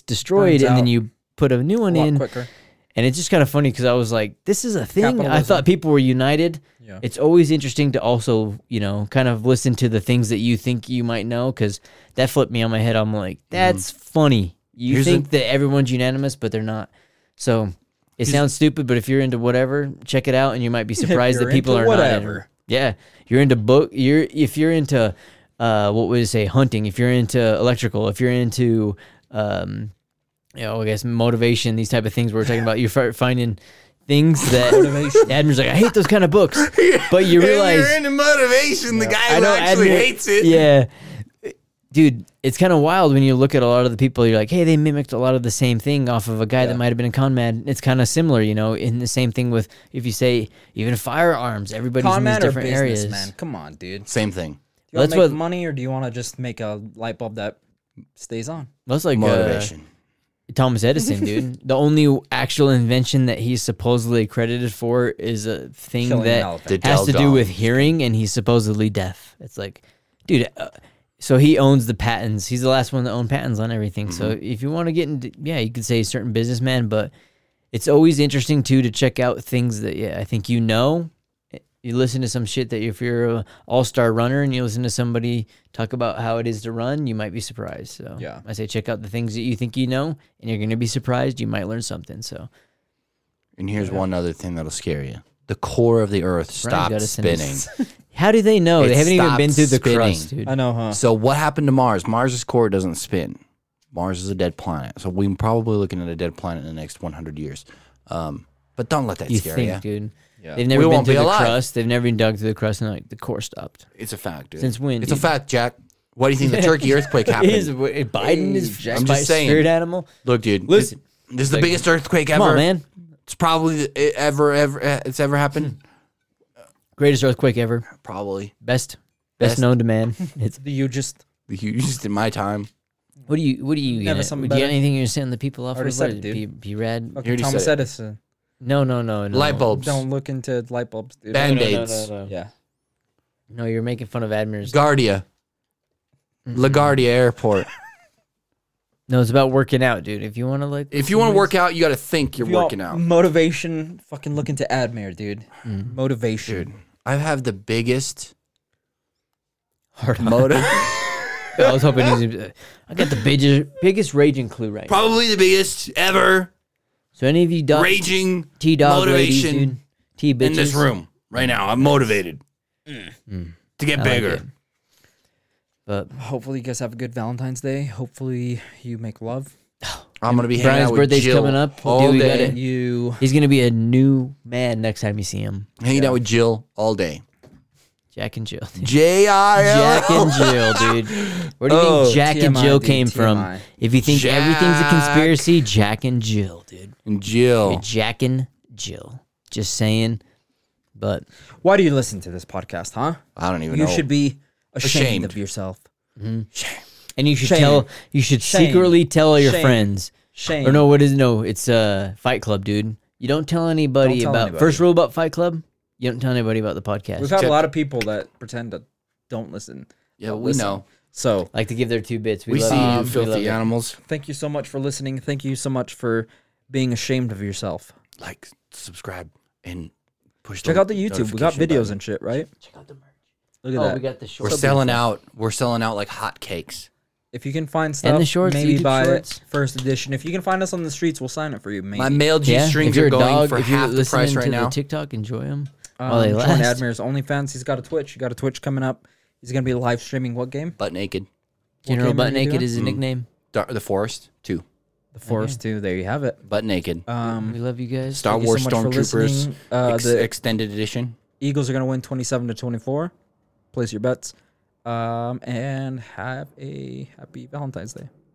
S1: Burns
S3: destroyed, and then
S1: out.
S3: you put a new
S1: a
S3: one
S1: lot
S3: in,
S1: quicker.
S3: and it's just kind of funny because I was like, this is a thing. I
S1: Capitalism.
S3: thought people were united.
S1: Yeah.
S3: It's always interesting to also, you know, kind of listen to the things that you think you might know because that flipped me on my head. I'm like,
S1: Mm-hmm.
S3: that's funny. You
S2: Here's
S3: think that everyone's unanimous, but they're not. So it sounds stupid, but if you're into whatever, check it out, and you might
S1: (laughs)
S3: be surprised that
S1: you're
S3: people
S1: into
S3: are not. in-
S1: whatever.
S3: yeah, you're into book. You're if you're into uh, what would you say hunting? If you're into electrical, if you're into um, you know, I guess motivation, these type of things we we're talking about. You're fi- finding things that Admiral's like, I hate those kind
S1: (laughs)
S3: of books, but you realize
S2: into motivation. The guy
S3: I know Admiral- Yeah. Dude, it's kind of wild when you look at a lot of the people. You're like, hey, they mimicked a lot of the same thing off of a guy that might have been a con man. It's kind of similar, you know. In the same thing with if you say even firearms, everybody's in
S1: Con
S3: these
S1: man or
S3: different areas.
S1: businessman? Come on, dude.
S2: Same thing.
S1: Do you want
S3: That's
S1: to make
S3: what-
S1: money or do you want to just make a light bulb that stays on?
S3: That's like uh,
S2: Motivation.
S3: Thomas Edison,
S1: (laughs)
S3: dude. the only actual invention that he's supposedly credited for is a thing
S1: Killing an
S3: that
S1: elephant.
S3: has
S2: Dell
S3: to do
S2: Dom.
S3: with hearing, and he's supposedly deaf. It's like, dude. Uh, so he owns the patents. He's the last one to own patents on everything. So
S2: Mm-hmm.
S3: if you want to get into, yeah, you could say a certain businessman, but it's always interesting too to check out things that yeah, I think you know. Eh, You listen to some shit that if you're a all star runner and you listen to somebody talk about how it is to run, you might be surprised. So
S1: Yeah.
S3: I say check out the things that you think you know, and you're gonna be surprised. You might learn something. So
S2: And here's one other thing that'll scare you. The core of the earth stopped
S3: Edison
S2: spinning.
S3: (laughs) is- how do they know?
S2: It
S3: they haven't even been
S2: stopped
S3: through the
S2: spinning.
S3: crust, dude.
S1: I know, huh?
S2: So what happened to Mars? Mars's core doesn't spin. Mars is a dead planet, so we're probably looking at a dead planet in the next 100 years. Um, but don't let that
S3: You
S2: scare
S3: think,
S2: you.
S3: dude?
S1: Yeah.
S3: They've never been
S2: won't
S3: through
S2: be
S3: the
S2: alive.
S3: crust. They've never been dug through the crust, and like the core stopped.
S2: It's a fact, dude.
S3: Since when,
S2: It's a
S3: dude?
S2: fact, Jack. Why do you think the
S3: (laughs)
S2: Turkey earthquake happened?
S3: Is Biden is
S1: Jack.
S2: I'm just saying.
S3: spirit animal?
S2: Look, dude.
S3: Listen.
S2: this, this is the biggest earthquake ever.
S3: Come on, man!
S2: It's probably the- ever, ever, it's ever happened.
S3: Greatest earthquake ever.
S2: probably (laughs)
S3: Best, best,
S2: Best.
S3: known to man. It's
S1: Do you just
S2: the hugest in my time.
S3: what do you what do you
S1: Never
S3: gonna-
S1: something
S3: do you got
S1: better.
S3: anything you're sending the people off?
S1: Already
S3: with?
S1: said
S3: What,
S1: it, dude.
S3: Be, be rad.
S1: fucking
S2: already
S1: Thomas
S2: said
S1: Edison?
S3: No, no, no, no.
S2: Light bulbs,
S1: Don't look into light bulbs, dude.
S2: Band
S3: No, no, no,
S2: aids,
S3: no, no.
S1: Yeah.
S3: No, you're making fun of admirers.
S2: Guardia,
S3: Mm-hmm.
S2: LaGuardia Airport.
S3: No, it's about working out, dude. (laughs) If you want to like,
S2: If you want to work out, you got to think you're working out.
S1: Motivation. Fucking look into Admir, dude. Motivation.
S2: Dude, I have the biggest
S3: hard on.
S2: motive,
S3: I was hoping he's. gonna be- I got the biggest biggest raging clue right. now.
S2: (laughs) probably the biggest ever
S3: So any of you dog
S2: raging
S3: T dog ladies,
S2: motivation
S3: dude, T bitches
S2: in this room right now. I'm motivated
S1: Mm.
S2: to get
S3: I like
S2: bigger.
S3: it. But
S1: Hopefully you guys have a good Valentine's Day. Hopefully you make love.
S2: I'm gonna be hanging
S3: Brian's
S2: out with
S3: birthday's
S2: Jill
S3: coming up.
S2: all
S3: Dude, we
S2: day.
S3: gotta-
S1: And you
S3: he's gonna be a new man next time you see him.
S2: Hanging out with Jill all day.
S3: Jack
S1: (laughs)
S3: and Jill.
S2: J I
S3: Jack
S2: L.
S3: and Jill, dude. Where do you
S2: Oh,
S3: think Jack and
S1: TMI,
S3: Jill
S1: dude,
S3: came from?
S1: TMI.
S3: If you think everything's a
S2: Jack.
S3: conspiracy, Jack and Jill, dude.
S1: Oh.
S2: Jill.
S3: Jack and Jill. Just saying. But
S1: Why do you listen to this podcast, huh?
S2: I don't even
S1: You
S2: know.
S1: should be ashamed,
S2: Ashamed.
S1: of yourself.
S3: and you should
S1: Shame.
S3: tell you should
S1: Shame.
S3: secretly tell all your
S1: Shame.
S3: friends.
S1: Shame.
S3: Or no, what is no? It's uh Fight Club, dude. You don't tell anybody
S1: Don't tell
S3: about
S1: anybody.
S3: first rule about Fight Club. You don't tell anybody about the
S1: We've
S3: podcast.
S1: had a lot of people that pretend that don't listen.
S2: yeah,
S1: Don't
S2: we
S1: listen.
S2: know.
S1: So
S3: like to give their two bits. We,
S2: We
S3: love
S2: see
S3: it.
S2: you,
S3: We love
S2: filthy
S3: it.
S2: animals.
S1: thank you so much for listening. Thank you so much for being ashamed of yourself.
S2: Like, subscribe, and push.
S1: Check out the YouTube. We got videos and shit, right?
S3: Check out the merch.
S1: Look at
S3: Oh,
S1: that.
S3: we got the
S2: We're
S3: shorts.
S2: selling out. We're selling out like hotcakes.
S1: if you can find stuff,
S3: the shorts,
S1: maybe
S3: YouTube
S1: buy
S3: shorts.
S1: it first edition. If you can find us on the streets, we'll sign it for you. Um, Maybe.
S2: My male G
S3: Yeah,
S2: strings
S3: if you're
S2: are
S3: a
S2: going
S3: dog,
S2: for
S3: if you're
S2: half the price
S3: listening
S2: right
S3: to the
S2: now.
S3: TikTok, enjoy them
S1: um,
S3: while Oh, they
S1: join
S3: last.
S1: Admir's OnlyFans. He's got a Twitch. He got a Twitch coming up. He's gonna be live streaming what game?
S2: Butt naked.
S3: General
S1: game are
S3: Butt
S1: you
S3: Naked
S1: doing?
S3: is a nickname.
S2: Dar- the forest too.
S1: The Forest Two. There you have it.
S2: Butt naked.
S1: Um,
S3: We love you guys.
S2: Star
S1: thank you
S2: Wars
S1: so much for
S2: Stormtroopers
S1: listening. Uh,
S2: ex-
S1: the
S2: extended edition.
S1: Eagles are gonna win twenty-seven to twenty-four. Place your bets. Um, and have a happy Valentine's Day.